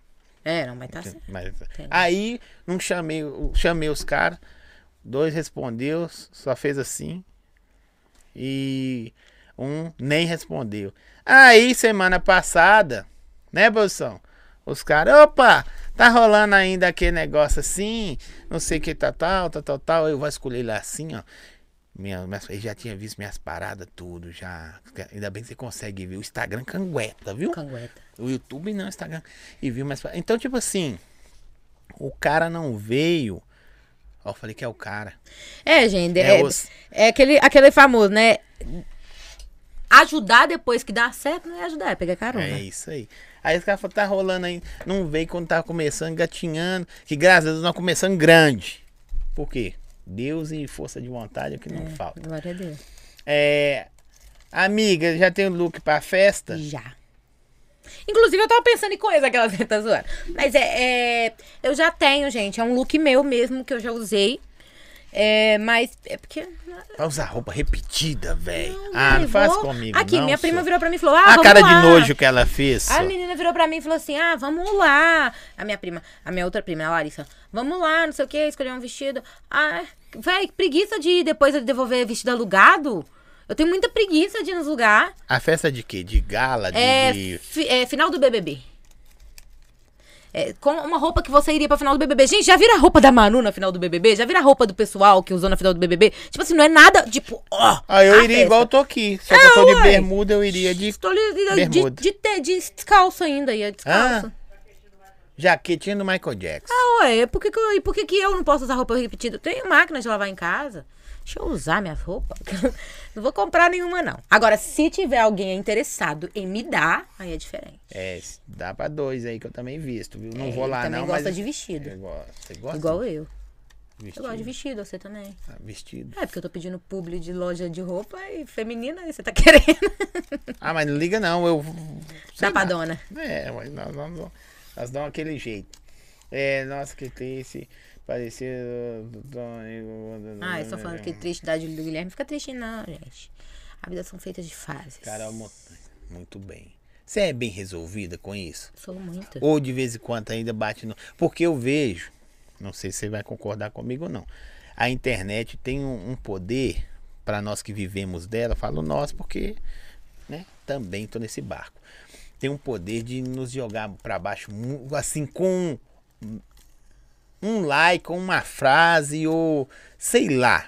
É, não, mas tá certo. Mas, aí, não chamei, o- chamei os caras, dois respondeu, só fez assim. E um nem respondeu. Aí, semana passada, né, Bolsão? Os caras, opa, tá rolando ainda aquele negócio assim, não sei o que, tal, tal, tal, tal, tal. Eu vou escolher lá assim, ó. Minha, minhas, ele já tinha visto minhas paradas, tudo, já. Ainda bem que você consegue ver. O Instagram cangueta, viu? Cangueta. O YouTube não, o Instagram. E viu mais. pra- Então, tipo assim, o cara não veio. Ó, eu falei que é o cara. É, gente, É é, os- é aquele, aquele famoso, né? Ajudar depois que dá certo não é ajudar, é pegar carona. É isso aí. Aí os caras falaram, tá rolando aí. Não veio quando tava começando, gatinhando. Que graças a Deus nós começando grande. Por quê? Deus e força de vontade é o que não falta. Glória a Deus. É. Amiga, já tem o look pra festa? Já. Inclusive, eu tava pensando em coisa que ela *laughs* tá zoando. Mas é, é, Eu já tenho, gente. É um look meu mesmo que eu já usei. É, mas é porque. Vai usar roupa repetida, velho. Não, Ah, não levou. faz comigo. Aqui, não, minha só. prima virou pra mim e falou: Ah, A vamos cara lá. de nojo que ela fez. só. A menina virou pra mim e falou assim: Ah, vamos lá. A minha prima, a minha outra prima, a Larissa, vamos lá, não sei o que, escolher um vestido. Ah, véi, que preguiça de depois eu devolver vestido alugado. Eu tenho muita preguiça de ir nos lugar. A festa de quê? De gala? De. É, de- fi- é, final do BBB. É, com uma roupa que você iria pra final do BBB. Gente, já vira a roupa da Manu na final do BBB? Já vira a roupa do pessoal que usou na final do BBB? Tipo assim, não é nada, tipo, ó. Ah, eu a iria festa. Ah, igual eu tô aqui. Só que eu tô de uai. bermuda, eu iria de Estou li- de, de, Bermuda. de, te- de descalço ainda, ia descalço. Ah. jaquetinha do Michael Jackson. Ah, ué, por que, que eu, e por que, que eu não posso usar roupa repetida? Eu tenho máquina de lavar em casa. Deixa eu usar minha roupa. *laughs* não vou comprar nenhuma, não. Agora, se tiver alguém interessado em me dar, aí é diferente. É, dá pra dois aí que eu também visto, viu? Não É, vou lá, também não. gosta mas... de vestido. Eu gosto. Você gosta? Igual eu. de vestido? Eu gosto de vestido, você também. Ah, vestido. É, porque eu tô pedindo publi de loja de roupa e feminina e você tá *laughs* querendo. Ah, mas não liga não, eu. Dá sei pra lá. dona. É, mas nós, nós, nós, nós damos aquele jeito. É, nossa, que tem esse. Parecer. Ah, eu É. tô falando que tristidade do Guilherme fica triste, não, gente. A vida são feitas de fases. Carol Montanha. Muito bem. Você é bem resolvida com isso? Sou muito. Ou de vez em quando ainda bate no. Porque eu vejo, não sei se você vai concordar comigo ou não. a internet tem um, um poder para nós que vivemos dela, falo nós porque né, também tô nesse barco. Tem um poder de nos jogar para baixo, mu- assim, com um- um like, ou uma frase, ou sei lá.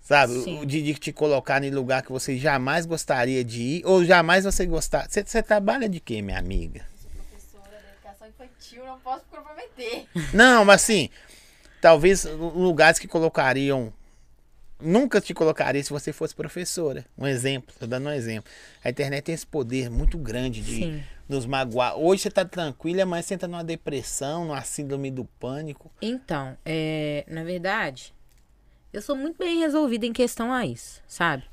Sabe? O- Sim. De, de te colocar em lugar que você jamais gostaria de ir, ou jamais você gostar. Você- Você trabalha de quê, minha amiga? Sou professora da educação infantil, não posso *laughs* comprometer. Não, mas assim, talvez lugares que colocariam. Nunca te colocaria se você fosse professora. Um exemplo, tô dando um exemplo. A internet tem esse poder muito grande de Sim. nos magoar. Hoje você tá tranquila, mas você entra numa depressão, numa síndrome do pânico. Então, é, na verdade, eu sou muito bem resolvida em questão a isso, sabe?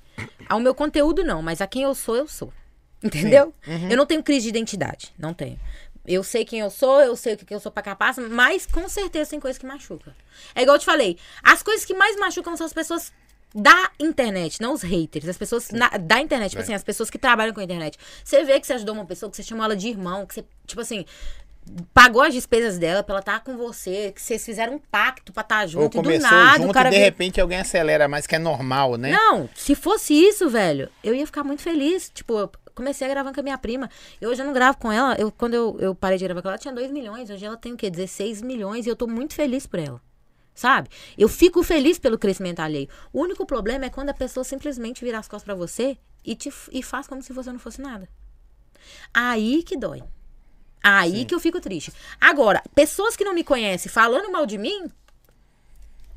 Ao meu conteúdo, não, mas a quem eu sou, eu sou. *laughs* Entendeu? Uhum. Eu não tenho crise de identidade, não tenho. Eu sei quem eu sou, eu sei o que que eu sou pra capaz, mas com certeza tem coisa que machuca. É igual eu te falei, as coisas que mais machucam são as pessoas da internet, não os haters, as pessoas na- da internet, tipo É. assim, as pessoas que trabalham com a internet. Você vê que você ajudou uma pessoa, que você chamou ela de irmão, que você, tipo assim, pagou as despesas dela pra ela estar com você, que vocês fizeram um pacto pra estar Ou junto, e do começou nada junto o cara e de vira- repente alguém acelera mais, que é normal, né? Não, se fosse isso, velho, eu ia ficar muito feliz. Tipo, eu comecei a gravar com a minha prima. Eu hoje eu não gravo com ela. Eu, quando eu, eu parei de gravar com ela, ela tinha 2 milhões. Hoje ela tem o quê? 16 milhões e eu tô muito feliz por ela. Sabe? Eu fico feliz pelo crescimento alheio. O único problema é quando a pessoa simplesmente vira as costas pra você e, te, f- e faz como se você não fosse nada. Aí que dói. Aí que eu fico triste. Agora, pessoas que não me conhecem falando mal de mim,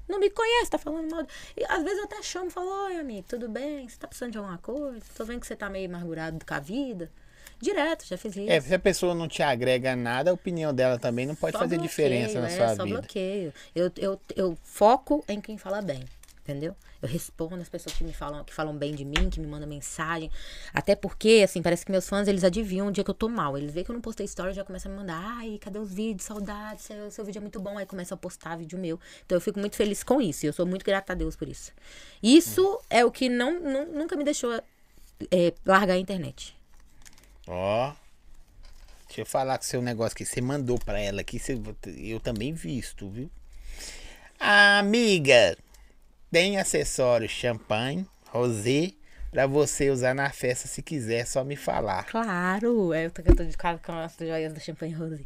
não me conhece, tá falando mal. E às vezes eu até chamo e falo, oi, amigo, tudo bem? Você tá precisando de alguma coisa? Tô vendo que você tá meio amargurado com a vida. Direto, já fiz isso. É, se a pessoa não te agrega nada, a opinião dela também não pode Só fazer bloqueio, diferença na é, sua só vida. bloqueio. Eu, eu, eu foco em quem fala bem, entendeu? Eu respondo as pessoas que me falam, que falam bem de mim, que me mandam mensagem. Até porque, assim, parece que meus fãs, eles adivinham o dia que eu tô mal. Eles veem que eu não postei story, já começam a me mandar. Ai, cadê os vídeos? Saudades, seu, seu vídeo é muito bom. Aí começa a postar vídeo meu. Então eu fico muito feliz com isso. E eu sou muito grata a Deus por isso. Isso é o que não, nu- nunca me deixou é, largar a internet. Ó. Deixa eu falar com o seu negócio que você mandou pra ela aqui. você- eu também visto, viu? amiga, tem acessório champanhe, rosé, pra você usar na festa se quiser, só me falar. Claro, é, eu tô, eu tô de cara com as joias do champanhe rosé.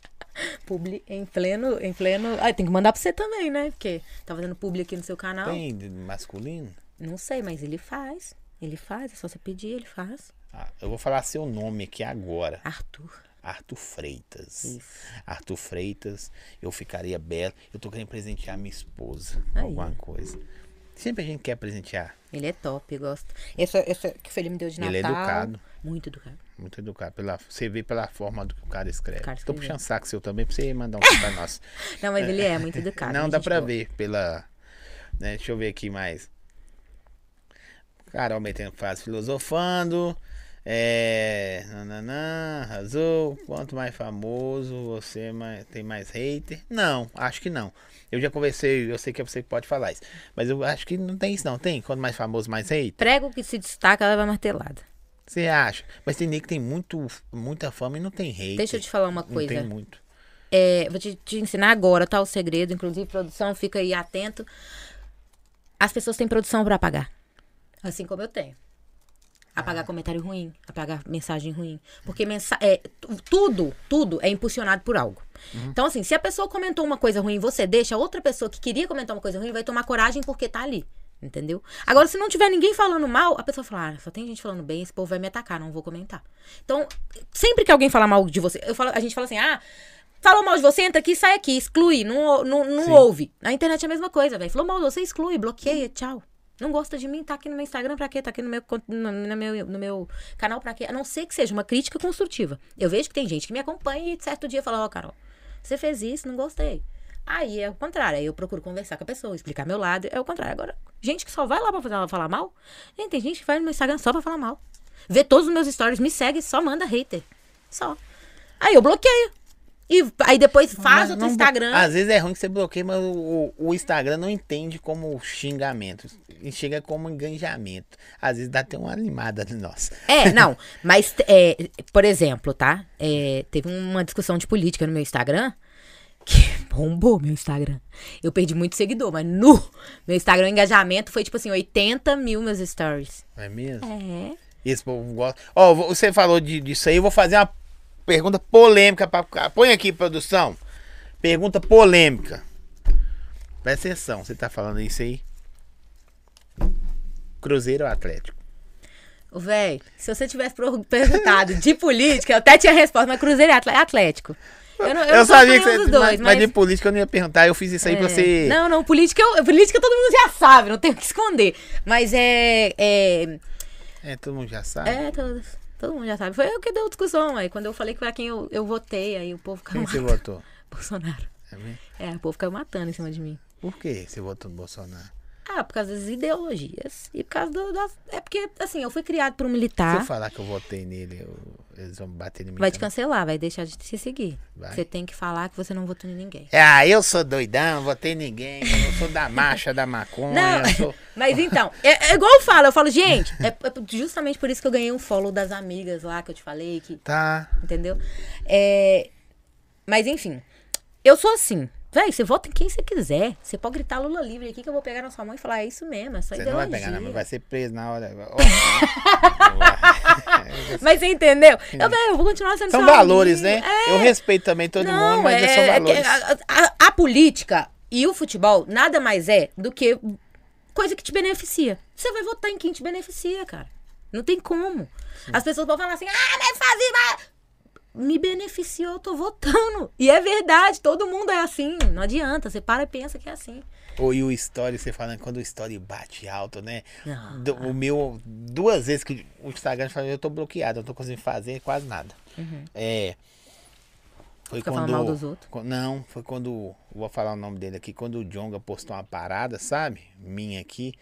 *laughs* Publi em pleno, em pleno. Ah, tem que mandar pra você também, né? Porque tá fazendo publi aqui no seu canal. Tem de masculino? Não sei, mas ele faz. Ele faz, é só você pedir, ele faz. Ah, eu vou falar seu nome aqui agora. Arthur. Arthur Freitas. Isso. Arthur Freitas, eu ficaria belo. Eu tô querendo presentear minha esposa. Aí. Alguma coisa. Sempre a gente quer presentear. Ele é top, eu gosto. Essa, essa que ele me deu de Natal. Ele é educado. Muito educado. Muito educado. Pela, você vê pela forma do que o cara escreve. O cara Tô escreveu. puxando saco seu também pra você mandar um saco pra *laughs* nós. Não, mas ele *laughs* é muito educado. Não, muito dá gente pra boa. ver pela. né, Deixa eu ver aqui mais. Carol metendo frase filosofando. É. Nananã, arrasou. Quanto mais famoso você mais, tem mais hater? Não, acho que não. Eu já conversei, eu sei que é você que pode falar isso. Mas eu acho que não tem isso, não. Tem? Quanto mais famoso, mais hater? Prego que se destaca, ela vai martelada. Você acha? Mas tem nem que tem muito, muita fama e não tem hater. Deixa eu te falar uma Não coisa. tem muito. É, vou te, te ensinar agora, tá? O segredo. Inclusive, produção, fica aí atento. As pessoas têm produção pra pagar. Assim como eu tenho. Apagar comentário ruim, apagar mensagem ruim. Porque mensa é, tu- tudo, tudo é impulsionado por algo. Então, assim, se a pessoa comentou uma coisa ruim, você deixa, outra pessoa que queria comentar uma coisa ruim vai tomar coragem porque tá ali. Entendeu? Agora, se não tiver ninguém falando mal, a pessoa fala, ah, só tem gente falando bem, esse povo vai me atacar, não vou comentar. Então, sempre que alguém falar mal de você, eu falo, a gente fala assim, ah, falou mal de você, entra aqui, sai aqui, exclui, não, não, Sim. não ouve. Na internet é a mesma coisa, velho. Falou mal de você, exclui, bloqueia, tchau. Não gosta de mim, tá aqui no meu Instagram pra quê? Tá aqui no meu, con- no, no meu, no meu canal pra quê? A não ser que seja uma crítica construtiva. Eu vejo que tem gente que me acompanha e certo dia fala, ó, Carol, você fez isso, não gostei. Aí é o contrário, aí eu procuro conversar com a pessoa, explicar meu lado, é o contrário. Agora, gente que só vai lá pra fazer- falar mal, gente, tem gente que vai no meu Instagram só pra falar mal. Vê todos os meus stories, me segue, só manda hater. Só. Aí eu bloqueio. E aí depois faz Mas outro não- Instagram. Às vezes é ruim que você bloqueia, mas o, o Instagram não entende como xingamento. Enxerga como enganjamento. Às vezes dá até uma animada de nós. É, não. Mas, é, por exemplo, tá? É, teve uma discussão de política no meu Instagram. Que, *laughs* bombou meu Instagram. Eu perdi muito seguidor, mas no meu Instagram o engajamento foi tipo assim, 80 mil meus stories. É mesmo? É. Esse povo gosta. Ó, vo- você falou de, disso aí, eu vou fazer uma pergunta polêmica pra. Põe aqui, produção. Pergunta polêmica. Presta atenção, você tá falando isso aí? Cruzeiro ou Atlético? Ô, Véi, se você tivesse pro- perguntado de política, eu até tinha resposta, mas Cruzeiro e Atle- Atlético. Eu não, eu não sou fã nenhum dos dois, mas, mas de política eu não ia perguntar, eu fiz isso aí pra É. você. Não, não, política, eu- política todo mundo já sabe, não tem o que esconder. Mas é. É, É, todo mundo já sabe. é todo, todo mundo já sabe. Foi o que deu discussão aí. Quando eu falei que pra quem eu, eu votei, aí o povo caiu Quem você matando. votou? *laughs* Bolsonaro. É mesmo? É, o povo caiu matando em cima de mim. Por que você votou no Bolsonaro? Ah, por causa das ideologias. E por causa do- das. É porque, assim, eu fui criado por um Se eu militar. falar que eu votei nele, eu- eles vão bater em mim. Vai te também? cancelar, vai deixar de te seguir. né? Vai. Você tem que falar que você não votou em ninguém. Ah, eu sou doidão, votei ninguém, eu sou da marcha da maconha, Não, É, eu sou... *laughs* mas então, é, é igual eu falo, eu falo, gente, é, é justamente por isso que eu ganhei um follow das amigas lá que eu te falei, que Tá. Entendeu? É, Mas enfim, eu sou assim. Véi, você vota em quem você quiser. Você pode gritar Lula livre aqui que eu vou pegar na sua mão e falar, é isso mesmo, é só Você não ideologia. vai pegar na mão, vai ser preso na hora. Mas você entendeu? Eu, véi, eu vou continuar sendo são seu valores, né? amigo. É, Eu respeito também todo mundo, mas são é que valores. a, a- a política e o futebol nada mais é do que coisa que te beneficia. Você vai votar em quem te beneficia, cara. Não tem como. As pessoas vão falar assim, ah, mas fazer, mas... Me beneficiou, eu tô votando. E é verdade, todo mundo é assim. Não adianta, você para e pensa que é assim. Ou e o story, você falando, quando o story bate alto, né? Não. Do- o meu, duas vezes que o Instagram falou, eu tô bloqueado, eu não tô conseguindo fazer quase nada. Uhum. É. Foi Fica quando. falando mal dos outros. quan- Não, foi quando. Vou falar o nome dele aqui. Quando o Jonga postou uma parada, sabe? Minha aqui.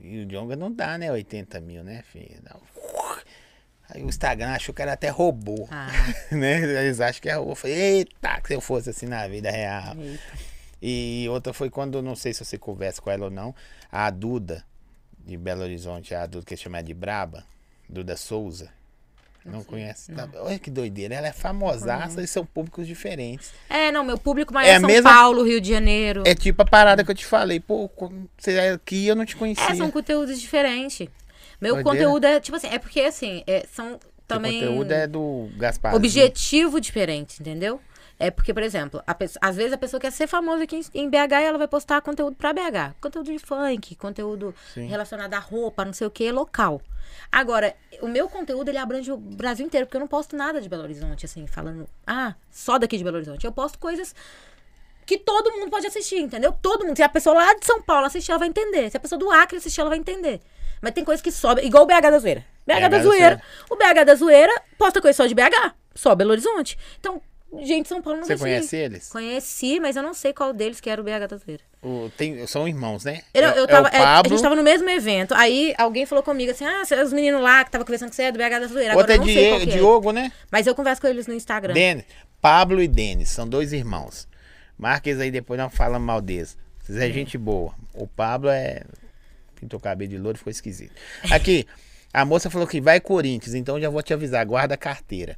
E o Jonga não dá, né? 80 mil, né, filho? Não. Aí o Instagram achou que era até robô. Ah. *laughs* né? Eles acham que é robô. Eu falei, eita, que se eu fosse assim na vida real. E outra foi quando, não sei se você conversa com ela ou não, a Duda, de Belo Horizonte, a Duda que eles chamam de Braba, Duda Souza. Não, Assim, conhece? Tá- Olha que doideira, ela é Uhum. famosaça e são públicos diferentes. É, não, meu público maior É é São mesmo- Paulo, Rio de Janeiro. É tipo a parada que eu te falei, pô, como você é aqui eu não te conhecia. É, são conteúdos diferentes. Meu Doideira. conteúdo é, tipo assim, é porque assim, é, são Porque também. O conteúdo é do Gaspar. objetivo diferente, entendeu? É porque, por exemplo, a pessoa- às vezes a pessoa quer ser famosa aqui em, em BH e ela vai postar conteúdo pra BH. Conteúdo de funk, conteúdo Sim. relacionado à roupa, não sei o que, local. Agora, o meu conteúdo, ele abrange o Brasil inteiro, porque eu não posto nada de Belo Horizonte, assim, falando, ah, só daqui de Belo Horizonte. Eu posto coisas que todo mundo pode assistir, entendeu? Todo mundo. Se a pessoa lá de São Paulo assistir, ela vai entender. Se a pessoa do Acre assistir, ela vai entender. Mas tem coisa que sobe, igual o BH da Zoeira. BH, BH da da Zoeira. O BH da Zoeira posta coisa só de BH, só Belo Horizonte. Então, gente, de São Paulo não Você vai seguir. conhece eles? Conheci, mas eu não sei qual deles que era o BH da Zoeira. O- tem- são irmãos, né? Eu, É- eu é tava, o é, a Pablo, gente tava no mesmo evento. Aí alguém falou comigo assim: ah, os meninos lá que tava conversando com você é do BH da Zoeira. Agora outro é eu não sei qual Die- que é. Diogo, né? Mas eu converso com eles no Instagram. Denis, Pablo e Denis, são dois irmãos. Marca eles aí depois, não fala mal deles. Vocês é gente boa. O Pablo é. Pintou o cabelo de louro, ficou esquisito. Aqui, a moça falou que vai Corinthians, então já vou te avisar, guarda a carteira.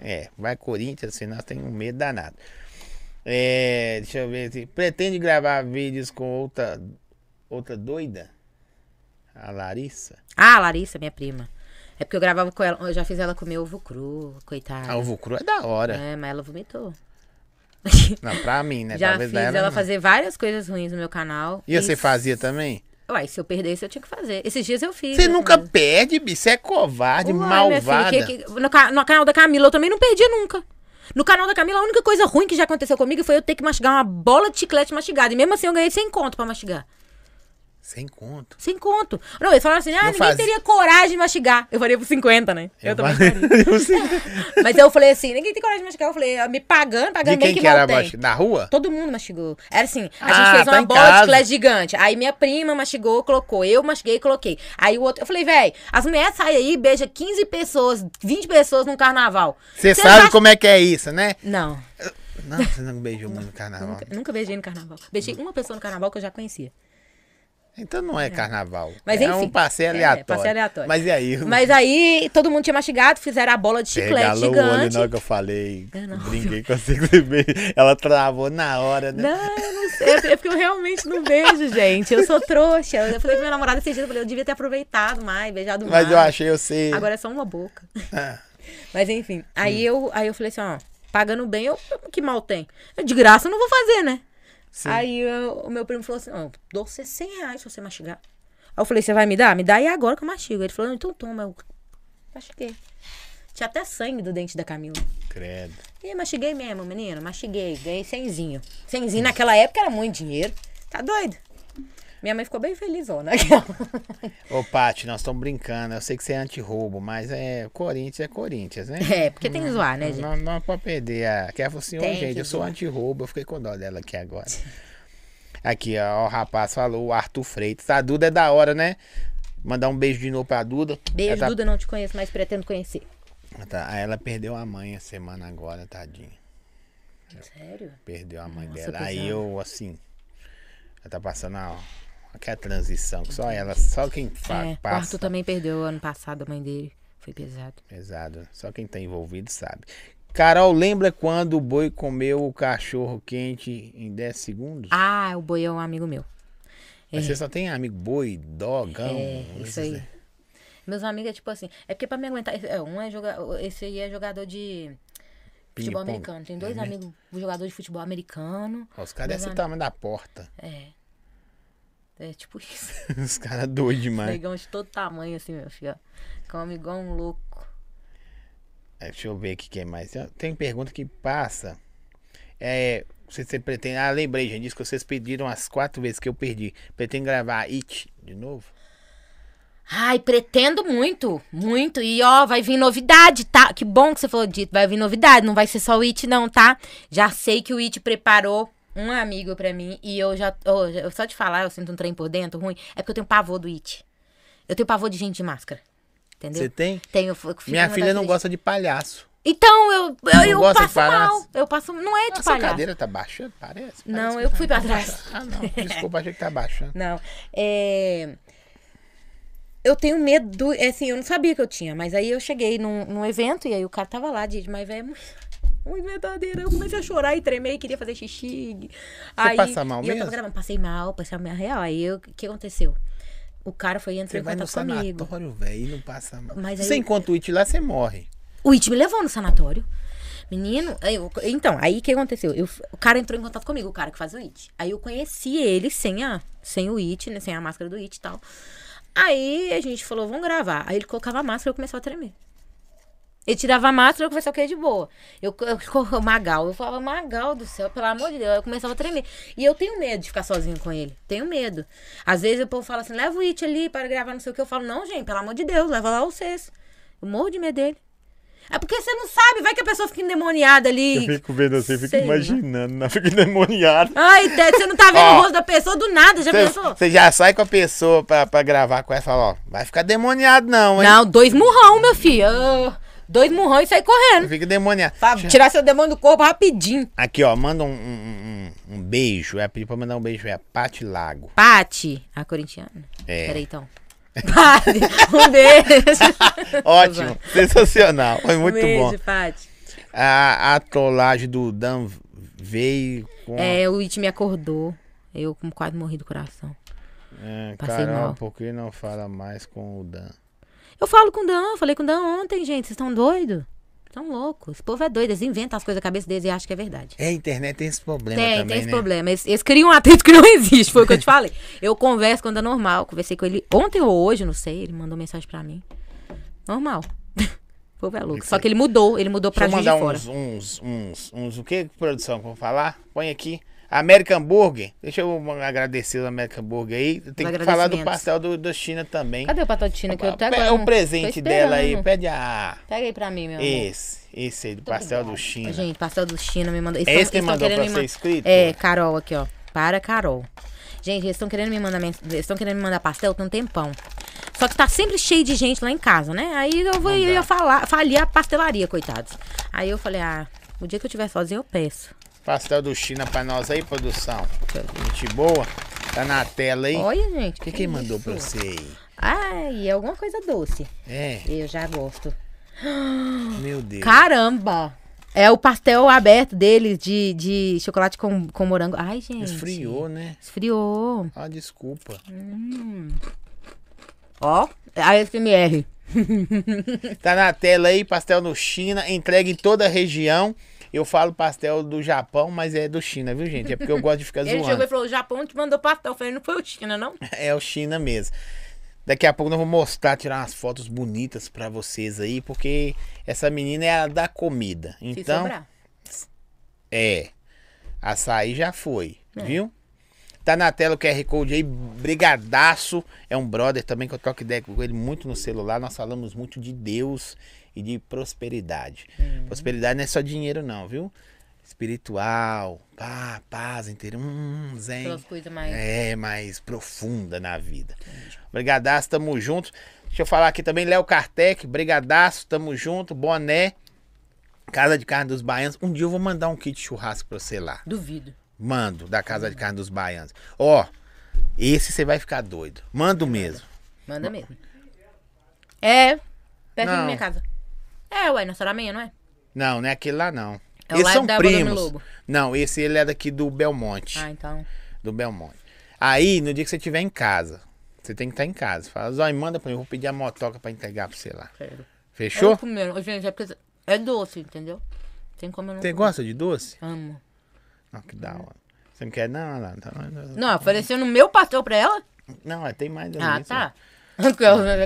É, vai Corinthians, senão tem um medo danado. É, deixa eu ver aqui. Pretende gravar vídeos com outra, outra doida? A Larissa? Ah, a Larissa, minha prima. É porque eu gravava com ela. Eu já fiz ela comer ovo cru, coitada. A Ovo Cru é da hora. É, mas ela vomitou. Não, pra mim, né? já Talvez fiz da ela, não. fazer várias coisas ruins no meu canal. E você fazia também? Uai, se eu perdesse, eu tinha que fazer. Esses dias eu fiz. Você eu nunca fiz. perde, bicho. Você é covarde, Uhum. Uai, minha filha, malvada. que- que- no, ca- no canal da Camila eu também não perdi nunca. No canal da Camila, a única coisa ruim que já aconteceu comigo foi eu ter que mastigar uma bola de chiclete mastigada. E mesmo assim eu ganhei sem conto pra mastigar. Sem conto. Sem conto. Não, eles falaram assim, ah, Eu ninguém fazia- teria coragem de mastigar. Eu faria por 50, né? Eu, também falei- faria. *laughs* Eu sei. Mas eu falei assim, ninguém tem coragem de mastigar. Eu falei, ah, me pagando, pagando De quem bem que, que mal era a tem. voz? Da rua? Todo mundo mastigou. Era assim, Ah, a gente fez tá uma em bola de casa. chiclete gigante. Aí minha prima mastigou, colocou. Eu mastiguei e coloquei. Aí o outro. Eu falei, véi, as mulheres saem aí e beijam 15 pessoas, 20 pessoas num carnaval. Você Cê sabe acha- como é que é isso, né? Não, Não, você não beijou muito no carnaval. nunca beijei no carnaval. Beijei uma pessoa no carnaval que eu já conhecia. Então não é carnaval. Mas é enfim, um passeio é, aleatório. passeio aleatório. Mas e aí? Mas aí todo mundo tinha mastigado, fizeram a bola de chiclete Regalou o olho gigante. na hora que eu falei. Eu não- Brinquei com você. *laughs* Ela travou na hora, né? Não, eu não sei. É porque eu realmente não vejo, gente. Eu sou trouxa. Eu falei pra minha namorada esses dias, eu falei, eu devia ter aproveitado mais, beijado mais. Mas eu achei você. Agora é só uma boca. Ah. *laughs* Mas enfim, aí, eu, aí eu falei assim, ó, pagando bem, eu, que mal tem? Eu, de graça eu não vou fazer, né? Sim. Aí eu- o meu primo falou assim, ó, eu dou você 100 reais se você mastigar. Aí eu falei, você vai me dar? Me dá e é agora que eu mastigo. Ele falou, então toma. Eu mastiguei. Tinha até sangue do dente da Camila. Credo. E mastiguei mesmo, menino. Mastiguei. Ganhei cenzinho. Cenzinho naquela época era muito dinheiro. Tá doido? Minha mãe ficou *laughs* bem felizona. Ô, Paty, nós estamos brincando. Eu sei que você é anti-roubo, mas é Corinthians é Corinthians, né? É, porque tem que zoar, né, gente? Não, não pode perder. A... Que ela falou assim, ô, Tem gente, que eu sou zoar. anti-roubo. Eu fiquei com dó dela aqui agora. Aqui, ó, o rapaz falou, o Arthur Freitas. A Duda é da hora, né? Mandar um beijo de novo pra Duda. Beijo, ela tá- Duda, não te conheço, mas pretendo conhecer. Tá, aí ela perdeu a mãe essa semana agora, tadinha. Sério? Perdeu a mãe Nossa, dela. Aí pesado. eu, assim, ela tá passando a, aquela transição, que só ela, só quem fa- É, o passa. Arthur também perdeu ano passado a mãe dele. Foi pesado. Pesado, só quem tá envolvido sabe. Carol, lembra quando o boi comeu o cachorro quente em 10 segundos? Ah, o boi é um amigo meu. Mas você só tem amigo boi, dogão. É, isso aí. Meus amigos é tipo assim. É porque pra me aguentar. é, Um é joga, Esse aí é jogador de futebol Ping-pong. americano. Tem dois É mesmo? amigos, um jogador de futebol americano. Ó, Os caras Meus desse tamanho da porta. *laughs* É. É tipo isso. Os caras doidos demais. Negão de todo tamanho, assim, meu filho. ó. Come igual um louco. É, Deixa eu ver aqui quem mais. Tem pergunta que passa. É, se você pretende. Ah, lembrei, gente. Disse que vocês pediram as quatro vezes que eu perdi. Pretende gravar It de novo? Ai, pretendo muito, muito. E ó, vai vir novidade, tá? Que bom que você falou disso. Vai vir novidade, não vai ser só o It, não, tá? Já sei que o It preparou um amigo pra mim. E eu já. ó, eu só de falar, eu sinto um trem por dentro ruim. É porque eu tenho pavor do It. Eu tenho pavor de gente de máscara. Entendeu? Você tem? Tenho, eu fico Minha com filha vontade não de- gosta de palhaço. Então, eu, eu, eu gosta de passo mal. palhaço? Eu passo. Não é de Essa palhaço. cadeira tá baixando? Parece? Parece Não, que eu tá. fui pra trás. Ah, não. Desculpa, achei que tá *laughs* baixando. Não. É... Eu tenho medo, do... é assim, eu não sabia que eu tinha, mas aí eu cheguei num, num evento e aí o cara tava lá, de mas velho, é muito, muito verdadeiro. Eu comecei a chorar e tremer, queria fazer xixi. Você aí, passa mal e Eu mesmo? tava gravando, passei mal, passei mal real. Aí eu- o que aconteceu? O cara foi Você entrar em vai no contato tá comigo. sanatório, velho, e não passa mal. Mas aí Você eu- encontra o It lá, você morre. O It me levou no sanatório. Menino, aí eu- então, aí o que aconteceu? Eu- o cara entrou em contato comigo, o cara que faz o It. Aí eu conheci ele sem, a, sem o It, né? Sem a máscara do It e tal. Aí a gente falou, vamos gravar. Aí ele colocava a máscara e eu começava a tremer. Ele tirava a máscara e eu começava a querer de boa. Eu, eu, *laughs* eu Magal, eu falava, Magal do céu, pelo amor de Deus. Eu começava a tremer. E eu tenho medo de ficar sozinho com ele. Tenho medo. Às vezes o povo fala assim, leva o It ali para gravar, não sei o que. Eu falo, não, gente, pelo amor de Deus, leva lá vocês. Eu morro de medo dele. É porque você não sabe, vai que a pessoa fica endemoniada ali. vendo assim, fico Sei lá. imaginando, não *laughs* fico endemoniado. Ai, Ted, você não tá vendo Ó. o rosto da pessoa do nada, já pensou? Você já sai com a pessoa pra, pra gravar com ela e fala, ó, vai ficar demoniado não, hein? Não, dois murrão, meu filho. Ah, dois murrão e sair correndo. Fica demoniado. Pra tirar seu demônio do corpo rapidinho. Aqui, ó, manda um, um- um- um beijo. É pedir pra mandar um beijo, é a Pati *laughs* Lago. Pati, a corintiana. É. Peraí, então. *laughs* Pati, um beijo. Um Ótimo, sensacional. Foi *laughs* muito beijo, bom. Pati. A atolagem do Dan veio com. É, o It me acordou. Eu como quase morri do coração. É, passei Carol, mal. por que não fala mais com o Dan? Eu falo com o Dan, falei com o Dan ontem, gente. Vocês estão doidos? Estão loucos. Esse povo é doido, eles inventam as coisas na cabeça deles e acham que é verdade. É, a internet tem esse problema Tem, também, tem esse né? problema. Eles, eles criam um atrito que não existe, foi o que eu te falei. Eu converso quando é normal. Conversei com ele ontem ou hoje, não sei. Ele mandou mensagem pra mim. Normal. *laughs* O povo é louco. Só que ele mudou, ele mudou pra Deixa eu Juiz de mandar um Fora. uns, uns, uns, uns, o que, produção, que eu vou falar? Põe aqui. American Burger. Deixa eu agradecer o American Burger aí. Tem que falar do agradecimentos. pastel do, da China também. Cadê o patotina que eu até Pe- é agora? Tá o presente dela aí. Pede a... Pega aí pra mim, meu amor. Esse, esse aí, do pastel do China. Gente, pastel do China me mandou. eles É tão- esse que eles tão mandou querendo pra me ser man- escrito? É, Carol aqui, ó. Para Carol. Gente, eles estão querendo me mandar mens- eles estão querendo me mandar pastel tem um tempão. Só que tá sempre cheio de gente lá em casa, né? Aí eu vou eu ia falar, falir a pastelaria, coitados. Aí eu falei, ah, o dia que eu tiver sozinha eu peço. Pastel do China pra nós aí, produção. Deixa eu ver. Gente boa. Tá na tela aí. Olha, gente. O que quem mandou pra isso? você aí? Ai, é alguma coisa doce. É, Eu já gosto. meu Deus. Caramba! É o pastel aberto deles de, de chocolate com, com morango. Ai, gente. Esfriou, né? Esfriou. Ah, desculpa. Ó, ASMR. Tá na tela aí, pastel no China, entrega em toda a região. Eu falo pastel do Japão, mas é do China, viu, gente? É porque eu gosto de ficar *laughs* Ele chegou e zoando. falou: o Japão te mandou pastel. Eu falei: não foi o China, não? É o China mesmo. Daqui a pouco nós vou mostrar, tirar umas fotos bonitas pra vocês aí, porque essa menina é a da comida. Se Então, sobrar. É. Açaí já foi, É. viu? Tá na tela o QR Code aí, brigadaço. É um brother também que eu troco ideia com ele muito no celular. Nós falamos muito de Deus e de prosperidade. Uhum. Prosperidade não é só dinheiro não, viu? Espiritual, pá, paz inteira, hum, zen. Pelas coisas mais. É, mais profunda na vida. Brigadaço, tamo junto. Deixa eu falar aqui também, Léo Kartek, brigadaço, tamo junto, boné. Casa de Carne dos Baianos. Um dia eu vou mandar um kit churrasco pra você lá. Duvido. Mando, da Casa de Carne dos Baianos. Ó, esse você vai ficar doido. Mando mesmo. Manda mesmo. É. Perto da Não. minha casa. É, ué, na Sora Meia, não é? Não, não é aquele lá, não. É o Eles live são da Vodame primos. Lobo. Não, esse ele é daqui do Belmonte. Ah, então. do Belmonte. Aí, no dia que você estiver em casa, você tem que estar em casa. Fala, Zói, manda pra mim, eu vou pedir a motoca pra entregar pra você lá. Quero. Eu Fechou? vou comer. Ô, Gente, é porque é doce, entendeu? Tem como eu não. Você comer. gosta de doce? Amo. Não, que da hora. Você não quer? Não, Tá não, não. Não, Não, oferecendo meu pastel pra ela? não é, tem mais do Ah, isso. tá. *laughs*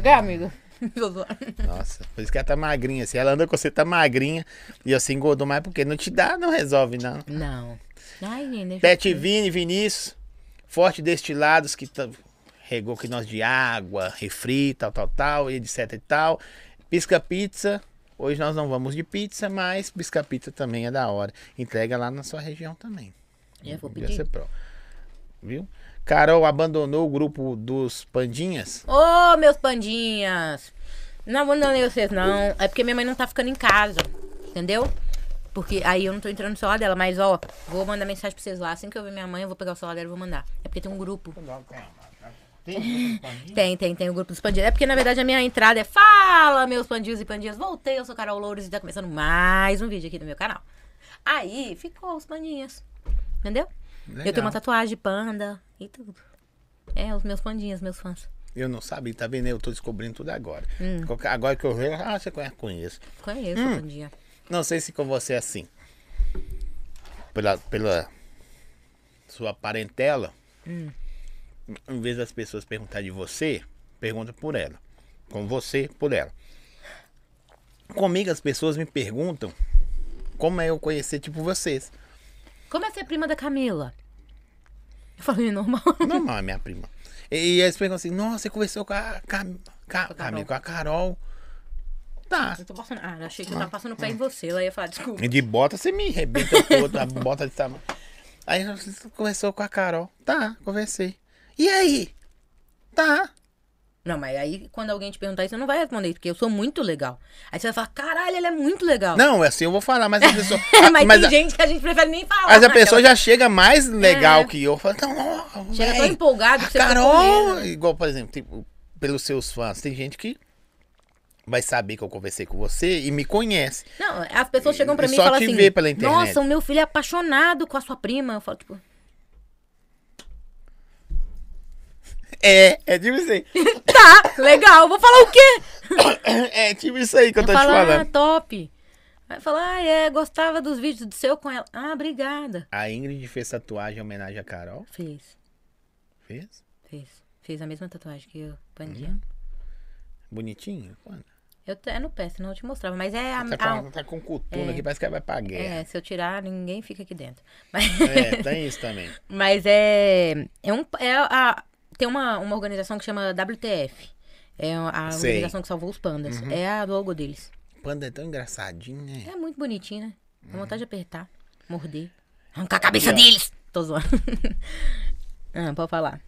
Quer, amigo? *laughs* Tô zoando. Nossa, por isso que ela tá magrinha. Se ela anda com você, tá magrinha. E você engordou mais porque não te dá, não resolve, não. Não. Ai, gente. deixa Pet Vini, Vinícius, Forte Destilados, que tá- regou que nós de água, refri, tal, tal, tal, e etc e tal. Pisca Pizza, hoje nós não vamos de pizza, mas Pisca Pizza também é da hora. Entrega lá na sua região também. eu- Eu vou Ia ser pedir. pro. Viu? Carol abandonou o grupo dos pandinhas? Ô, meus pandinhas. Não vou não ler vocês, não. É porque minha mãe não tá ficando em casa. Entendeu? Porque aí eu não tô entrando no celular dela, mas ó, vou mandar mensagem pra vocês lá. Assim que eu ver minha mãe, eu vou pegar o celular dela e vou mandar. É porque tem um grupo. Tem, tem, tem o grupo dos pandinhos. É porque, na verdade, a minha entrada é Fala, meus pandinhos e pandinhas. Voltei, eu sou Carol Louros e tá começando mais um vídeo aqui no meu canal. Aí ficou os pandinhas. Entendeu? Eu tenho uma tatuagem de panda e tudo. É, os meus pandinhas, meus fãs. Eu não sabia, tá vendo? Eu tô descobrindo tudo agora. Qualquer- Agora que eu vejo, ah, você conhece, conheço. Conheço o pandinha. Não sei se com você é assim. Pela, pela sua parentela, em vez das pessoas perguntar de você, pergunta por ela. Com você, por ela. Comigo as pessoas me perguntam como é eu conhecer tipo vocês. Como é ser prima da Camila? Eu falei, normal. *laughs* Normal, é minha prima. E, e eles perguntam assim, nossa, você conversou com a, Cam- Ca- Camila, com a Carol. Tá. Eu tô passando. Ah, eu achei que eu tava passando o pé em você. Ela ia falar, desculpa. E de bota você me arrebenta todo, *laughs* a bota de tamanho. Aí você conversou com a Carol. Tá, conversei. E aí? Tá. Não, mas aí quando alguém te perguntar isso, você não vai responder, porque eu sou muito legal. Aí você vai falar, caralho, ela é muito legal. Não, assim eu vou falar, mas a pessoa. *laughs* mas, Ah, mas, tem a, gente que a gente prefere nem falar. mas a né? pessoa Aquela- já chega mais legal É. que eu. Fala, não, ó, Chega tão véi, empolgado a que você fica com Carol! medo. Igual, por exemplo, tipo, pelos seus fãs. Tem gente que vai saber que eu conversei com você e me conhece. Não, as pessoas chegam pra E mim e só falam te assim. vê pela internet. Nossa, o meu filho é apaixonado com a sua prima. Eu falo, tipo, É, é tipo *laughs* isso aí. *coughs* tá, legal, eu vou falar o quê? É tipo isso aí que *laughs* eu tô te falo, ah, falando. top. Aí fala, ah, é, gostava dos vídeos do seu com ela. Ah, obrigada. A Ingrid fez tatuagem em homenagem a Carol. Fez, Fez? fez. Fez a mesma tatuagem que eu, Pandinha. Uhum. Bonitinho? Mano. Eu te- é no pé, senão eu te mostrava. Mas é a. Tá a- com, tá com cutuna aqui, parece que vai pra guerra. *laughs* é, se eu tirar, ninguém fica aqui dentro. Mas. É, tem isso também. Mas é. É um. É a, tem uma, uma organização que chama WTF. É a Sei. Uhum. organização que salvou os pandas. É a logo deles. Panda é tão engraçadinho, né? É muito bonitinho, né? Dá vontade de apertar, morder, arrancar a cabeça Uhum. ó. deles. Tô zoando. *laughs* ah, pode falar.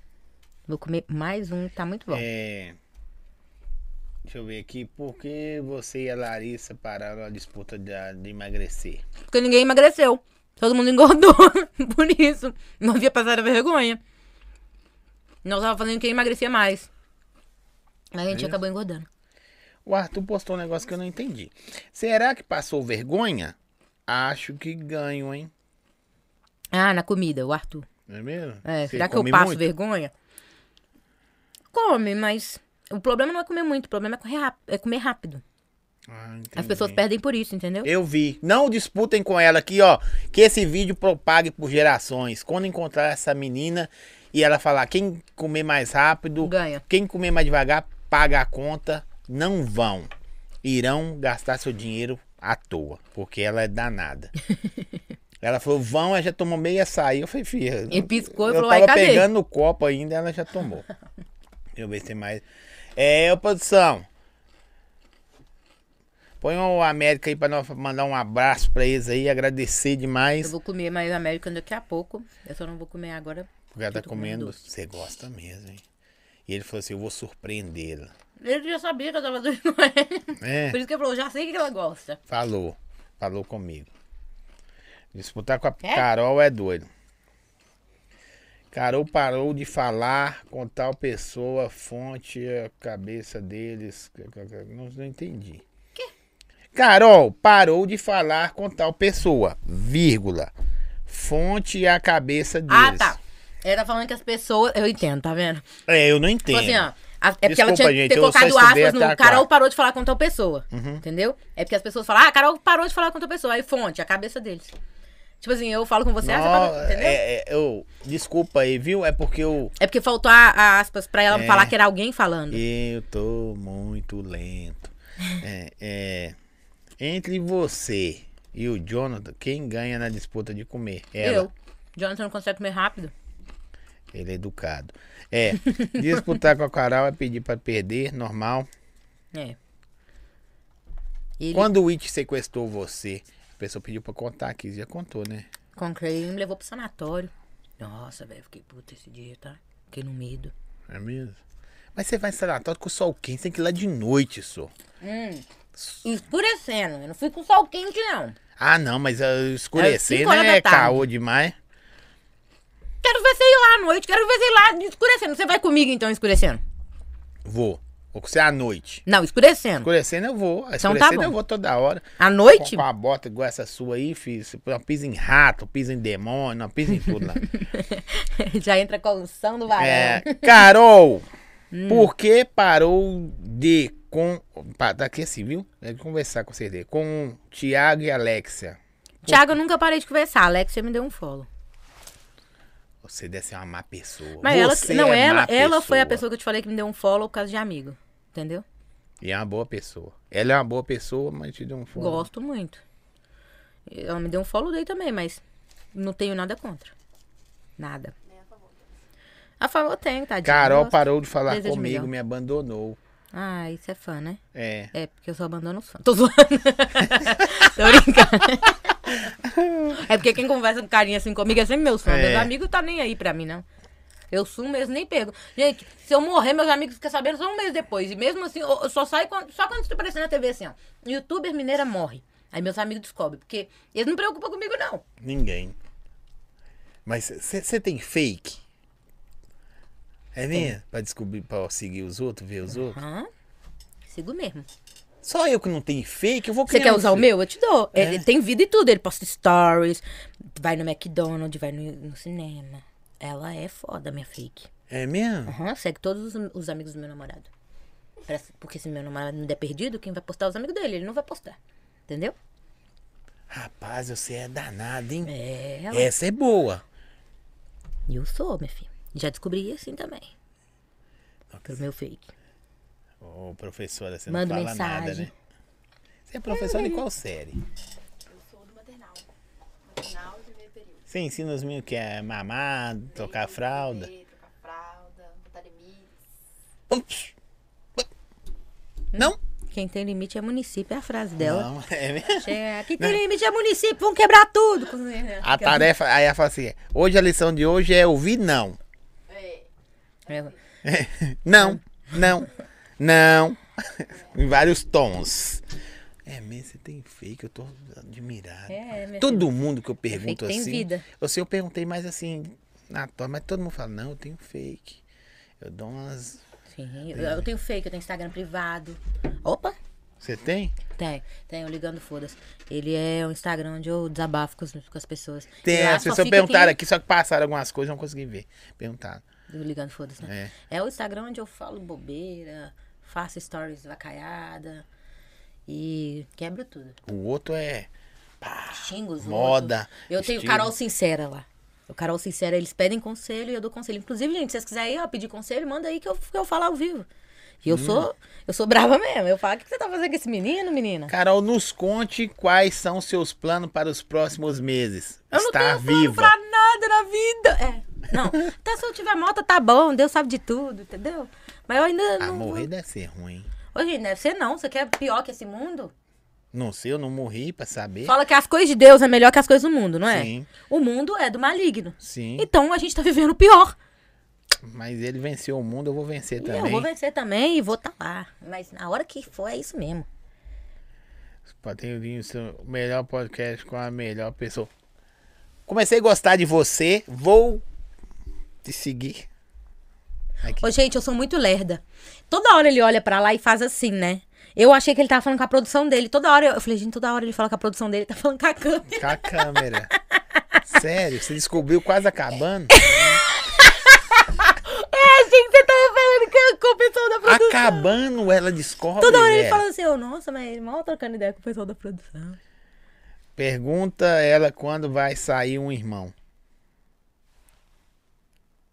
Vou comer mais um, tá muito bom. É. Deixa eu ver aqui. Por que você e a Larissa pararam a disputa de, de emagrecer? Porque ninguém *laughs* emagreceu. Todo mundo engordou. Por isso. Não havia passado a vergonha. Nós tava fazendo que eu emagrecia mais. Aí a gente Isso. acabou engordando. O Arthur postou um negócio que eu não entendi. Será que passou vergonha? Acho que ganho, hein? Ah, na comida, o Arthur. Não é mesmo? É, Você será que eu come passo muito? vergonha? Come, mas o problema não é comer muito, o problema é, correr ráp- é comer rápido. Ah, As pessoas entendi. perdem por isso, entendeu? Eu vi. Não disputem com ela aqui, ó. Que esse vídeo propague por gerações. Quando encontrar essa menina e ela falar quem comer mais rápido, Ganha. quem comer mais devagar, paga a conta, não vão. Irão gastar seu dinheiro à toa, porque ela é *laughs* danada. ela falou, vão, ela já tomou meia saia. Eu falei, filha. E piscou e eu falou, tava ai, cadê? pegando no copo ainda, ela já *laughs* tomou. Deixa eu ver se tem mais. É, ô produção. Põe o América aí pra nós mandar um abraço pra eles aí, agradecer Eu demais. vou comer mais América daqui a pouco. Eu só não vou comer agora. Porque ela tá Eu tô comendo. comendo doce. Você gosta mesmo, hein? E ele falou assim: eu vou surpreendê-la. Ele já sabia que eu tava doido *laughs* com ele. É. Por isso que ele falou, já sei o que ela gosta. Falou. Falou comigo. Disputar com a É? Carol é doido. Carol parou de falar com tal pessoa, fonte, a cabeça deles. Não, não entendi. Carol parou de falar com tal pessoa, vírgula. Fonte e a cabeça deles. Ah, tá. Ele tá falando que as pessoas. Eu entendo, tá vendo? É, eu não Tipo entendo. assim, ó. a- é porque Desculpa, ela tinha que gente, ter eu só colocado estudei aspas no. até a Uhum. Carol quarta. parou de falar com tal pessoa. Entendeu? É porque as pessoas falam, ah, Carol parou de falar com tal pessoa. Aí fonte, a cabeça deles. Tipo assim, eu falo com você, ah, você Não, parou, entendeu? É... é, é, eu, desculpa aí, viu? É porque eu, porque faltou a, a aspas pra ela É. falar que era alguém falando. Eu tô muito *laughs* lento. É, é, entre você e o Jonathan, quem ganha na disputa de comer? Ela. Eu. Jonathan não consegue comer rápido. Ele é educado. *laughs* É, disputar com a Carol é pedir pra perder, normal. É. Ele Quando o It sequestrou você, a pessoa pediu pra contar aqui, já contou, né? concluiu e me levou pro sanatório. Nossa, velho, fiquei puta esse dia, tá? Fiquei no medo. É mesmo? Mas você vai em sanatório com o sol quente, você tem que ir lá de noite, só. Escurecendo. Eu não fui com sol quente, não. Ah, não, mas ah, escurecer, cinco horas né? da É tarde. caô demais. Quero ver sei lá à noite, quero ver sei lá escurecendo. Você vai comigo então escurecendo? Vou. Vou com você à noite. Não, escurecendo. Escurecendo eu vou. Hum. Então tá Escurecendo eu bom. vou toda hora. À noite? Com uma bota igual essa sua aí, filho. Você põe uma pisa em rato, pisa em demônio, uma pisa em *laughs* tudo lá. Já entra com a unção do varão. é, Carol, Hum. por que parou de com. pa- Tá aqui assim, viu? É de conversar com vocês. dele. Com Tiago e Alexia. Tiago, eu nunca parei de conversar. Alex, você me deu um follow. Você deve ser uma má pessoa. Mas ela, Você não, é ela, má ela foi a pessoa que eu te falei que me deu um follow por causa de amigo. Entendeu? E é uma boa pessoa. Ela é uma boa pessoa, mas te deu um fogo. Gosto muito. Ela me deu um follow daí também, mas não tenho nada contra. Nada. A favor tem, tadinho. Carol Gosto. parou de falar Desejo comigo, melhor. me abandonou. Ah, isso é fã, né? É. É, porque eu só abandono os fãs. Tô zoando. *laughs* Tô brincando. *laughs* é porque quem conversa com carinha assim comigo é sempre meus fãs. É. Meus amigos tá nem aí pra mim, não. Eu sumo, eles nem perguntam. Gente, se eu morrer, meus amigos ficam sabendo só um mês depois. E mesmo assim, eu eu só saio quando, só quando estou aparecendo na TV assim, ó. Youtuber mineira morre. Aí meus amigos descobrem, porque eles não preocupam comigo, não. Ninguém. Mas você tem fake? É mesmo? Pra descobrir, pra seguir os outros, ver os outros? Hã? Sigo mesmo. Só eu que não tenho fake, eu vou Você criar quer um usar o fake. meu? Eu te dou. É. Ele tem vida e tudo. Ele posta stories, vai no McDonald's, vai no, no cinema. Ela é foda, minha fake. É mesmo? Aham, segue todos os, os amigos do meu namorado. Pra- porque se meu namorado me der perdido, quem vai postar é os amigos dele? Ele não vai postar. Entendeu? Rapaz, você é danado, hein? É, ela. Essa é boa. E eu sou, minha filha. Já descobri assim também. Pelo meu fake. Ô, professora, você Manda não fala mensagem. nada, né? Você é professora de qual série? Eu sou do maternal. Maternal e primeiro período. Você ensina os meninos que é mamar, trocar fralda? Beber, Trocar fralda, botar limites. Ups. Não? Quem tem limite é município, é a frase dela. Não, *laughs* é mesmo? É, quem tem limite é município, vão quebrar *laughs* tudo. A tarefa, aí ela fala assim, hoje a lição de hoje é ouvir não. É, Ela- Não, não, não. em vários tons. É mesmo, você tem fake, eu tô admirado. É, minha todo mundo que eu pergunto fake tem assim. vida. Eu sei, eu perguntei mais assim, na toa, mas todo mundo fala, não, eu tenho fake. Eu dou umas. Sim, eu, eu tenho fake, eu tenho Instagram privado. Opa! Você tem? Tem, tem, eu ligando foda-se. Ele é um Instagram onde eu desabafo com, os- com as pessoas. Tem, Lá as só pessoas fica perguntaram quem- aqui, só que passaram algumas coisas, eu não consegui ver. Perguntaram. Do Ligando Foda-se, né? É. o Instagram onde eu falo bobeira, faço stories vacaiada e quebro tudo. O outro é. Xingo os Moda, outros. Eu tenho estilo. Carol Sincera lá. O Carol Sincera, eles pedem conselho e eu dou conselho. Inclusive, gente, se vocês quiserem ó, pedir conselho, manda aí que eu, que eu falo ao vivo. E eu Hum. sou, eu sou brava mesmo. Eu falo, o que que você tá fazendo com esse menino, menina? Carol, nos conte quais são seus planos para os próximos meses. Eu não Estar tenho plano viva. pra nada na vida. É. Não. Até se eu tiver moto, tá bom. Deus sabe de tudo, entendeu? Mas eu ainda Ah, não. morrer deve ser ruim. Ô, gente, deve ser não. é Você quer pior que esse mundo? Não sei, eu não morri pra saber. Fala que as coisas de Deus é melhor que as coisas do mundo, não é? Sim. O mundo é do maligno. Sim, Então a gente tá vivendo o pior. mas ele venceu o mundo, eu vou vencer E eu também. vou vencer também e vou tá lá. Mas na hora que for, é isso mesmo. Pode ter vindo o seu melhor podcast com a melhor pessoa. Comecei a gostar de você, vou te seguir. Aqui. Ô, gente, eu sou muito lerda. Toda hora ele olha pra lá e faz assim, né? Eu achei que ele tava falando com a produção dele. Toda hora eu, eu falei, gente, toda hora ele fala com a produção dele, tá falando com a câmera. Com a *laughs* câmera. Sério, você descobriu quase acabando? É, achei que você tava falando com a- com o pessoal da produção. Acabando, ela descobre. é. Toda hora ele velho. fala assim, eu, nossa, mas ele mal trocando ideia com o pessoal da produção. Pergunta ela quando vai sair um irmão.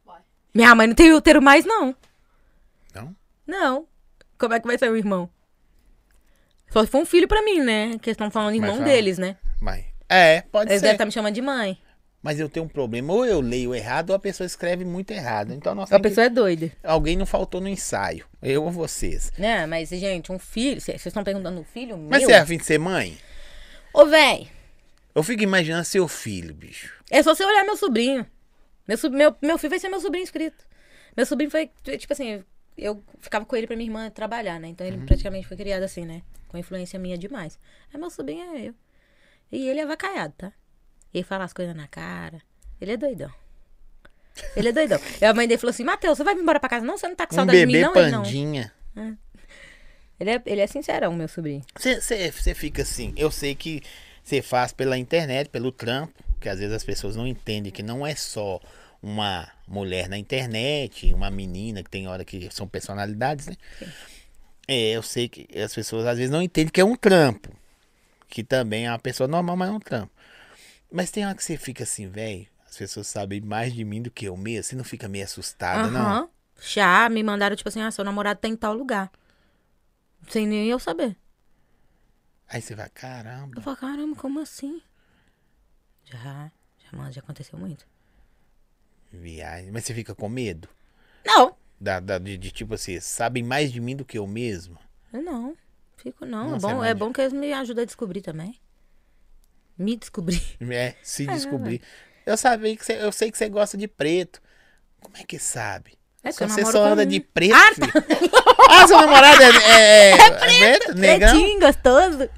Bora. Minha mãe não tem útero mais, não. Não? Não. Como é que vai ser o irmão? Só se for um filho pra mim, né? Que eles estão falando irmão fala. deles, né? Vai. É, pode Eles devem ser. estar me chamando de mãe. Mas eu tenho um problema. Ou eu leio errado ou a pessoa escreve muito errado. Então nós A temos pessoa é doida. que- alguém não faltou no ensaio. Eu ou vocês. Né? Mas, gente, um filho. Vocês estão perguntando um filho Mas meu? você é afim de ser mãe? Ô, véi, Eu fico imaginando seu filho, bicho. é só você olhar meu sobrinho. Meu, sub- meu, meu filho vai ser meu sobrinho inscrito. Meu sobrinho foi, tipo assim, eu ficava com ele pra minha irmã trabalhar, né? Então Uhum. ele praticamente foi criado assim, né? Com influência minha demais. Aí meu sobrinho é eu. E ele é avacaiado, tá? Ele fala as coisas na cara. Ele é doidão. Ele *laughs* é doidão. e a mãe dele falou assim: Matheus, você vai embora pra casa? Não, você não tá com Um saudade de mim, bebê não? Ele não. pandinha. Ele é, ele é sincerão, meu sobrinho. Você- Você você fica assim. Eu sei que você faz pela internet, pelo trampo, que às vezes as pessoas não entendem que não é só uma mulher na internet, uma menina, que tem hora que são personalidades, né? É, eu sei que as pessoas às vezes não entendem que é um trampo. Que também é uma pessoa normal, mas é um trampo. Mas tem hora que você fica assim, velho. As pessoas sabem mais de mim do que eu mesmo. Você não fica meio assustada, Ah, não? Aham. Já me mandaram, tipo assim, ah, seu namorado tá em tal lugar. Sem nem eu saber. Aí você vai, caramba. Eu falo, caramba, como assim? Já, já, mano, já aconteceu muito. Viagem. Mas você fica com medo? Não, Da, da- de, de tipo assim, sabem mais de mim do que eu mesmo? eu não. Fico não. Nossa, é bom, é é bom que eles me ajudam a descobrir também. Me descobrir. É, se descobrir. Eu, sabia que você, eu sei que você gosta de preto. Como *laughs* é que sabe? É Só que eu você namoro só com anda um. tá. de preto. filho. Ah, seu namorado é, é, *laughs* é, preto? Negão? Pretinho, gostoso.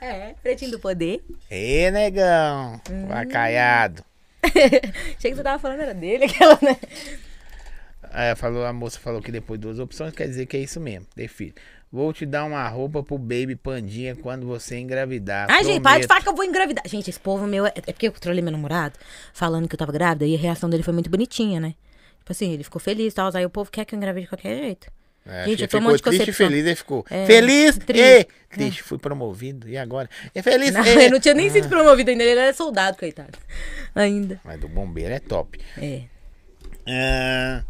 É, pretinho do poder. Ê, negão. Hum. Vacaiado. Achei que você tava falando era dele, *laughs* aquela, né? Aí falou, a moça falou que depois de duas opções, quer dizer que é isso mesmo. Ter filho. Vou te dar uma roupa pro baby pandinha quando você engravidar. Ai, gente, para de prometo. falar que eu vou engravidar. Gente, esse povo meu. É, é porque eu controlei meu namorado falando que eu tava grávida e a reação dele foi muito bonitinha, né? Tipo assim, ele ficou feliz e tal. Aí o povo quer que eu engravide de qualquer jeito. É, Gente, ele eu tomo ficou triste e anticoncepção. feliz, ele ficou É, feliz e triste. triste. Fui promovido, e agora? É *laughs* Ah. feliz Não, e... eu não tinha nem sido promovido ainda, ele era soldado, coitado. Ainda. Mas do bombeiro é top. É. Ah,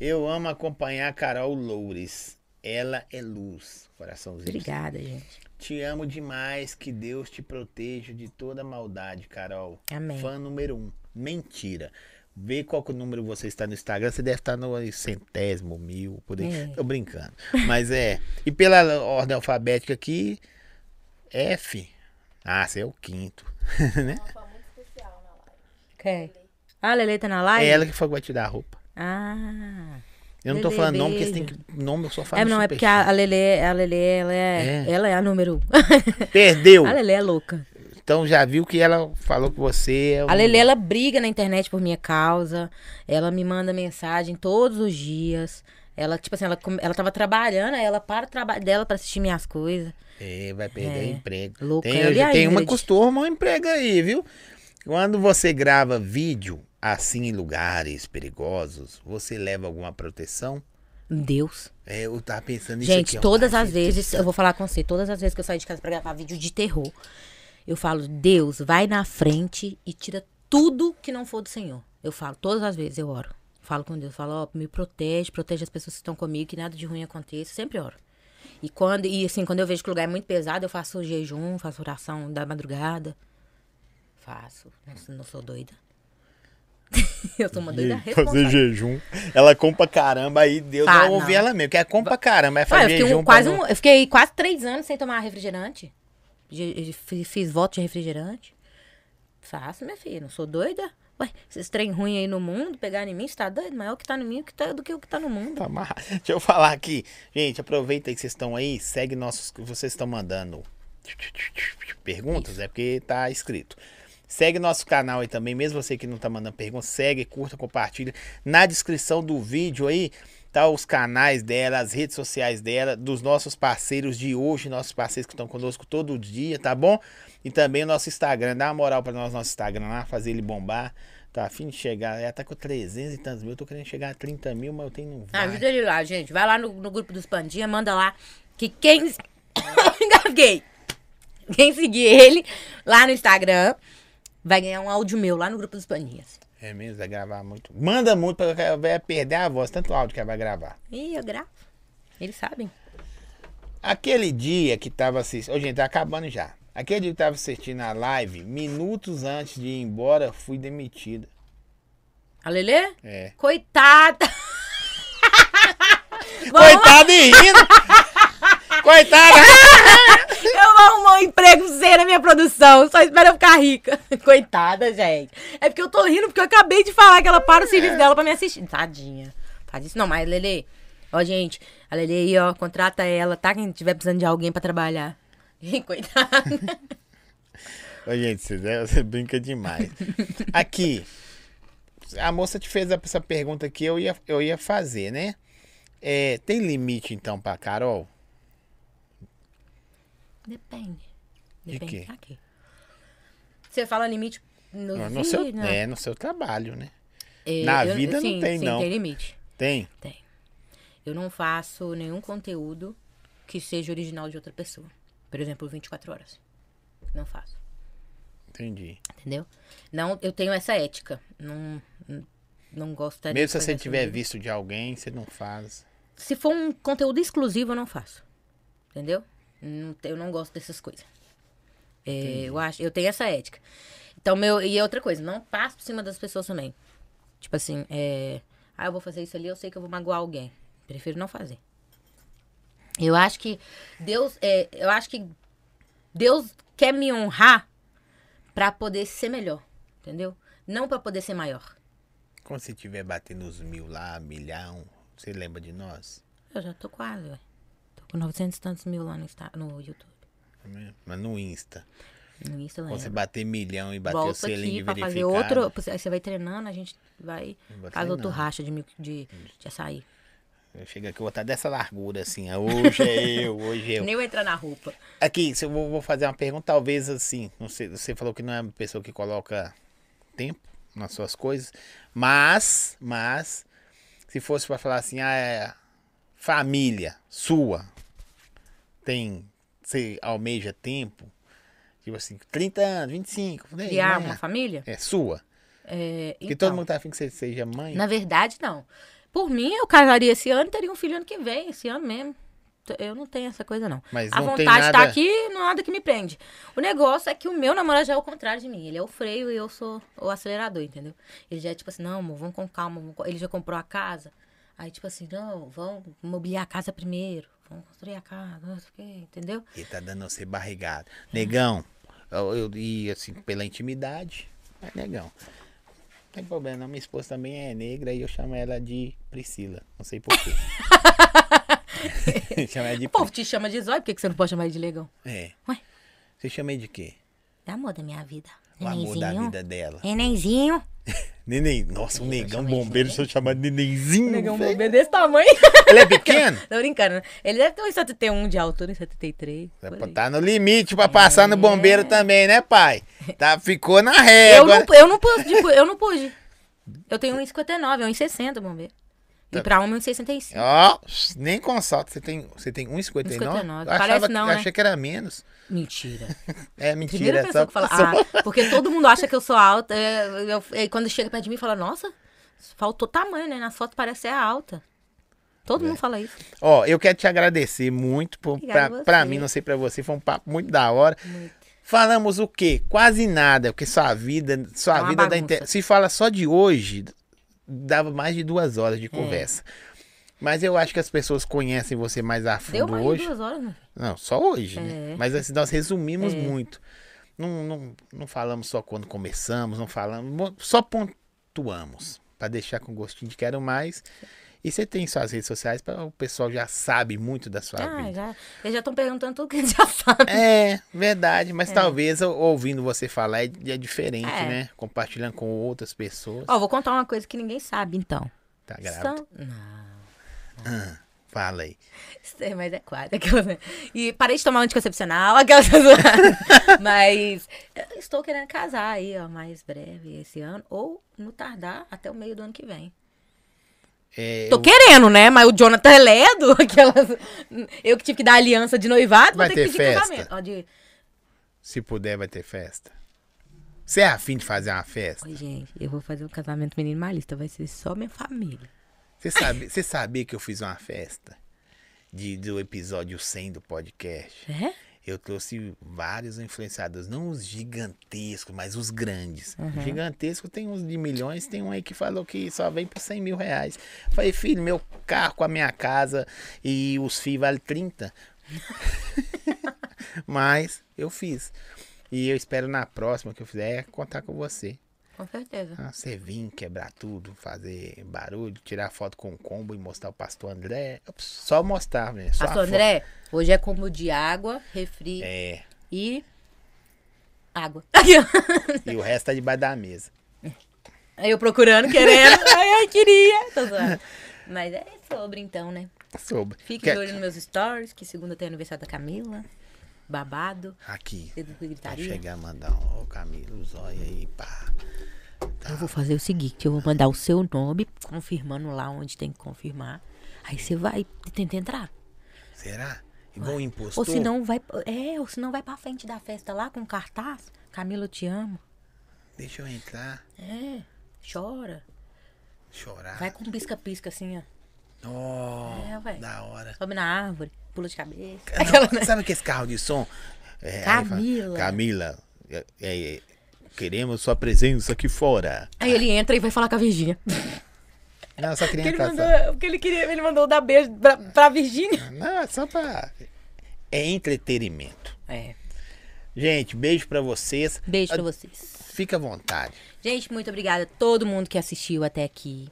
eu amo acompanhar a Carol Loures. Ela é luz, coraçãozinho. Obrigada, gente. Te amo demais, que Deus te proteja de toda maldade, Carol. Amém. Fã número um. Mentira. Vê qual que é o número você está no Instagram. Você deve estar no centésimo, mil, por aí. É. Tô brincando. Mas é. E pela ordem alfabética aqui, F. Ah, você é o quinto. *laughs* né? Uma fã muito especial na live. Quem? Ah, a Lele tá na live? É ela que foi que vai te dar a roupa. Ah. Eu não tô Lele, falando nome, porque você tem beijo. que. Nome eu só falo É, no não, é Super porque a a Lele, a Lele, ela É. é, ela é *laughs* a número um. Perdeu! a Lele é louca. Então já viu que ela falou que você é um... A Lele, ela briga na internet por minha causa. Ela me manda mensagem todos os dias. Ela, tipo assim, ela, come- ela tava trabalhando, aí ela para o trabalho dela pra assistir minhas coisas. É, vai perder o É. emprego. Louca, tem eu e a tem uma Ingrid. costuma arrumar um emprego aí, viu? Quando você grava vídeo assim em lugares perigosos, você leva alguma proteção? Deus. É, eu tava pensando nisso Gente, aqui, ó. todas Ai, as vezes, eu vou falar com você, todas as vezes que eu saio de casa pra gravar vídeo de terror, eu falo, Deus, vai na frente e tira tudo que não for do Senhor. Eu falo, todas as vezes eu oro. Falo com Deus, falo, ó, me protege, protege as pessoas que estão comigo, que nada de ruim aconteça. Sempre oro. E quando, e assim, quando eu vejo que o lugar é muito pesado, eu faço jejum, faço oração da madrugada. Faço. Não sou- Não sou doida. *laughs* eu sou uma doida Fazer responsável. jejum. Ela compra caramba aí, Deus, Ah, eu ouvi não. ela mesmo, que é compra caramba, é Ah, eu fazer fiquei, jejum um, quase pra *laughs* um- eu fiquei quase três anos sem tomar refrigerante. Je- je- fi- fiz voto de refrigerante. Faço, minha filha, não sou doida. Ué, esses trem ruim aí no mundo, pegar em mim, você tá doido? Maior o que tá em mim que tá- do que o que tá no mundo. Tá amarrado. Deixa eu falar aqui. Gente, aproveita aí que vocês estão aí, segue nossos. que Vocês estão mandando perguntas, é porque tá escrito. Segue nosso canal aí também, mesmo você que não tá mandando perguntas, segue, curta, compartilha. Na descrição do vídeo aí tá os canais dela, as redes sociais dela, dos nossos parceiros de hoje, nossos parceiros que estão conosco todo dia, tá bom? E também o nosso Instagram, dá uma moral pra nós, nosso Instagram lá, fazer ele bombar. Tá afim de chegar, ela tá com 300 e tantos mil, eu tô querendo chegar a 30 mil, mas eu tenho não vai. Ah, Ajuda ele lá, gente. Vai lá no, no grupo dos Pandinha, manda lá que quem. *laughs* Engasguei. Quem seguir ele lá no Instagram vai ganhar um áudio meu lá no grupo dos Pandinhas. É mesmo, vai gravar muito. Manda muito, porque ela vai perder a voz, tanto áudio que ela vai gravar. Ih, eu gravo. Eles sabem. Aquele dia que tava assistindo. Ô, gente, tá acabando já. Aquele dia que tava assistindo a live, minutos antes de ir embora, fui demitida. A Lelê? É. *laughs* Coitada! Vou arrumar- Coitado e rindo! *laughs* Coitado! eu vou arrumar um emprego pra você na minha produção. Só espero eu ficar rica. *laughs* Coitada, gente. É porque eu tô rindo, porque eu acabei de falar que ela para É. o serviço dela pra me assistir. Tadinha. Tadinha. Não, mas Lele. Ó, gente. A Lele aí, ó. Contrata ela, tá? Quem tiver precisando de alguém pra trabalhar. *laughs* Ih, Coitada. Ô, gente, você, deve- você brinca demais. Aqui, a moça te fez essa pergunta que eu ia, eu ia fazer, né? É, tem limite, então, pra Carol? Depende. De Depende. quê? Aqui. Você fala limite no, No, vídeo, no seu, né? é, no seu trabalho, né? É, na vida não sim, tem, sim, não. tem limite. Tem. Tem. Eu não faço nenhum conteúdo que seja original de outra pessoa. Por exemplo, 24 horas. Não faço. Entendi. Entendeu? Não, eu tenho essa ética. Não, não gosto Mesmo se você tiver visto de alguém, você não faz. Se for um conteúdo exclusivo, eu não faço. Entendeu? Não te- eu não gosto dessas coisas. É, eu, acho, eu tenho essa ética. Então, meu. E outra coisa, não passo por cima das pessoas também. Tipo assim, é. Ah, eu vou fazer isso ali, eu sei que eu vou magoar alguém. Prefiro não fazer. Eu acho que Deus. é, eu acho que Deus quer me honrar pra poder ser melhor. Entendeu? Não pra poder ser maior. Quando você estiver batendo os mil lá, milhão, você lembra de nós? Eu já tô quase, ué. Tô com 900 e tantos mil lá no, Insta- no YouTube. É mesmo? Mas no Insta. No Insta eu Quando você lembro. bater milhão e bater o é. Volta selinho aqui de pra fazer verificado. outro. Aí você vai treinando, a gente vai. vou Faz outro treinar. racha de, mil- de, de açaí. Chega aqui, eu vou estar dessa largura assim. ó, Hoje é eu, hoje é eu. Nem eu entrar na roupa. Aqui, se eu vou vou fazer uma pergunta, talvez assim. Não sei, você falou que não é uma pessoa que coloca tempo nas suas coisas, mas, mas, se fosse pra falar assim, ah, é, família sua tem, você almeja tempo, tipo assim, 30 anos, 25, né? Criar né? uma família? É sua. É, Porque então, todo mundo tá afim que você seja mãe. Na verdade, não. Por mim, eu casaria esse ano e teria um filho ano que vem, esse ano mesmo. T- Eu não tenho essa coisa, não. Mas a não tem vontade tá nada- aqui, não há nada que me prende. O negócio é que o meu namorado já é o contrário de mim. Ele é o freio e eu sou o acelerador, entendeu? Ele já é tipo assim, não, amor, vamos com calma. vamos com- Ele já comprou a casa. Aí, tipo assim, não, vamos mobiliar a casa primeiro. Vamos construir a casa, não sei o quê, entendeu? Ele tá dando você barrigado. Negão, eu, eu- e assim, pela intimidade, é negão. Não tem problema, não. minha esposa também é negra e eu chamo ela de Priscila. Não sei *laughs* porquê. chama ela de O povo te chama de zóio, por que que você não pode chamar ele de legão? Pri- É. Ué? Você chama ele de quê? Amor da minha vida. O amor da vida dela. Nenenzinho. Neném, nossa, um Eu negão chamei de bombeiro, se eu chamar de nenenzinho. Negão velho. bebê desse tamanho. Ele é pequeno? *laughs* Tô brincando. né? Ele deve ter uns 71 de altura, uns 73. É por pra aí. É. tá no limite pra passar no bombeiro também, né, pai? Tá, ficou na Eu régua. não, eu não pude. tipo, eu não pude. Eu tenho 1,59, é 1,60, vamos ver. Tá. E pra homem, 1,65. Ó, nem consulta. Você tem, você tem 1,59? 1,59. Eu achava Parece que- não, eu né? achei que era menos. *laughs* Mentira. É Primeira mentira, é pessoa só que fala, pessoa. ah, porque todo mundo acha que eu sou alta. é, eu- é, quando chega perto de mim, fala, nossa, faltou tamanho, né? Na foto parece ser alta. Todo É. mundo fala isso. Ó, eu quero te agradecer muito por, Obrigada pra, a pra você. mim, não sei pra você, foi um papo muito da hora. Falamos o quê? Quase nada, porque sua vida, sua É uma vida da bagunça. internet. Se fala só de hoje, dava mais de duas horas É. de conversa. Mas eu acho que as pessoas conhecem você mais a Deu fundo mais hoje. de duas horas, né? Não, só hoje, né? É. Mas assim, nós resumimos muito. Não, não, não falamos só quando começamos, não falamos, mo- só pontuamos Pra deixar com gostinho de quero mais. E você tem suas redes sociais para o pessoal já sabe muito da sua Ah, então. vida. já. Eles já estão perguntando tudo que eles já *laughs* sabem. É, verdade, mas talvez ou- ouvindo você falar é, é diferente, É. né? Compartilhando com outras pessoas. Ó, vou contar uma coisa que ninguém sabe, então. Tá grávida? São- Não. Fala aí. Sei, mas é quase. *laughs* aquela, né? E parei de tomar anticoncepcional, *laughs* aquelas. mas eu estou querendo casar aí, ó, mais breve esse ano. Ou no tardar até o meio do ano que vem. É, Tô querendo, né? Mas o Jonathan é ledo, *laughs* aquelas. Eu que tive que dar aliança de noivado, Vai vou ter, ter que pedir festa? casamento. Ó, de... se puder, vai ter festa. Você é afim de fazer uma festa? Oi, gente, eu vou fazer um casamento minimalista, vai ser só minha família. Você sabe, você sabia que eu fiz uma festa de, do episódio 100 do podcast? É? Eu trouxe vários influenciadores, não os gigantescos, mas os grandes. Gigantesco tem uns de milhões, tem um aí que falou que só vem por 100 mil reais. Falei, filho, meu carro com a minha casa e os FII vale 30. mas eu fiz. E eu espero na próxima que eu fizer é contar com você. Com certeza. Ah, Você vir quebrar tudo, fazer barulho, tirar foto com o combo e mostrar o pastor André. Só mostrar, né? Só Pastor a fo- André, hoje é combo de água, refri É. e. Água. *laughs* Aqui, ó. E o resto tá debaixo da mesa. Aí eu *laughs* procurando, querendo. Ai, eu queria. Tô zoando. Mas é sobre então, né? Sobre. Fique Quer- de olho nos meus stories, que segunda tem aniversário da Camila. Babado. Aqui. Dedo com Vai gritaria. chegar a mandar um. Ô, Camilo, os olhos aí, pá. Tá. Eu vou fazer o seguinte, eu vou mandar o seu nome, confirmando lá onde tem que confirmar. Aí você vai e tenta entrar. Será? Igual o impostor. Ou se não vai, é, ou se não vai pra frente da festa lá com cartaz. Camila, eu te amo. Deixa eu entrar, É, chora. chorar. Vai com pisca-pisca assim, ó. Oh, É, véi. Da hora. Sobe na árvore, pula de cabeça. Não, *laughs* Aquela, né? Sabe que esse carro de som? É, aí Camila. Camila, é, é, é, queremos sua presença aqui fora. *laughs* Aí ele entra e vai falar com a Virgínia. Não, só queria Porque ele entrar só. mandou, porque ele queria, ele mandou dar beijo pra, pra Virgínia. Não, é só pra. É entretenimento. É. Gente, beijo pra vocês. Beijo pra Ah, vocês. Fica à vontade. Gente, muito obrigada a todo mundo que assistiu até aqui.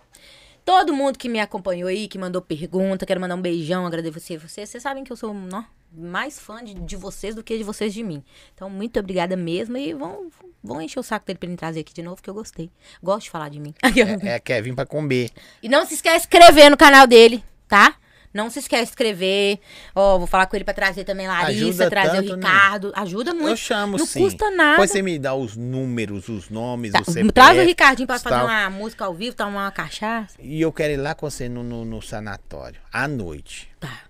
Todo mundo que me acompanhou aí, que mandou pergunta, quero mandar um beijão, agradecer vocês. Vocês sabem que eu sou nó, mais fã de, de vocês do que de vocês de mim. Então, muito obrigada mesmo. E vão, vão encher o saco dele pra ele trazer aqui de novo, que eu gostei. Gosto de falar de mim. *laughs* É, é Kevin pra comer. E não se esquece de escrever no canal dele, tá? Não se esquece de escrever. Ó, vou falar com ele pra trazer também a Larissa, Ajuda trazer tanto, o né? Ricardo. Ajuda muito. Eu chamo não sim. custa nada. Depois você me dá os números, os nomes, Tá, o CPF, traz o Ricardinho pra fazer é tal. uma música ao vivo, tomar uma cachaça. E eu quero ir lá com você no, no- no sanatório, à noite. Tá.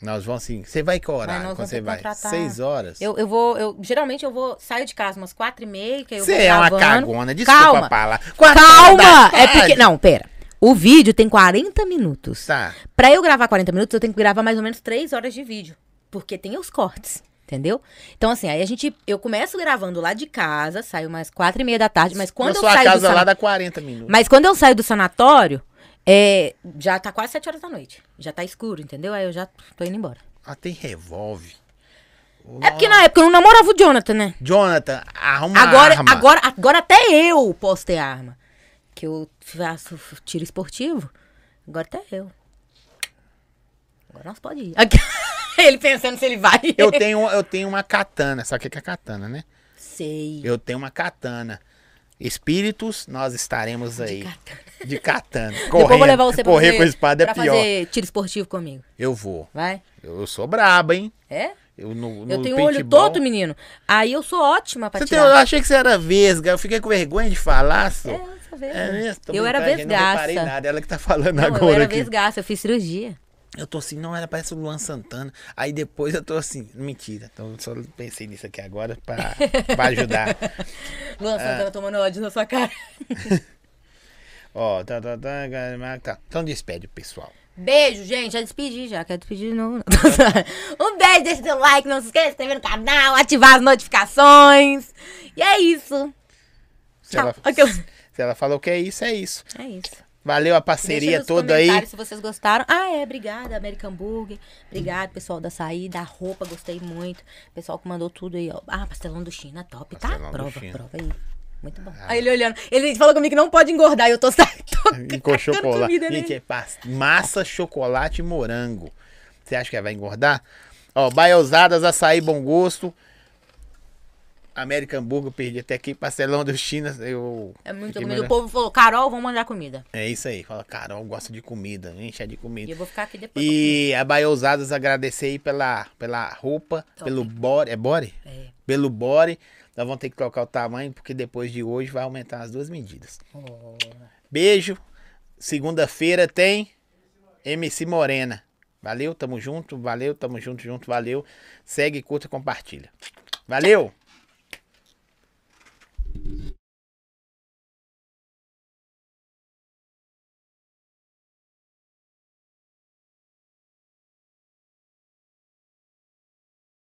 Nós vamos assim. Você vai que Mas horário? nós Quando vamos você ter que vai? contratar- Seis horas? Eu, eu vou, eu geralmente eu vou, saio de casa umas quatro e meia, que eu Você vou é uma gravando. cagona, desculpa Calma. a palavra. Quatro horas Calma! da É porque, tarde. não, pera. O vídeo tem 40 minutos. Tá. Pra eu gravar 40 minutos, eu tenho que gravar mais ou menos 3 horas de vídeo. Porque tem os cortes, entendeu? Então, assim, aí a gente. Eu começo gravando lá de casa, saio umas 4 e meia da tarde, mas quando Na eu sua saio do casa lá sanatório. dá 40 minutos. Mas quando eu saio do sanatório, é, já tá quase 7 horas da noite. Já tá escuro, entendeu? Aí eu já tô indo embora. Ah, tem revólver. É porque na época eu não namorava o Jonathan, né? Jonathan, arruma uma Agora, arma. agora, agora até eu posso ter arma. Que eu faço tiro esportivo. Agora até eu. Agora nós pode ir. *laughs* Aqui- Ele pensando se ele vai. Eu tenho, eu tenho uma katana, só que é a katana, né? sei. Eu tenho uma katana. Espíritos, nós estaremos aí. De katana. *laughs* Depois eu vou levar Correndo. você pra Correr fazer- com espada é pra pior. fazer tiro esportivo comigo. Eu vou. Vai? Eu sou braba, hein? É? Eu, no, Eu no tenho o olho paintball- todo, menino. Aí eu sou ótima pra Você tem- tirar. eu achei que você era vesga. Eu fiquei com vergonha de falar, só. É, eu sou vesga. É mesmo? Tô Eu era brincando, gente, Não reparei vesgaça. nada. Ela que tá falando Não, é eu agora era aqui. vesgaça, eu fiz cirurgia. Eu tô assim, não, ela parece o Luan Santana. Aí depois eu tô assim, mentira. Então eu só pensei nisso aqui agora *laughs* pra, pra ajudar. Luan É. Santana tomando ódio na sua cara. Ó, tá, tá, tá, tá, tá. Então despede o pessoal. Beijo, gente. Já despedi, já. Quero despedir de novo. não. *laughs* um beijo, deixa seu like, não se esqueça de se inscrever no canal, ativar as notificações. E é isso. Se, Tchau. *laughs* Ela, Aquela- se ela falou que é isso, é isso. É isso. Valeu a Deixa parceria nos toda aí. comentários se vocês gostaram. Ah, é. Obrigada, American Burger. Obrigada, pessoal da açaí, da roupa. Gostei muito. Pessoal que mandou tudo aí, ó. Ah, pastelão do China, top, Pastelão tá? do Prova, China. Ah. prova aí. Muito bom. Aí ele olhando. Ele falou comigo que não pode engordar. E eu tô, sa- *laughs* *laughs* tô Com tacando chocolate. comida né? Gente, nele. é pas- massa, chocolate e morango. Você acha que ela vai engordar? Ó, baiaosadas, açaí, bom gosto. American Burger, perdi até aqui. Pastelão do China, eu... É muito fiquei comida. O melhor. povo falou, Carol, vamos mandar comida. É isso aí. Fala, Carol, gosta de comida. Enche de E comida. eu vou ficar aqui depois. pra E a Baiousadas agradecer aí pela, pela roupa, Top. pelo body. É body? É. Pelo body. Nós vamos ter que colocar o tamanho, porque depois de hoje vai aumentar as duas medidas. Oh. Beijo. Segunda-feira tem MC Morena. Valeu, tamo junto. Valeu, tamo junto, junto, valeu. Segue, curta, compartilha. Valeu!